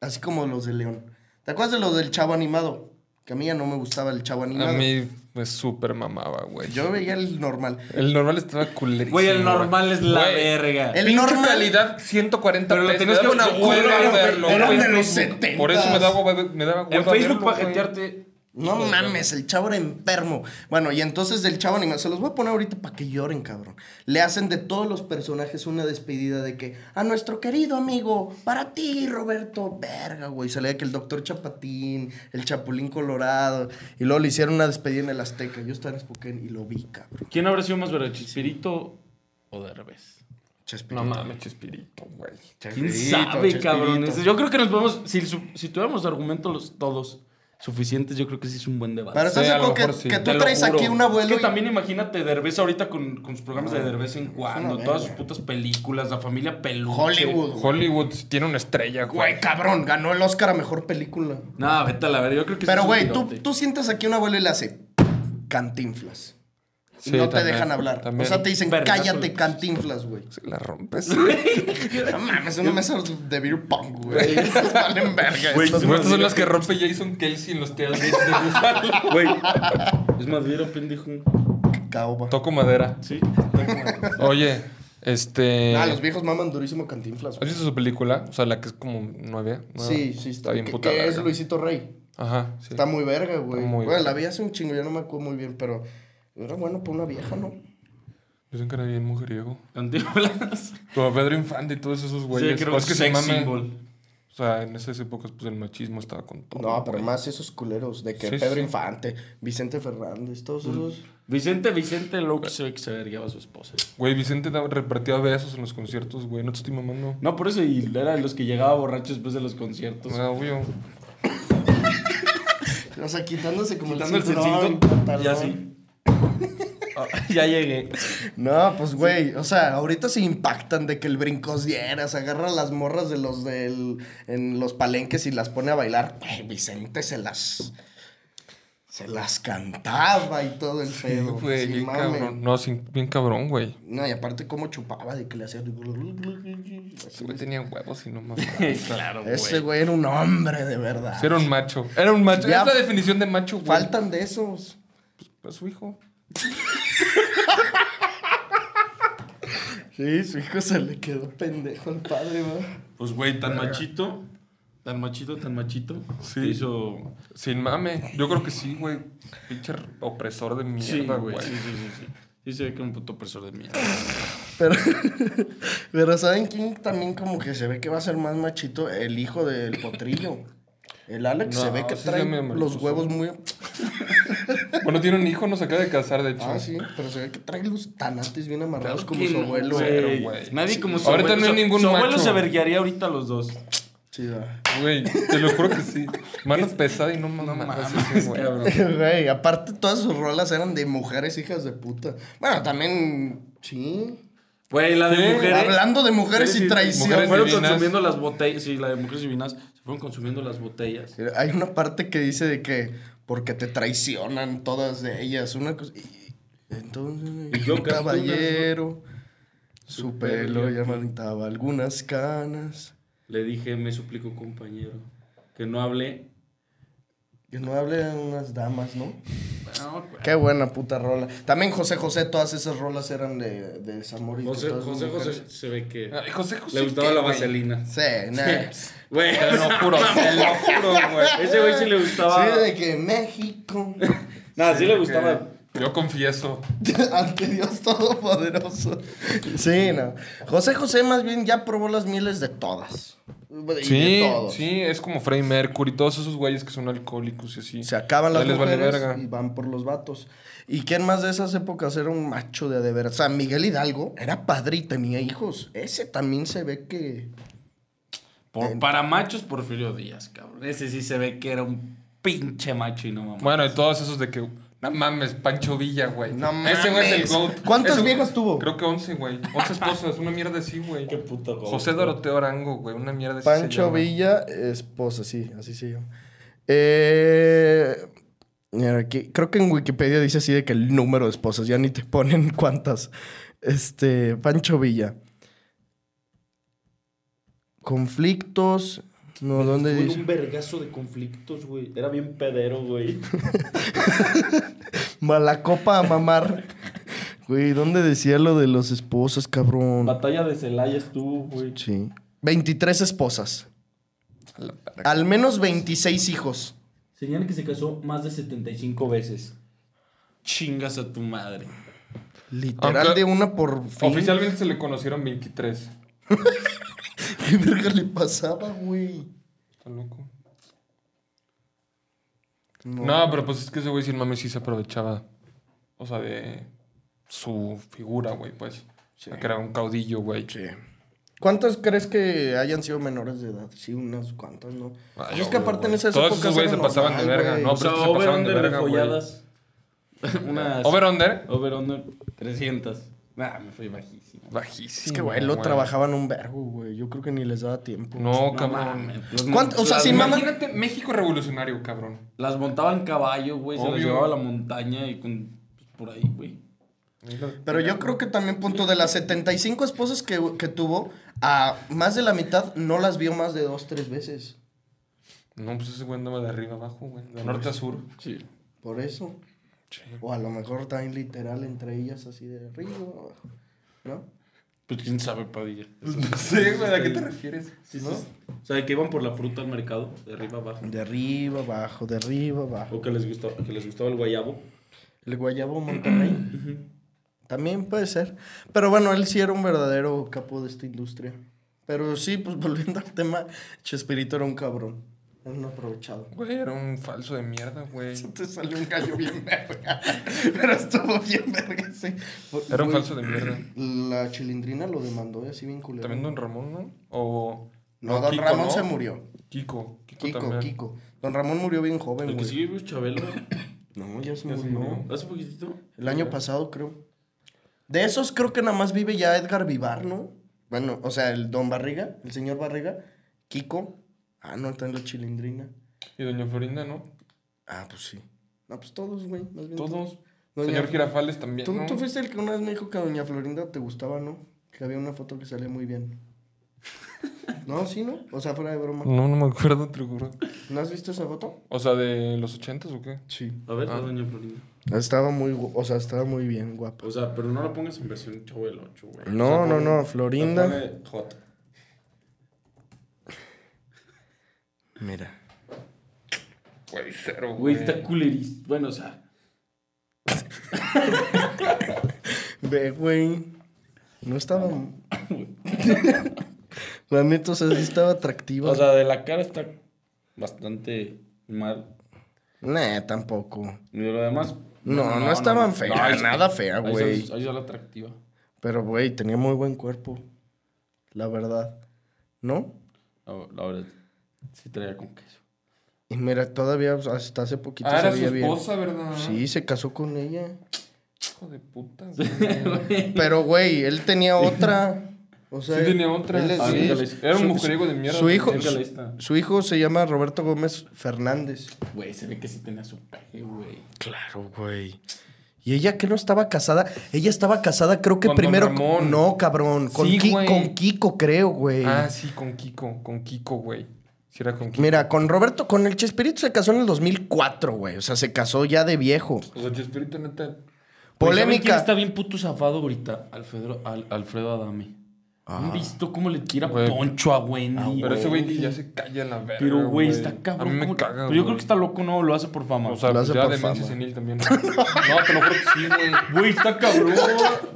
[SPEAKER 2] así como los de León. ¿Te acuerdas de los del chavo animado? Que a mí ya no me gustaba el chavo
[SPEAKER 4] A
[SPEAKER 2] animado.
[SPEAKER 4] mí me súper mamaba, güey.
[SPEAKER 2] Yo veía el normal.
[SPEAKER 4] El normal estaba culerísimo.
[SPEAKER 3] Güey, el normal es la
[SPEAKER 4] Güey,
[SPEAKER 3] verga.
[SPEAKER 2] El
[SPEAKER 4] Pinche
[SPEAKER 2] normal.
[SPEAKER 4] calidad 140
[SPEAKER 3] Pero lo
[SPEAKER 4] pesos.
[SPEAKER 3] tenías
[SPEAKER 4] Me daba
[SPEAKER 3] que-
[SPEAKER 4] una hueva
[SPEAKER 3] Era-
[SPEAKER 4] verlo.
[SPEAKER 2] era
[SPEAKER 4] güey, en
[SPEAKER 2] de los
[SPEAKER 4] Facebook.
[SPEAKER 2] 70s.
[SPEAKER 4] Por eso me daba hueva, me daba hueva
[SPEAKER 3] En Facebook
[SPEAKER 4] verlo,
[SPEAKER 3] para
[SPEAKER 4] güey.
[SPEAKER 3] jetearte.
[SPEAKER 2] No mames, el chavo era enfermo. Bueno, y entonces del chavo animado, se los voy a poner ahorita para que lloren, cabrón. Le hacen de todos los personajes una despedida de que a nuestro querido amigo, para ti, Roberto, verga, güey. Salía que el doctor Chapatín, el Chapulín Colorado, y luego le hicieron una despedida en el Azteca. Yo estaba en Spokane y lo vi, cabrón.
[SPEAKER 3] ¿Quién habrá sido más verga, Chispirito o Derbez?
[SPEAKER 2] Chespirito.
[SPEAKER 4] No mames, Chespirito, güey.
[SPEAKER 3] ¿Quién
[SPEAKER 2] Chespirito,
[SPEAKER 3] sabe,
[SPEAKER 2] Chespirito.
[SPEAKER 3] cabrón? Yo creo que nos podemos, si, su- si tuviéramos argumentos los- todos, suficientes, yo creo que sí es un buen debate.
[SPEAKER 2] Pero
[SPEAKER 4] Sí,
[SPEAKER 2] estás de
[SPEAKER 4] a lo
[SPEAKER 2] acuerdo que,
[SPEAKER 4] mejor sí.
[SPEAKER 2] que
[SPEAKER 3] Te
[SPEAKER 2] tú
[SPEAKER 3] lo
[SPEAKER 2] traes
[SPEAKER 3] juro.
[SPEAKER 2] aquí un abuelo.
[SPEAKER 3] Es que
[SPEAKER 2] y- Ah,
[SPEAKER 3] también imagínate Derbez ahorita con, con sus programas de Derbez en cuando,
[SPEAKER 2] verga.
[SPEAKER 3] todas sus putas películas, la familia peluche.
[SPEAKER 2] Hollywood. güey.
[SPEAKER 4] Hollywood tiene una estrella, güey.
[SPEAKER 2] Güey, cabrón, ganó el Oscar a mejor película.
[SPEAKER 3] Nah, vete a la verga. Yo creo que sí es
[SPEAKER 2] Pero,
[SPEAKER 3] un
[SPEAKER 2] güey, tú,
[SPEAKER 3] tirote.
[SPEAKER 2] tú sientas aquí un abuelo y le hace cantinflas. Y
[SPEAKER 4] Sí,
[SPEAKER 2] no te
[SPEAKER 4] también,
[SPEAKER 2] dejan hablar.
[SPEAKER 4] también.
[SPEAKER 2] O sea, te dicen,
[SPEAKER 3] Vergazo
[SPEAKER 2] cállate,
[SPEAKER 3] le-
[SPEAKER 2] cantinflas, güey.
[SPEAKER 4] Se la rompes.
[SPEAKER 2] No mames, una mesa de beer pong, güey. Estos Valen verga.
[SPEAKER 3] Güey,
[SPEAKER 2] estos-
[SPEAKER 3] sí,
[SPEAKER 4] Estas son las que rompe Jason Kelsey en los tailgates de Buffalo.
[SPEAKER 3] Güey, es más bien pendejo.
[SPEAKER 2] Caoba.
[SPEAKER 4] Toco madera.
[SPEAKER 3] Sí.
[SPEAKER 4] Oye, este...
[SPEAKER 2] Ah, los viejos maman durísimo cantinflas,
[SPEAKER 4] ¿Has
[SPEAKER 2] güey.
[SPEAKER 4] visto su película? O sea, la que es como nueve. nueve.
[SPEAKER 2] Sí, sí,
[SPEAKER 4] está bien
[SPEAKER 2] que-
[SPEAKER 4] puta.
[SPEAKER 2] que es
[SPEAKER 4] larga.
[SPEAKER 2] Luisito Rey.
[SPEAKER 4] Ajá, sí.
[SPEAKER 2] Está muy verga, güey.
[SPEAKER 4] Está muy
[SPEAKER 2] Bueno,
[SPEAKER 4] verga.
[SPEAKER 2] la vi hace un chingo, ya no me acuerdo muy bien, pero era bueno para una vieja, ¿no?
[SPEAKER 4] Dicen que era bien mujeriego.
[SPEAKER 3] Cantinflas.
[SPEAKER 4] Como Pedro Infante y todos esos
[SPEAKER 3] Sí,
[SPEAKER 4] güeyes.
[SPEAKER 3] creo
[SPEAKER 4] O
[SPEAKER 3] que
[SPEAKER 4] es que
[SPEAKER 3] es
[SPEAKER 4] se
[SPEAKER 3] sex
[SPEAKER 4] mamen.
[SPEAKER 3] symbol.
[SPEAKER 4] O sea, en esas épocas, pues el machismo estaba con todo.
[SPEAKER 2] No, pero
[SPEAKER 4] güey.
[SPEAKER 2] más esos culeros de que
[SPEAKER 4] Sí,
[SPEAKER 2] Pedro
[SPEAKER 4] sí. Mm.
[SPEAKER 2] Infante, Vicente Fernández, todos esos.
[SPEAKER 3] Vicente, Vicente López se ve que se vergueaba a su esposa.
[SPEAKER 4] Güey, Vicente daba- repartía besos en los conciertos, güey. No te estoy mamando.
[SPEAKER 3] No, por eso y era de los que llegaba borracho después de los conciertos.
[SPEAKER 2] Pues,
[SPEAKER 4] No, obvio.
[SPEAKER 2] O sea, quitándose como
[SPEAKER 3] Quitándose el
[SPEAKER 2] cinturón,
[SPEAKER 3] cinto,
[SPEAKER 2] pantalón.
[SPEAKER 3] ya sí. Ah, ya llegué.
[SPEAKER 2] No, pues güey, o sea, ahorita se impactan de que el brincos dieras, agarra las morras de los del en los palenques y las pone a bailar. Güey, Vicente se las se las cantaba y todo el pedo.
[SPEAKER 4] Güey,
[SPEAKER 2] sin
[SPEAKER 4] bien
[SPEAKER 2] mame.
[SPEAKER 4] cabrón. No, sin- bien cabrón, güey.
[SPEAKER 2] No, y aparte cómo chupaba de que le hacía
[SPEAKER 4] Ese güey tenía huevos y no mames.
[SPEAKER 3] claro, güey.
[SPEAKER 2] Ese güey era un hombre de verdad.
[SPEAKER 4] Era un macho. Era un macho.
[SPEAKER 2] Ya-
[SPEAKER 4] Es la definición de macho, güey.
[SPEAKER 2] Faltan de esos.
[SPEAKER 4] A su hijo.
[SPEAKER 2] Sí, su hijo se le quedó pendejo al padre, güey.
[SPEAKER 3] Pues, güey, tan machito. Tan machito, tan machito.
[SPEAKER 4] Sí.
[SPEAKER 3] Sí. Hizo.
[SPEAKER 4] Sin mame. Yo creo que sí, güey. Pinche opresor de mierda, güey.
[SPEAKER 3] Sí, sí, sí, sí. Sí se ve que era un puto opresor de mierda.
[SPEAKER 2] Pero, pero ¿saben quién también como que se ve que va a ser más machito? El hijo del potrillo. El Alex
[SPEAKER 4] No,
[SPEAKER 2] se ve que
[SPEAKER 4] sí se
[SPEAKER 2] trae
[SPEAKER 4] llama
[SPEAKER 2] los
[SPEAKER 4] mariposa.
[SPEAKER 2] huevos muy... ah,
[SPEAKER 4] Bueno, tiene un hijo, nos acaba de casar, de hecho.
[SPEAKER 2] Ah, sí, pero se ve que trae los tanates bien amarrados
[SPEAKER 3] Claro
[SPEAKER 2] como
[SPEAKER 3] que
[SPEAKER 2] su
[SPEAKER 3] no,
[SPEAKER 2] abuelo.
[SPEAKER 3] güey.
[SPEAKER 4] güey.
[SPEAKER 3] Nadie como su
[SPEAKER 4] Ahorita
[SPEAKER 3] abuelo.
[SPEAKER 4] no hay
[SPEAKER 3] Su-
[SPEAKER 4] ningún
[SPEAKER 3] Su abuelo
[SPEAKER 4] macho.
[SPEAKER 3] se verguearía ahorita a los dos.
[SPEAKER 2] Sí, da.
[SPEAKER 4] Güey, te lo juro que sí. Mano pesada y no mames. ese güey.
[SPEAKER 2] Güey, aparte todas sus rolas eran de mujeres hijas de puta. Bueno, también... Sí.
[SPEAKER 3] Güey, la de
[SPEAKER 4] Sí.
[SPEAKER 3] mujeres.
[SPEAKER 2] Hablando de mujeres
[SPEAKER 3] Sí, sí,
[SPEAKER 2] y traición.
[SPEAKER 4] mujeres
[SPEAKER 3] fueron
[SPEAKER 4] divinas.
[SPEAKER 3] consumiendo las botellas. Sí, la de mujeres divinas. Se fueron consumiendo las botellas.
[SPEAKER 2] Hay una parte que dice de que... Porque te traicionan todas de ellas. Una cosa... y-
[SPEAKER 3] Y
[SPEAKER 2] Entonces,
[SPEAKER 3] yo
[SPEAKER 2] un
[SPEAKER 3] canto una-
[SPEAKER 2] caballero... Su
[SPEAKER 3] Su
[SPEAKER 2] pelo
[SPEAKER 3] pelo.
[SPEAKER 2] ya levantaba algunas canas.
[SPEAKER 3] Le dije, me suplico, compañero, que no hable.
[SPEAKER 2] Que no hable de unas damas, ¿no?
[SPEAKER 3] No, güey.
[SPEAKER 2] Qué buena puta rola. También José José, todas esas rolas eran de, de Zamora. y que
[SPEAKER 3] José,
[SPEAKER 2] todas las
[SPEAKER 3] José,
[SPEAKER 2] mujeres-
[SPEAKER 3] José se ve que
[SPEAKER 4] Ay, Ah, José José.
[SPEAKER 3] le gustaba
[SPEAKER 4] ¿qué,
[SPEAKER 3] la
[SPEAKER 4] güey?
[SPEAKER 3] vaselina.
[SPEAKER 2] Sí, nah.
[SPEAKER 3] Güey,
[SPEAKER 4] Te lo juro, te lo juro, güey.
[SPEAKER 3] ese güey sí le gustaba.
[SPEAKER 2] Sí, de que México.
[SPEAKER 3] Nada, sí le gustaba.
[SPEAKER 4] Yo confieso.
[SPEAKER 2] Ante Dios Todopoderoso. Sí, no. José José más bien ya probó las mieles de todas. Y de
[SPEAKER 4] Sí,
[SPEAKER 2] todos.
[SPEAKER 4] sí, es como Freddie Mercury, todos esos güeyes que son alcohólicos y así.
[SPEAKER 2] Se acaban las
[SPEAKER 4] Ya les vale
[SPEAKER 2] mujeres
[SPEAKER 4] verga.
[SPEAKER 2] y van por los vatos. ¿Y quién más de esas épocas era un macho de adeveras? O sea, Miguel Hidalgo era padre y tenía hijos. Ese también se ve que...
[SPEAKER 3] Por, para machos, Porfirio Díaz, cabrón. Ese sí se ve que era un pinche macho y no mamá.
[SPEAKER 4] Bueno, y todos esos de que. No mames, Pancho Villa, güey.
[SPEAKER 2] No
[SPEAKER 4] Ese güey es el
[SPEAKER 2] mames.
[SPEAKER 4] GOAT.
[SPEAKER 2] ¿Cuántas
[SPEAKER 4] Ese-
[SPEAKER 2] viejas tuvo?
[SPEAKER 4] Creo que 11, güey. 11 esposas, una mierda así, güey.
[SPEAKER 3] Qué puto GOAT,
[SPEAKER 4] José
[SPEAKER 3] güey.
[SPEAKER 4] Doroteo Arango, güey, una mierda así. se
[SPEAKER 2] Pancho
[SPEAKER 4] llama.
[SPEAKER 2] Villa, esposa, sí, así se llama. Eh, mira, aquí- creo que en Wikipedia dice así de que el número de esposas, ya ni te ponen cuántas. Este, Pancho Villa. Conflictos. No, ¿dónde
[SPEAKER 3] Tuvo
[SPEAKER 2] dice?
[SPEAKER 3] un vergazo de conflictos, güey. Era bien pedero, güey.
[SPEAKER 2] Malacopa a mamar. Güey, ¿dónde decía lo de las esposas, cabrón?
[SPEAKER 3] Batalla de Celaya estuvo, güey.
[SPEAKER 2] Sí. 23 esposas.
[SPEAKER 4] A la verga.
[SPEAKER 2] Al menos 26 hijos.
[SPEAKER 3] Señala que se casó más de 75 veces. Chingas a tu madre.
[SPEAKER 2] Literal
[SPEAKER 4] Aunque-
[SPEAKER 2] de una por fin.
[SPEAKER 4] Oficialmente se le conocieron 23. Está
[SPEAKER 2] ¿Qué verga le pasaba, güey?
[SPEAKER 4] loco.
[SPEAKER 2] No.
[SPEAKER 4] No, pero pues es que ese güey sin mames sí se aprovechaba. O sea, de su figura, güey, pues. O sea, Que era un caudillo, güey.
[SPEAKER 2] Sí. ¿Cuántas crees que hayan sido menores de edad? Sí, unas cuantas, ¿no?
[SPEAKER 4] Ay,
[SPEAKER 2] Pues es que
[SPEAKER 4] obvio,
[SPEAKER 2] aparte en
[SPEAKER 4] güey.
[SPEAKER 2] esas
[SPEAKER 4] Todos
[SPEAKER 2] épocas
[SPEAKER 4] esos güeyes
[SPEAKER 2] era
[SPEAKER 4] se pasaban
[SPEAKER 2] normal,
[SPEAKER 4] de verga,
[SPEAKER 2] güey.
[SPEAKER 4] ¿no?
[SPEAKER 3] O sea,
[SPEAKER 4] pero es que se
[SPEAKER 3] over
[SPEAKER 4] pasaban de
[SPEAKER 3] under
[SPEAKER 4] verga,
[SPEAKER 3] de
[SPEAKER 4] güey.
[SPEAKER 3] folladas. Unas.
[SPEAKER 4] Over under.
[SPEAKER 3] Over under 300. Nah, me fui bajísimo.
[SPEAKER 4] Bajísimo.
[SPEAKER 2] Es que, güey, lo trabajaban un vergo, güey. Yo creo que ni les daba tiempo.
[SPEAKER 4] No,
[SPEAKER 3] No
[SPEAKER 4] cabrón.
[SPEAKER 3] mames, los
[SPEAKER 2] ¿Cuánto?
[SPEAKER 3] mon-
[SPEAKER 2] O sea,
[SPEAKER 3] las
[SPEAKER 2] sin
[SPEAKER 3] mon-
[SPEAKER 2] mamá-
[SPEAKER 4] Imagínate México revolucionario, cabrón.
[SPEAKER 3] Las montaban caballo, güey. Se las
[SPEAKER 4] Obvio.
[SPEAKER 3] llevaba a la montaña y con, pues, por ahí, güey.
[SPEAKER 2] Pero yo creo que también, punto, de las 75 esposas que, que tuvo, a más de la mitad no las vio más de dos, tres veces.
[SPEAKER 4] No, pues ese güey andaba de arriba abajo, güey. De norte a sur.
[SPEAKER 3] Sí.
[SPEAKER 2] Por eso. O a lo mejor también literal entre ellas, así de arriba, abajo, ¿no?
[SPEAKER 3] Pues quién sabe, Padilla.
[SPEAKER 4] No sé, güey, ¿a qué te refieres?
[SPEAKER 3] Sí, sí, sí. O sea, que iban por la fruta al mercado, de arriba abajo.
[SPEAKER 2] De arriba, abajo, de arriba, abajo.
[SPEAKER 3] O que les gustaba, que les gustaba el guayabo.
[SPEAKER 2] El Guayabo Monterrey. También puede ser. Pero bueno, él sí era un verdadero capo de esta industria. Pero sí, pues volviendo al tema, Chespirito era un cabrón. Era un aprovechado.
[SPEAKER 4] Güey, era un falso de mierda, güey.
[SPEAKER 2] Te salió un gallo bien verga. Pero estuvo bien verga, sí.
[SPEAKER 4] Era un falso de mierda.
[SPEAKER 2] La chilindrina lo demandó, ¿eh? así bien culero.
[SPEAKER 4] También Don Ramón, ¿no? O.
[SPEAKER 2] No, don
[SPEAKER 4] Kiko,
[SPEAKER 2] Ramón
[SPEAKER 4] ¿no?
[SPEAKER 2] se murió.
[SPEAKER 4] Kiko. Kiko,
[SPEAKER 2] Kiko,
[SPEAKER 4] también.
[SPEAKER 2] Kiko. Don Ramón murió bien joven,
[SPEAKER 3] El que
[SPEAKER 2] güey.
[SPEAKER 3] sigue vivo es Chabelo.
[SPEAKER 2] No, ya se
[SPEAKER 4] Ya
[SPEAKER 2] murió.
[SPEAKER 4] se murió.
[SPEAKER 3] Hace poquitito.
[SPEAKER 2] El año pasado, creo. De esos creo que nada más vive ya Edgar Vivar, ¿no? Bueno, o sea, el don Barriga, el señor Barriga, Kiko. Ah, no, está en la chilindrina.
[SPEAKER 4] Y Doña Florinda, ¿no?
[SPEAKER 2] Ah, pues sí. No, pues todos, güey. Más bien
[SPEAKER 4] Todos.
[SPEAKER 2] Doña-
[SPEAKER 4] Señor Girafales también.
[SPEAKER 2] Tú,
[SPEAKER 4] ¿no?
[SPEAKER 2] tú fuiste el que una vez me dijo que a Doña Florinda te gustaba, ¿no? Que había una foto que salía muy bien. No, sí, ¿no? O sea, fuera de broma.
[SPEAKER 4] No, no me acuerdo, te lo juro.
[SPEAKER 2] ¿No has visto esa foto?
[SPEAKER 4] O sea, de los ochentas o qué?
[SPEAKER 2] Sí.
[SPEAKER 3] A ver,
[SPEAKER 4] Ah.
[SPEAKER 3] la doña Florinda.
[SPEAKER 2] Estaba muy, gu- o sea, estaba muy bien guapa.
[SPEAKER 3] O sea, pero no la pongas en versión Chavo del 8, güey.
[SPEAKER 2] No, no, no,
[SPEAKER 3] Linda.
[SPEAKER 2] Florinda.
[SPEAKER 3] Hot.
[SPEAKER 2] Mira.
[SPEAKER 4] Güey, cero,
[SPEAKER 3] Güey, está culeris. Bueno, o sea,
[SPEAKER 2] Ve, güey. No estaba. La neta, o sea, sí estaba atractiva.
[SPEAKER 3] o sea, de la cara está bastante mal.
[SPEAKER 2] nah, tampoco.
[SPEAKER 3] Y de lo demás.
[SPEAKER 2] No, no, estaban
[SPEAKER 3] no.
[SPEAKER 2] fea,
[SPEAKER 3] No, ahí-
[SPEAKER 2] nada fea,
[SPEAKER 3] ahí
[SPEAKER 2] güey.
[SPEAKER 3] sale- Ahí sale atractiva.
[SPEAKER 2] Pero, güey, tenía muy buen cuerpo. La verdad. ¿No?
[SPEAKER 3] La, la verdad, sí traía con queso.
[SPEAKER 2] Y mira, todavía o sea, hasta hace poquito
[SPEAKER 4] Ah,
[SPEAKER 2] se
[SPEAKER 4] era su
[SPEAKER 2] veía bien.
[SPEAKER 4] esposa, ¿verdad?
[SPEAKER 2] Sí, se casó con ella.
[SPEAKER 4] Hijo de puta, güey.
[SPEAKER 2] Pero, güey, él tenía otra. O sea,
[SPEAKER 4] Sí tenía otra.
[SPEAKER 2] él es-
[SPEAKER 3] Ah,
[SPEAKER 2] sí,
[SPEAKER 3] nunca le hice.
[SPEAKER 4] Era un
[SPEAKER 2] su-
[SPEAKER 4] mujeriego de mierda.
[SPEAKER 2] Su hijo,
[SPEAKER 4] también.
[SPEAKER 3] Nunca le
[SPEAKER 2] su-
[SPEAKER 3] hice.
[SPEAKER 2] su hijo se llama Roberto Gómez Fernández.
[SPEAKER 3] Güey, se ve que sí tenía su peje, güey.
[SPEAKER 2] Claro, güey. ¿Y ella que no estaba casada? Ella estaba casada, creo que
[SPEAKER 4] Con don
[SPEAKER 2] primero.
[SPEAKER 4] Ramón.
[SPEAKER 2] No, cabrón. Con,
[SPEAKER 4] Sí,
[SPEAKER 2] Ki-
[SPEAKER 4] güey.
[SPEAKER 2] con Kiko, creo, güey.
[SPEAKER 4] Ah, sí, con Kiko. Con Kiko, güey. Sí, era con Kiko.
[SPEAKER 2] Mira, con Roberto, con el Chespirito se casó en el 2004, güey. O sea, se casó ya de viejo.
[SPEAKER 4] O sea, Chespirito, neta.
[SPEAKER 3] Polémica.
[SPEAKER 2] Polémica.
[SPEAKER 3] está bien puto zafado ahorita? Alfredo, Al- Alfredo Adame.
[SPEAKER 2] Ah.
[SPEAKER 3] ¿Han visto cómo le tira
[SPEAKER 4] Güey.
[SPEAKER 3] poncho a Wendy?
[SPEAKER 4] Pero ese güey ya se calla en la verga.
[SPEAKER 3] Pero, güey, está cabrón.
[SPEAKER 4] A mí me
[SPEAKER 3] ¿cómo-
[SPEAKER 4] caga,
[SPEAKER 3] Pero yo creo que está loco, no, lo hace por fama.
[SPEAKER 4] O sea,
[SPEAKER 2] Lo hace
[SPEAKER 4] ya
[SPEAKER 2] por
[SPEAKER 4] demencia
[SPEAKER 2] fama.
[SPEAKER 4] senil también. No, te lo juro que sí, güey.
[SPEAKER 3] güey, está cabrón.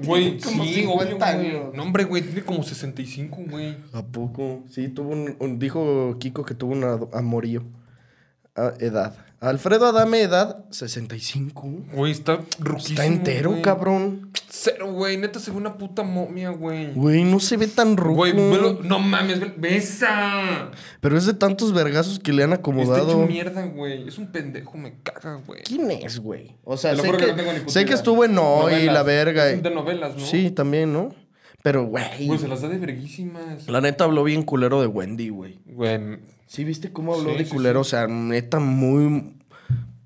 [SPEAKER 4] Güey,
[SPEAKER 2] Como
[SPEAKER 4] sí,
[SPEAKER 2] 50
[SPEAKER 4] obvio, güey.
[SPEAKER 2] años.
[SPEAKER 4] No, hombre, güey, tiene como 65, güey.
[SPEAKER 2] ¿A poco? Sí, tuvo un, un- dijo Kiko que tuvo un ad- amorío. Ah, edad. Alfredo Adame, edad 65.
[SPEAKER 4] Güey, está ruquísimo.
[SPEAKER 2] Está entero,
[SPEAKER 4] güey.
[SPEAKER 2] cabrón.
[SPEAKER 4] Cero, güey. Neta, se ve una puta momia, güey.
[SPEAKER 2] Güey, no se ve tan ruco.
[SPEAKER 4] Güey, velo- no mames, ve- besa.
[SPEAKER 2] Pero es de tantos vergazos que le han
[SPEAKER 4] Está hecho
[SPEAKER 2] acomodado.
[SPEAKER 4] mierda, güey. Es un pendejo, me caga, güey.
[SPEAKER 2] ¿Quién es, güey? O sea,
[SPEAKER 4] Te lo
[SPEAKER 2] sé
[SPEAKER 4] juro
[SPEAKER 2] que,
[SPEAKER 4] que no tengo ni puta
[SPEAKER 2] sé que
[SPEAKER 4] idea.
[SPEAKER 2] estuvo en Hoy,
[SPEAKER 4] Novelas.
[SPEAKER 2] la verga.
[SPEAKER 4] Es
[SPEAKER 2] y-
[SPEAKER 4] de novelas, ¿no?
[SPEAKER 2] Sí, también, ¿no? Pero, güey.
[SPEAKER 4] Güey, se las da de verguísimas.
[SPEAKER 2] La neta habló bien culero de Wendy, güey.
[SPEAKER 4] Güey,
[SPEAKER 2] Sí, ¿viste cómo habló
[SPEAKER 4] Sí,
[SPEAKER 2] de
[SPEAKER 4] sí,
[SPEAKER 2] culero? O sea, neta muy...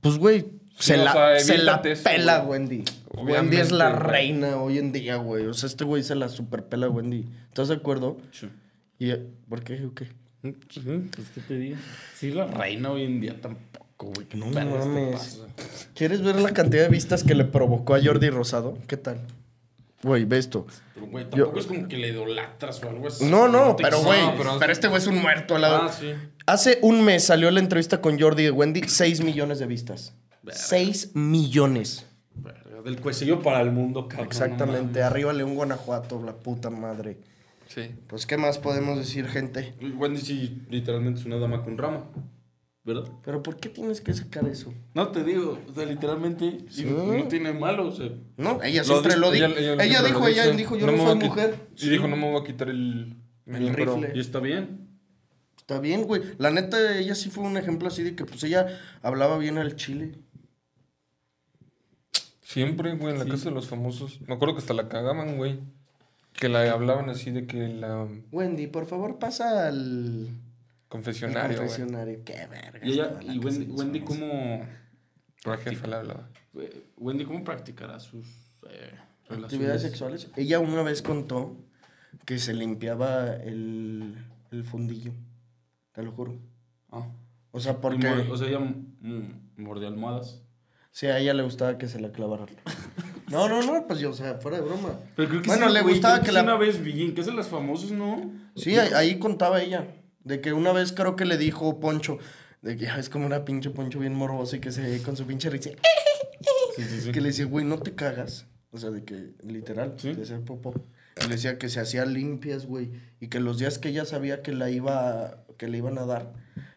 [SPEAKER 2] Pues, güey, se,
[SPEAKER 4] o
[SPEAKER 2] la,
[SPEAKER 4] sea,
[SPEAKER 2] se la
[SPEAKER 4] evítate eso,
[SPEAKER 2] pela
[SPEAKER 4] güey.
[SPEAKER 2] Wendy. Wendy
[SPEAKER 4] Obviamente,
[SPEAKER 2] es la
[SPEAKER 4] güey.
[SPEAKER 2] reina hoy en día, güey. O sea, este güey se la superpela a Wendy. ¿Estás de acuerdo? ¿Y eh, por qué o qué?
[SPEAKER 3] Pues, ¿qué te digo? Sí, la reina hoy en día tampoco, güey.
[SPEAKER 2] No
[SPEAKER 3] No mames.
[SPEAKER 2] mames. ¿Quieres ver la cantidad de vistas que le provocó a Jordi Rosado? ¿Qué tal? Güey, ve esto.
[SPEAKER 3] Pero, güey,
[SPEAKER 2] Yo-
[SPEAKER 3] tampoco es como que le idolatras o algo así.
[SPEAKER 2] No, no,
[SPEAKER 3] te
[SPEAKER 2] pero
[SPEAKER 3] exige.
[SPEAKER 2] güey,
[SPEAKER 4] No,
[SPEAKER 2] pero,
[SPEAKER 4] pero-
[SPEAKER 2] este güey es un muerto al lado.
[SPEAKER 3] Ah, sí.
[SPEAKER 2] Hace un mes salió la entrevista con Jordi de Wendy, 6 millones de vistas.
[SPEAKER 3] Verga.
[SPEAKER 2] 6 millones.
[SPEAKER 3] Verga, Del cuecillo para el mundo, cabrón.
[SPEAKER 2] Exactamente. Arriba León Guanajuato, la puta madre.
[SPEAKER 4] sí.
[SPEAKER 2] Pues, ¿qué más podemos decir, gente?
[SPEAKER 3] No mames. Wendy sí, literalmente es una dama con rama. ¿Verdad?
[SPEAKER 2] Pero ¿por qué tienes que sacar eso?
[SPEAKER 3] No te digo, o sea, literalmente, y no no tiene malo, o sea.
[SPEAKER 2] No, ella
[SPEAKER 3] Lo
[SPEAKER 2] siempre
[SPEAKER 3] dice-
[SPEAKER 2] lo dijo.
[SPEAKER 4] Ella,
[SPEAKER 2] Ella,
[SPEAKER 4] ella siempre
[SPEAKER 2] dijo,
[SPEAKER 4] lo
[SPEAKER 2] ella
[SPEAKER 4] dice.
[SPEAKER 2] dijo, yo
[SPEAKER 4] me
[SPEAKER 2] no,
[SPEAKER 4] voy
[SPEAKER 2] soy
[SPEAKER 4] a qui-
[SPEAKER 2] mujer.
[SPEAKER 4] Y dijo, no me voy a quitar el,
[SPEAKER 2] El
[SPEAKER 4] Bien, pero-
[SPEAKER 2] rifle.
[SPEAKER 3] Y está bien.
[SPEAKER 2] Está bien, güey. La neta, ella sí fue un ejemplo así de que, pues, ella hablaba bien al chile.
[SPEAKER 4] Siempre, güey, en la casa de los famosos. Me acuerdo que hasta la cagaban, güey. Que la hablaban así de que la
[SPEAKER 2] Wendy, por favor, pasa al al
[SPEAKER 4] confesionario, güey.
[SPEAKER 2] confesionario. Qué verga.
[SPEAKER 3] Y ella,
[SPEAKER 2] estaba la casa de
[SPEAKER 3] y Wendy,
[SPEAKER 2] los
[SPEAKER 3] Wendy
[SPEAKER 2] famosos.
[SPEAKER 3] ¿cómo,
[SPEAKER 4] La jefa le hablaba.
[SPEAKER 3] eh, Wendy, ¿cómo practicará sus eh,
[SPEAKER 2] Actividades
[SPEAKER 3] relaciones?
[SPEAKER 2] sexuales. Ella una vez contó que se limpiaba el, el fundillo. Te lo juro.
[SPEAKER 3] Ah.
[SPEAKER 2] O sea,
[SPEAKER 3] Y
[SPEAKER 2] porque.
[SPEAKER 3] mor- O sea, ella mm, mordió almohadas.
[SPEAKER 2] Sí, a ella le gustaba que se la clavaran. No, no, no, pues yo, o sea, fuera de broma.
[SPEAKER 3] Pero creo que
[SPEAKER 2] bueno,
[SPEAKER 3] sí,
[SPEAKER 2] le
[SPEAKER 3] güey,
[SPEAKER 2] gustaba
[SPEAKER 3] creo
[SPEAKER 2] que
[SPEAKER 3] sí
[SPEAKER 2] la.
[SPEAKER 3] Una vez vi en casa de los famosos, ¿no?
[SPEAKER 2] Sí, ahí, ahí contaba ella. De que una vez creo que le dijo Poncho. De que ya es como una pinche Poncho bien morbosa y que se con su pinche risa. Que le decía, güey, no te cagas. O sea, de que literal,
[SPEAKER 3] Sí.
[SPEAKER 2] de ser popó. Y le decía que se hacía limpias, güey. Y que los días que ella sabía que la iba, que le iban a dar,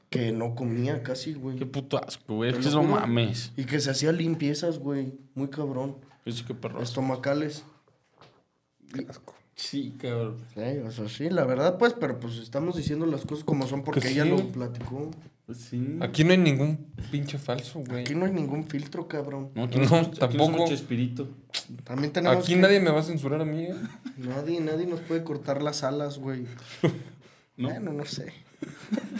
[SPEAKER 2] que no comía casi, güey.
[SPEAKER 3] Qué puto asco, güey.
[SPEAKER 2] Te
[SPEAKER 3] Es
[SPEAKER 2] lo
[SPEAKER 3] que no
[SPEAKER 2] juro.
[SPEAKER 3] mames.
[SPEAKER 2] Y que se hacía limpiezas, güey. Muy cabrón.
[SPEAKER 3] Es que perro.
[SPEAKER 2] Estomacales.
[SPEAKER 4] Qué asco.
[SPEAKER 3] Sí, cabrón.
[SPEAKER 2] Sí, o sea, sí, la verdad, pues, pero pues estamos diciendo las cosas como son porque
[SPEAKER 4] Que
[SPEAKER 2] ella
[SPEAKER 4] sí.
[SPEAKER 2] lo platicó.
[SPEAKER 3] Pues Sí.
[SPEAKER 4] Aquí no hay ningún pinche falso, güey.
[SPEAKER 2] Aquí no hay ningún filtro, cabrón.
[SPEAKER 3] No,
[SPEAKER 4] No,
[SPEAKER 3] tampoco.
[SPEAKER 4] tampoco.
[SPEAKER 3] espíritu.
[SPEAKER 2] También tenemos.
[SPEAKER 4] Aquí
[SPEAKER 2] que-
[SPEAKER 4] nadie me va a censurar a mí, ¿eh?
[SPEAKER 2] Nadie, nadie nos puede cortar las alas, güey.
[SPEAKER 3] ¿No?
[SPEAKER 2] Bueno, no sé.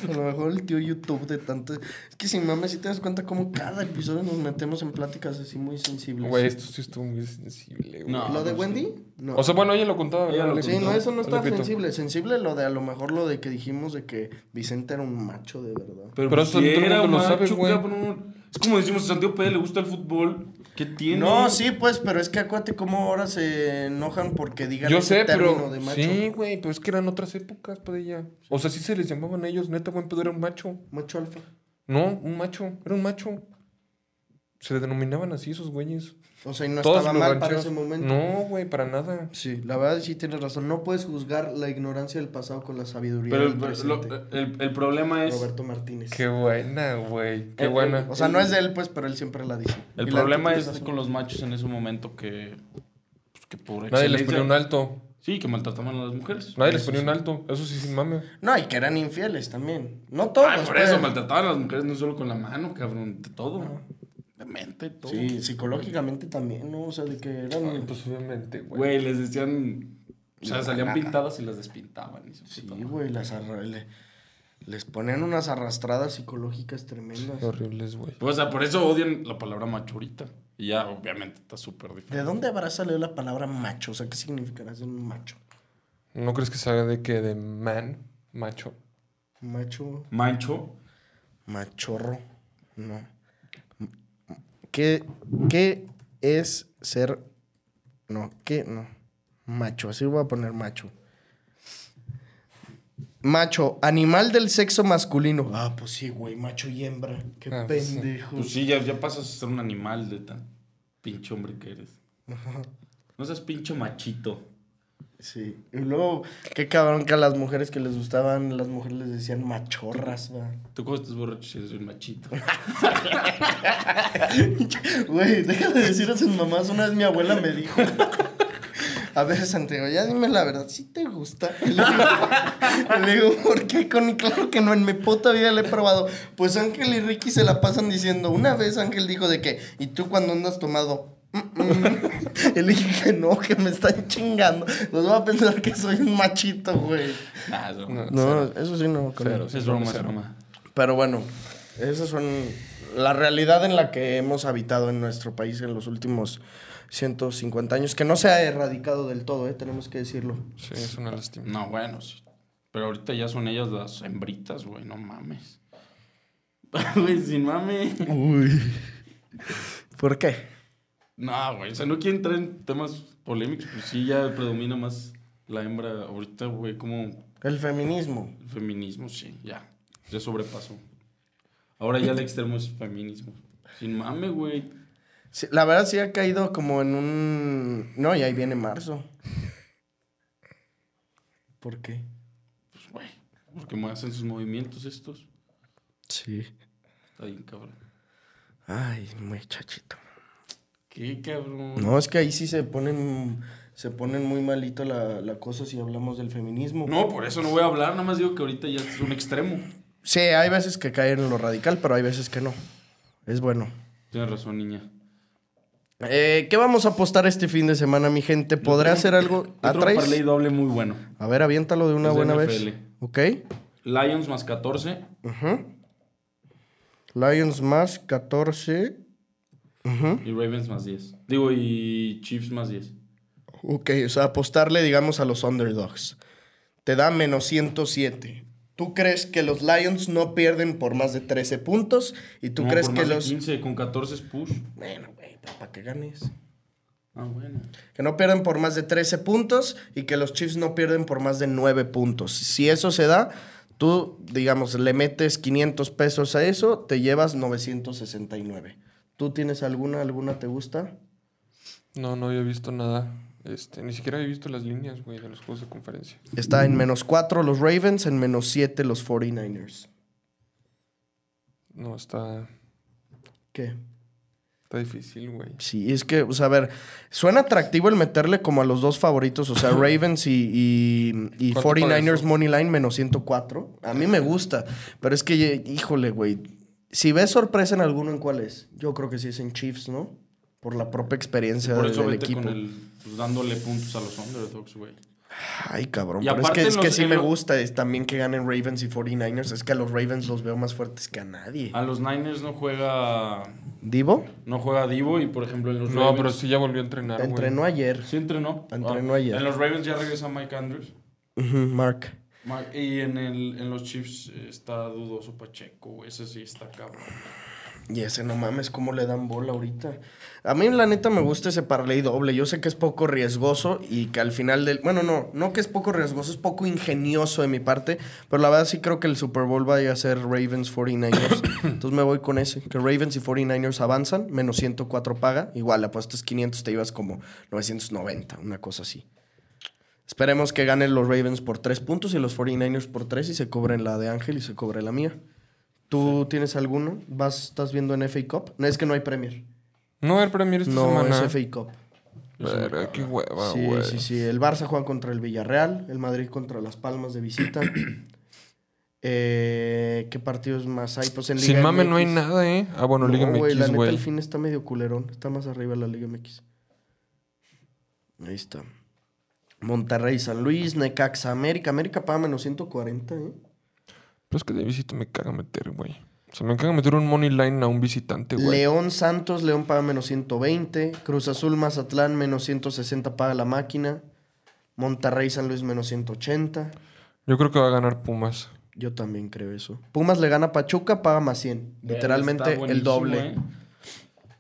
[SPEAKER 2] A lo mejor el tío YouTube de tanto. Es que sin mames, si te das cuenta cómo cada episodio nos metemos en pláticas así muy sensibles.
[SPEAKER 4] Güey, esto sí estuvo muy sensible, güey.
[SPEAKER 3] No.
[SPEAKER 2] ¿Lo de
[SPEAKER 3] pues,
[SPEAKER 2] Wendy? No.
[SPEAKER 4] O sea, bueno, ella lo contaba.
[SPEAKER 3] Ella lo
[SPEAKER 4] ¿verdad?
[SPEAKER 2] sí, no, eso no está
[SPEAKER 4] Le pito.
[SPEAKER 2] sensible. Sensible lo de a lo mejor lo de que dijimos de que Vicente era un macho de verdad.
[SPEAKER 3] Pero,
[SPEAKER 4] Pero
[SPEAKER 3] pues,
[SPEAKER 4] eso todo el
[SPEAKER 3] era
[SPEAKER 4] mundo lo sabe,
[SPEAKER 3] macho,
[SPEAKER 4] güey.
[SPEAKER 3] cabrón. Es como decimos, a Santiago Pérez le gusta el fútbol. ¿Qué tiene?
[SPEAKER 2] No, sí, pues, pero es que acuérdate cómo ahora se enojan porque digan
[SPEAKER 4] Yo
[SPEAKER 2] ese
[SPEAKER 4] sé,
[SPEAKER 2] término
[SPEAKER 4] pero.
[SPEAKER 2] de macho.
[SPEAKER 4] Sí, güey, pero es que eran otras épocas, padilla. O sea, sí se les llamaban a ellos, neta, buen pedo, era un macho.
[SPEAKER 2] Macho alfa.
[SPEAKER 4] No, un macho, era un macho. Se denominaban así esos güeyes.
[SPEAKER 2] O sea, y no
[SPEAKER 4] Todos
[SPEAKER 2] estaba
[SPEAKER 4] los
[SPEAKER 2] mal para
[SPEAKER 4] rancheros.
[SPEAKER 2] ese momento.
[SPEAKER 4] No, güey, para nada.
[SPEAKER 2] Sí, la verdad sí tienes razón. No puedes juzgar la ignorancia del pasado con la sabiduría
[SPEAKER 3] Pero
[SPEAKER 2] del
[SPEAKER 3] el, lo-
[SPEAKER 2] presente.
[SPEAKER 3] el- el problema es.
[SPEAKER 2] Roberto Martínez.
[SPEAKER 4] Qué buena, güey. Qué
[SPEAKER 3] Eh,
[SPEAKER 4] buena.
[SPEAKER 3] eh,
[SPEAKER 2] O sea, no es de él, pues, pero él siempre la dice.
[SPEAKER 3] El
[SPEAKER 2] Y la
[SPEAKER 3] problema
[SPEAKER 2] neta,
[SPEAKER 3] es
[SPEAKER 2] tienes razón.
[SPEAKER 3] con los machos en ese momento que. Pues que por
[SPEAKER 4] Nadie les
[SPEAKER 3] excelencia-
[SPEAKER 4] ponía un alto.
[SPEAKER 3] Sí, que maltrataban a las mujeres.
[SPEAKER 4] Nadie les ponía un alto. Eso sí, sin mame.
[SPEAKER 2] No, y que eran infieles también. No todos.
[SPEAKER 3] Ay, por
[SPEAKER 2] pues.
[SPEAKER 3] eso maltrataban a las mujeres no solo con la mano, cabrón, de todo. De mente, todo.
[SPEAKER 2] Sí, psicológicamente también, ¿no? O sea, de que eran.
[SPEAKER 4] Pues obviamente, güey.
[SPEAKER 3] Güey, les decían. O sea, salían pintadas y las despintaban. y se
[SPEAKER 2] Sí,
[SPEAKER 3] puto.
[SPEAKER 2] güey, las arra- le- les ponían unas arrastradas psicológicas tremendas.
[SPEAKER 4] Horribles, güey.
[SPEAKER 3] Pues, o sea, por eso odian la palabra machurita. Y ya, obviamente, está súper
[SPEAKER 2] ¿De
[SPEAKER 3] diferente.
[SPEAKER 2] dónde habrá salido la palabra macho? O sea, ¿qué significará ser un macho?
[SPEAKER 4] ¿No crees que salga de que de man, macho?
[SPEAKER 2] Macho,
[SPEAKER 3] Mancho.
[SPEAKER 2] machorro. No. ¿Qué, qué es ser. No, ¿qué? No. Macho, así voy a poner macho. Macho, animal del sexo masculino. Ah, pues sí, güey, macho y hembra. Qué
[SPEAKER 4] Ah, pues sí.
[SPEAKER 2] pendejo.
[SPEAKER 3] Pues sí, ya, ya pasas a ser un animal de tan pinche hombre que eres. No seas pinche machito.
[SPEAKER 2] Sí. Y luego, qué cabrón que a las mujeres que les gustaban, las mujeres les decían machorras, va.
[SPEAKER 3] Tú cuando estás borracho sí eres un machito.
[SPEAKER 2] Güey, deja de decir a sus mamás. Una vez mi abuela me dijo. A ver, Santiago, ya dime la verdad, ¿sí te gusta? Y le digo- y le digo, ¿por qué? Con, claro que no, en mi puta vida le he probado. Pues Ángel y Ricky se la pasan diciendo, una vez Ángel dijo de que, ¿y tú cuando andas tomado? "Mm, mm". Y le dije que no, que me están chingando. Los va a pensar que soy un machito, güey.
[SPEAKER 3] Nah, es broma.
[SPEAKER 2] No, eso sí no. creo.
[SPEAKER 4] Cero, sí,
[SPEAKER 3] es broma, es
[SPEAKER 4] cero.
[SPEAKER 3] broma.
[SPEAKER 2] Pero bueno, esas son la realidad en la que hemos habitado en nuestro país en los últimos 150 años, que no se ha erradicado del todo, ¿eh? tenemos que decirlo.
[SPEAKER 4] Sí, es una lástima.
[SPEAKER 3] No, bueno, sí. Pero ahorita ya son ellas las hembritas, güey, no mames. Güey, sin mame.
[SPEAKER 2] Uy. ¿Por qué?
[SPEAKER 3] No, güey, o sea, no quiero entrar en temas polémicos, pues sí, ya predomina más la hembra ahorita, güey, como
[SPEAKER 2] El feminismo.
[SPEAKER 3] el feminismo, sí, ya, ya sobrepasó. Ahora ya el extremo es feminismo. Sin mame, güey.
[SPEAKER 2] Sí, la verdad sí ha caído como en un... No, y ahí viene marzo. ¿Por qué?
[SPEAKER 3] Pues, güey, porque me hacen sus movimientos estos.
[SPEAKER 2] Sí.
[SPEAKER 3] Está bien, cabrón.
[SPEAKER 2] Ay, muchachito.
[SPEAKER 3] ¿Qué, cabrón?
[SPEAKER 2] Mm. No, es que ahí sí se ponen se ponen muy malito la, la cosa si hablamos del feminismo.
[SPEAKER 3] No, por eso no voy a hablar, nada más digo que ahorita ya es un extremo.
[SPEAKER 2] Sí, hay veces que caen en lo radical, pero hay veces que no. Es bueno.
[SPEAKER 3] Tienes razón, niña.
[SPEAKER 2] Eh, ¿Qué vamos a apostar este fin de semana, mi gente? ¿Podré hacer algo?
[SPEAKER 3] Otro
[SPEAKER 2] ¿Atraes?
[SPEAKER 3] parlay doble muy bueno.
[SPEAKER 2] A ver, aviéntalo de una
[SPEAKER 3] Es de
[SPEAKER 2] buena
[SPEAKER 3] NFL.
[SPEAKER 2] vez. Ok.
[SPEAKER 3] Lions más 14,
[SPEAKER 2] Ujú. Lions más 14. Ujú.
[SPEAKER 3] Y Ravens más 10. Digo, y Chiefs más 10.
[SPEAKER 2] Ok, o sea, apostarle, digamos, a los underdogs. Te da menos 107. ¿Tú crees que los Lions no pierden por más de 13 puntos? ¿Y tú
[SPEAKER 3] No,
[SPEAKER 2] crees
[SPEAKER 3] por
[SPEAKER 2] que
[SPEAKER 3] más de
[SPEAKER 2] los...
[SPEAKER 3] 15, con 14 es push.
[SPEAKER 2] Bueno, güey, pero para que ganes.
[SPEAKER 3] Ah, bueno.
[SPEAKER 2] Que no pierden por más de 13 puntos y que los Chiefs no pierden por más de 9 puntos. Si eso se da, tú, digamos, le metes 500 pesos a eso, te llevas 969. ¿Tú tienes alguna? ¿Alguna te gusta?
[SPEAKER 4] No, no había visto nada. Este, ni siquiera había visto las líneas, güey, de los juegos de conferencia.
[SPEAKER 2] Está en menos 4 los Ravens, en menos 7 los 49ers.
[SPEAKER 4] No, está,
[SPEAKER 2] ¿Qué?
[SPEAKER 4] está difícil, güey.
[SPEAKER 2] Sí, es que, o sea, a ver, suena atractivo el meterle como a los dos favoritos, o sea, Ravens y, y, y
[SPEAKER 4] ¿Cuánto pagas
[SPEAKER 2] 49ers
[SPEAKER 4] tú?
[SPEAKER 2] Money Line menos 104. A mí me gusta, pero es que, híjole, güey, si ves sorpresa en alguno, ¿en cuál es? Yo creo que sí es en Chiefs, ¿no? Por la propia experiencia
[SPEAKER 3] Por
[SPEAKER 2] de-
[SPEAKER 3] eso
[SPEAKER 2] del
[SPEAKER 3] vete
[SPEAKER 2] equipo.
[SPEAKER 3] con el. pues, dándole puntos a los underdogs, güey.
[SPEAKER 2] Ay, cabrón,
[SPEAKER 3] Y
[SPEAKER 2] pero es
[SPEAKER 3] aparte
[SPEAKER 2] que, es que
[SPEAKER 3] los-
[SPEAKER 2] sí
[SPEAKER 3] en
[SPEAKER 2] me
[SPEAKER 3] lo-
[SPEAKER 2] gusta es también que ganen Ravens y 49ers. Es que a los Ravens los veo más fuertes que a nadie.
[SPEAKER 3] A los Niners no juega.
[SPEAKER 2] ¿Divo?
[SPEAKER 3] No juega Divo y, por ejemplo, en los
[SPEAKER 4] No, pero
[SPEAKER 3] Ravens.
[SPEAKER 4] sí ya volvió a entrenar, güey.
[SPEAKER 2] Entrenó ayer.
[SPEAKER 3] Sí entrenó.
[SPEAKER 2] Entrenó
[SPEAKER 3] Ah,
[SPEAKER 2] ayer.
[SPEAKER 3] En los Ravens ya regresa Mike Andrews.
[SPEAKER 2] Ujú, Mark.
[SPEAKER 3] Ma- Y en, el, en los Chiefs eh, está dudoso Pacheco, güey. Ese sí está cabrón.
[SPEAKER 2] Y ese no mames, cómo le dan bola ahorita. A mí, la neta, me gusta ese parlay doble. Yo sé que es poco riesgoso y que al final del. Bueno, no, no que es poco riesgoso, es poco ingenioso de mi parte. Pero la verdad sí creo que el Super Bowl vaya a ser Ravens 49ers. Entonces me voy con ese. Que Ravens y 49ers avanzan, menos 104 paga. Igual, apuestas 500, te ibas como 990, una cosa así. Esperemos que ganen los Ravens por 3 puntos y los 49ers por 3 y se cobren la de Ángel y se cobre la mía. ¿Tú tienes alguno? ¿Vas, ¿Estás viendo en FA Cup? No, es que no hay Premier.
[SPEAKER 4] No, el Premier esta
[SPEAKER 2] no,
[SPEAKER 4] semana.
[SPEAKER 2] es FA Cup.
[SPEAKER 4] Verga, qué hueva,
[SPEAKER 2] sí,
[SPEAKER 4] güey.
[SPEAKER 2] sí, sí. El Barça juega contra el Villarreal, el Madrid contra Las Palmas de visita. Eh, ¿Qué partidos más hay? Pues en Liga
[SPEAKER 4] Sin mame no hay
[SPEAKER 2] MX.
[SPEAKER 4] nada, ¿eh? Ah, bueno, Liga
[SPEAKER 2] No, güey, la
[SPEAKER 4] MX,
[SPEAKER 2] neta
[SPEAKER 4] güey.
[SPEAKER 2] el fin está medio culerón. Está más arriba la Liga MX. Ahí está. Monterrey, San Luis, Necaxa, América. América paga menos 140, ¿eh?
[SPEAKER 4] Pero es que de visita me caga meter, güey. Se me caga meter un money line a un visitante,
[SPEAKER 3] Este,
[SPEAKER 4] güey.
[SPEAKER 2] León Santos, León paga menos 120. Cruz Azul Mazatlán menos 160 paga la máquina. Monterrey San Luis menos 180.
[SPEAKER 4] Yo creo que va a ganar Pumas.
[SPEAKER 2] Yo también creo eso. Pumas le gana a Pachuca, paga más 100.
[SPEAKER 3] Verga,
[SPEAKER 2] Literalmente
[SPEAKER 3] está
[SPEAKER 2] el
[SPEAKER 3] buenísimo,
[SPEAKER 2] doble.
[SPEAKER 3] eh.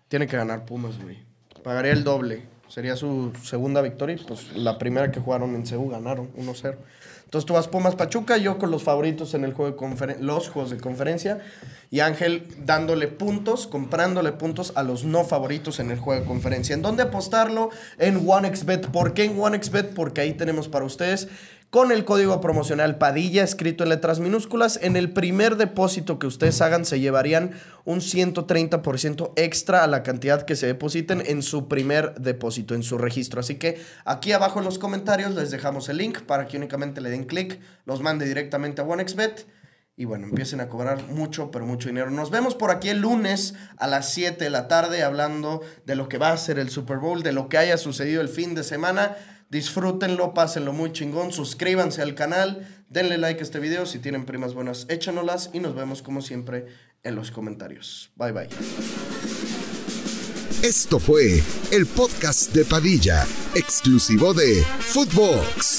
[SPEAKER 2] Tiene que ganar Pumas, güey. Pagaría el doble. Sería su segunda victoria y pues la primera que jugaron en CEU ganaron 1-0. Entonces tú vas Pumas Pachuca, yo con los favoritos en el juego de conferen- los juegos de conferencia y Ángel dándole puntos, comprándole puntos a los no favoritos en el juego de conferencia. ¿En dónde apostarlo? En OneXBet. ¿Por qué en OneXBet? Porque ahí tenemos para ustedes con el código promocional Padilla escrito en letras minúsculas. En el primer depósito que ustedes hagan se llevarían un 130% extra a la cantidad que se depositen en su primer depósito, en su registro. Así que aquí abajo en los comentarios les dejamos el link para que únicamente le den clic, los mande directamente a OneXBet. Y bueno, empiecen a cobrar mucho, pero mucho dinero. Nos vemos por aquí el lunes a las 7 de la tarde hablando de lo que va a ser el Super Bowl, de lo que haya sucedido el fin de semana. Disfrútenlo, pásenlo muy chingón, suscríbanse al canal, denle like a este video, si tienen primas buenas, échanolas y nos vemos como siempre en los comentarios. Bye bye.
[SPEAKER 1] Esto fue el podcast de Padilla, exclusivo de Footbox.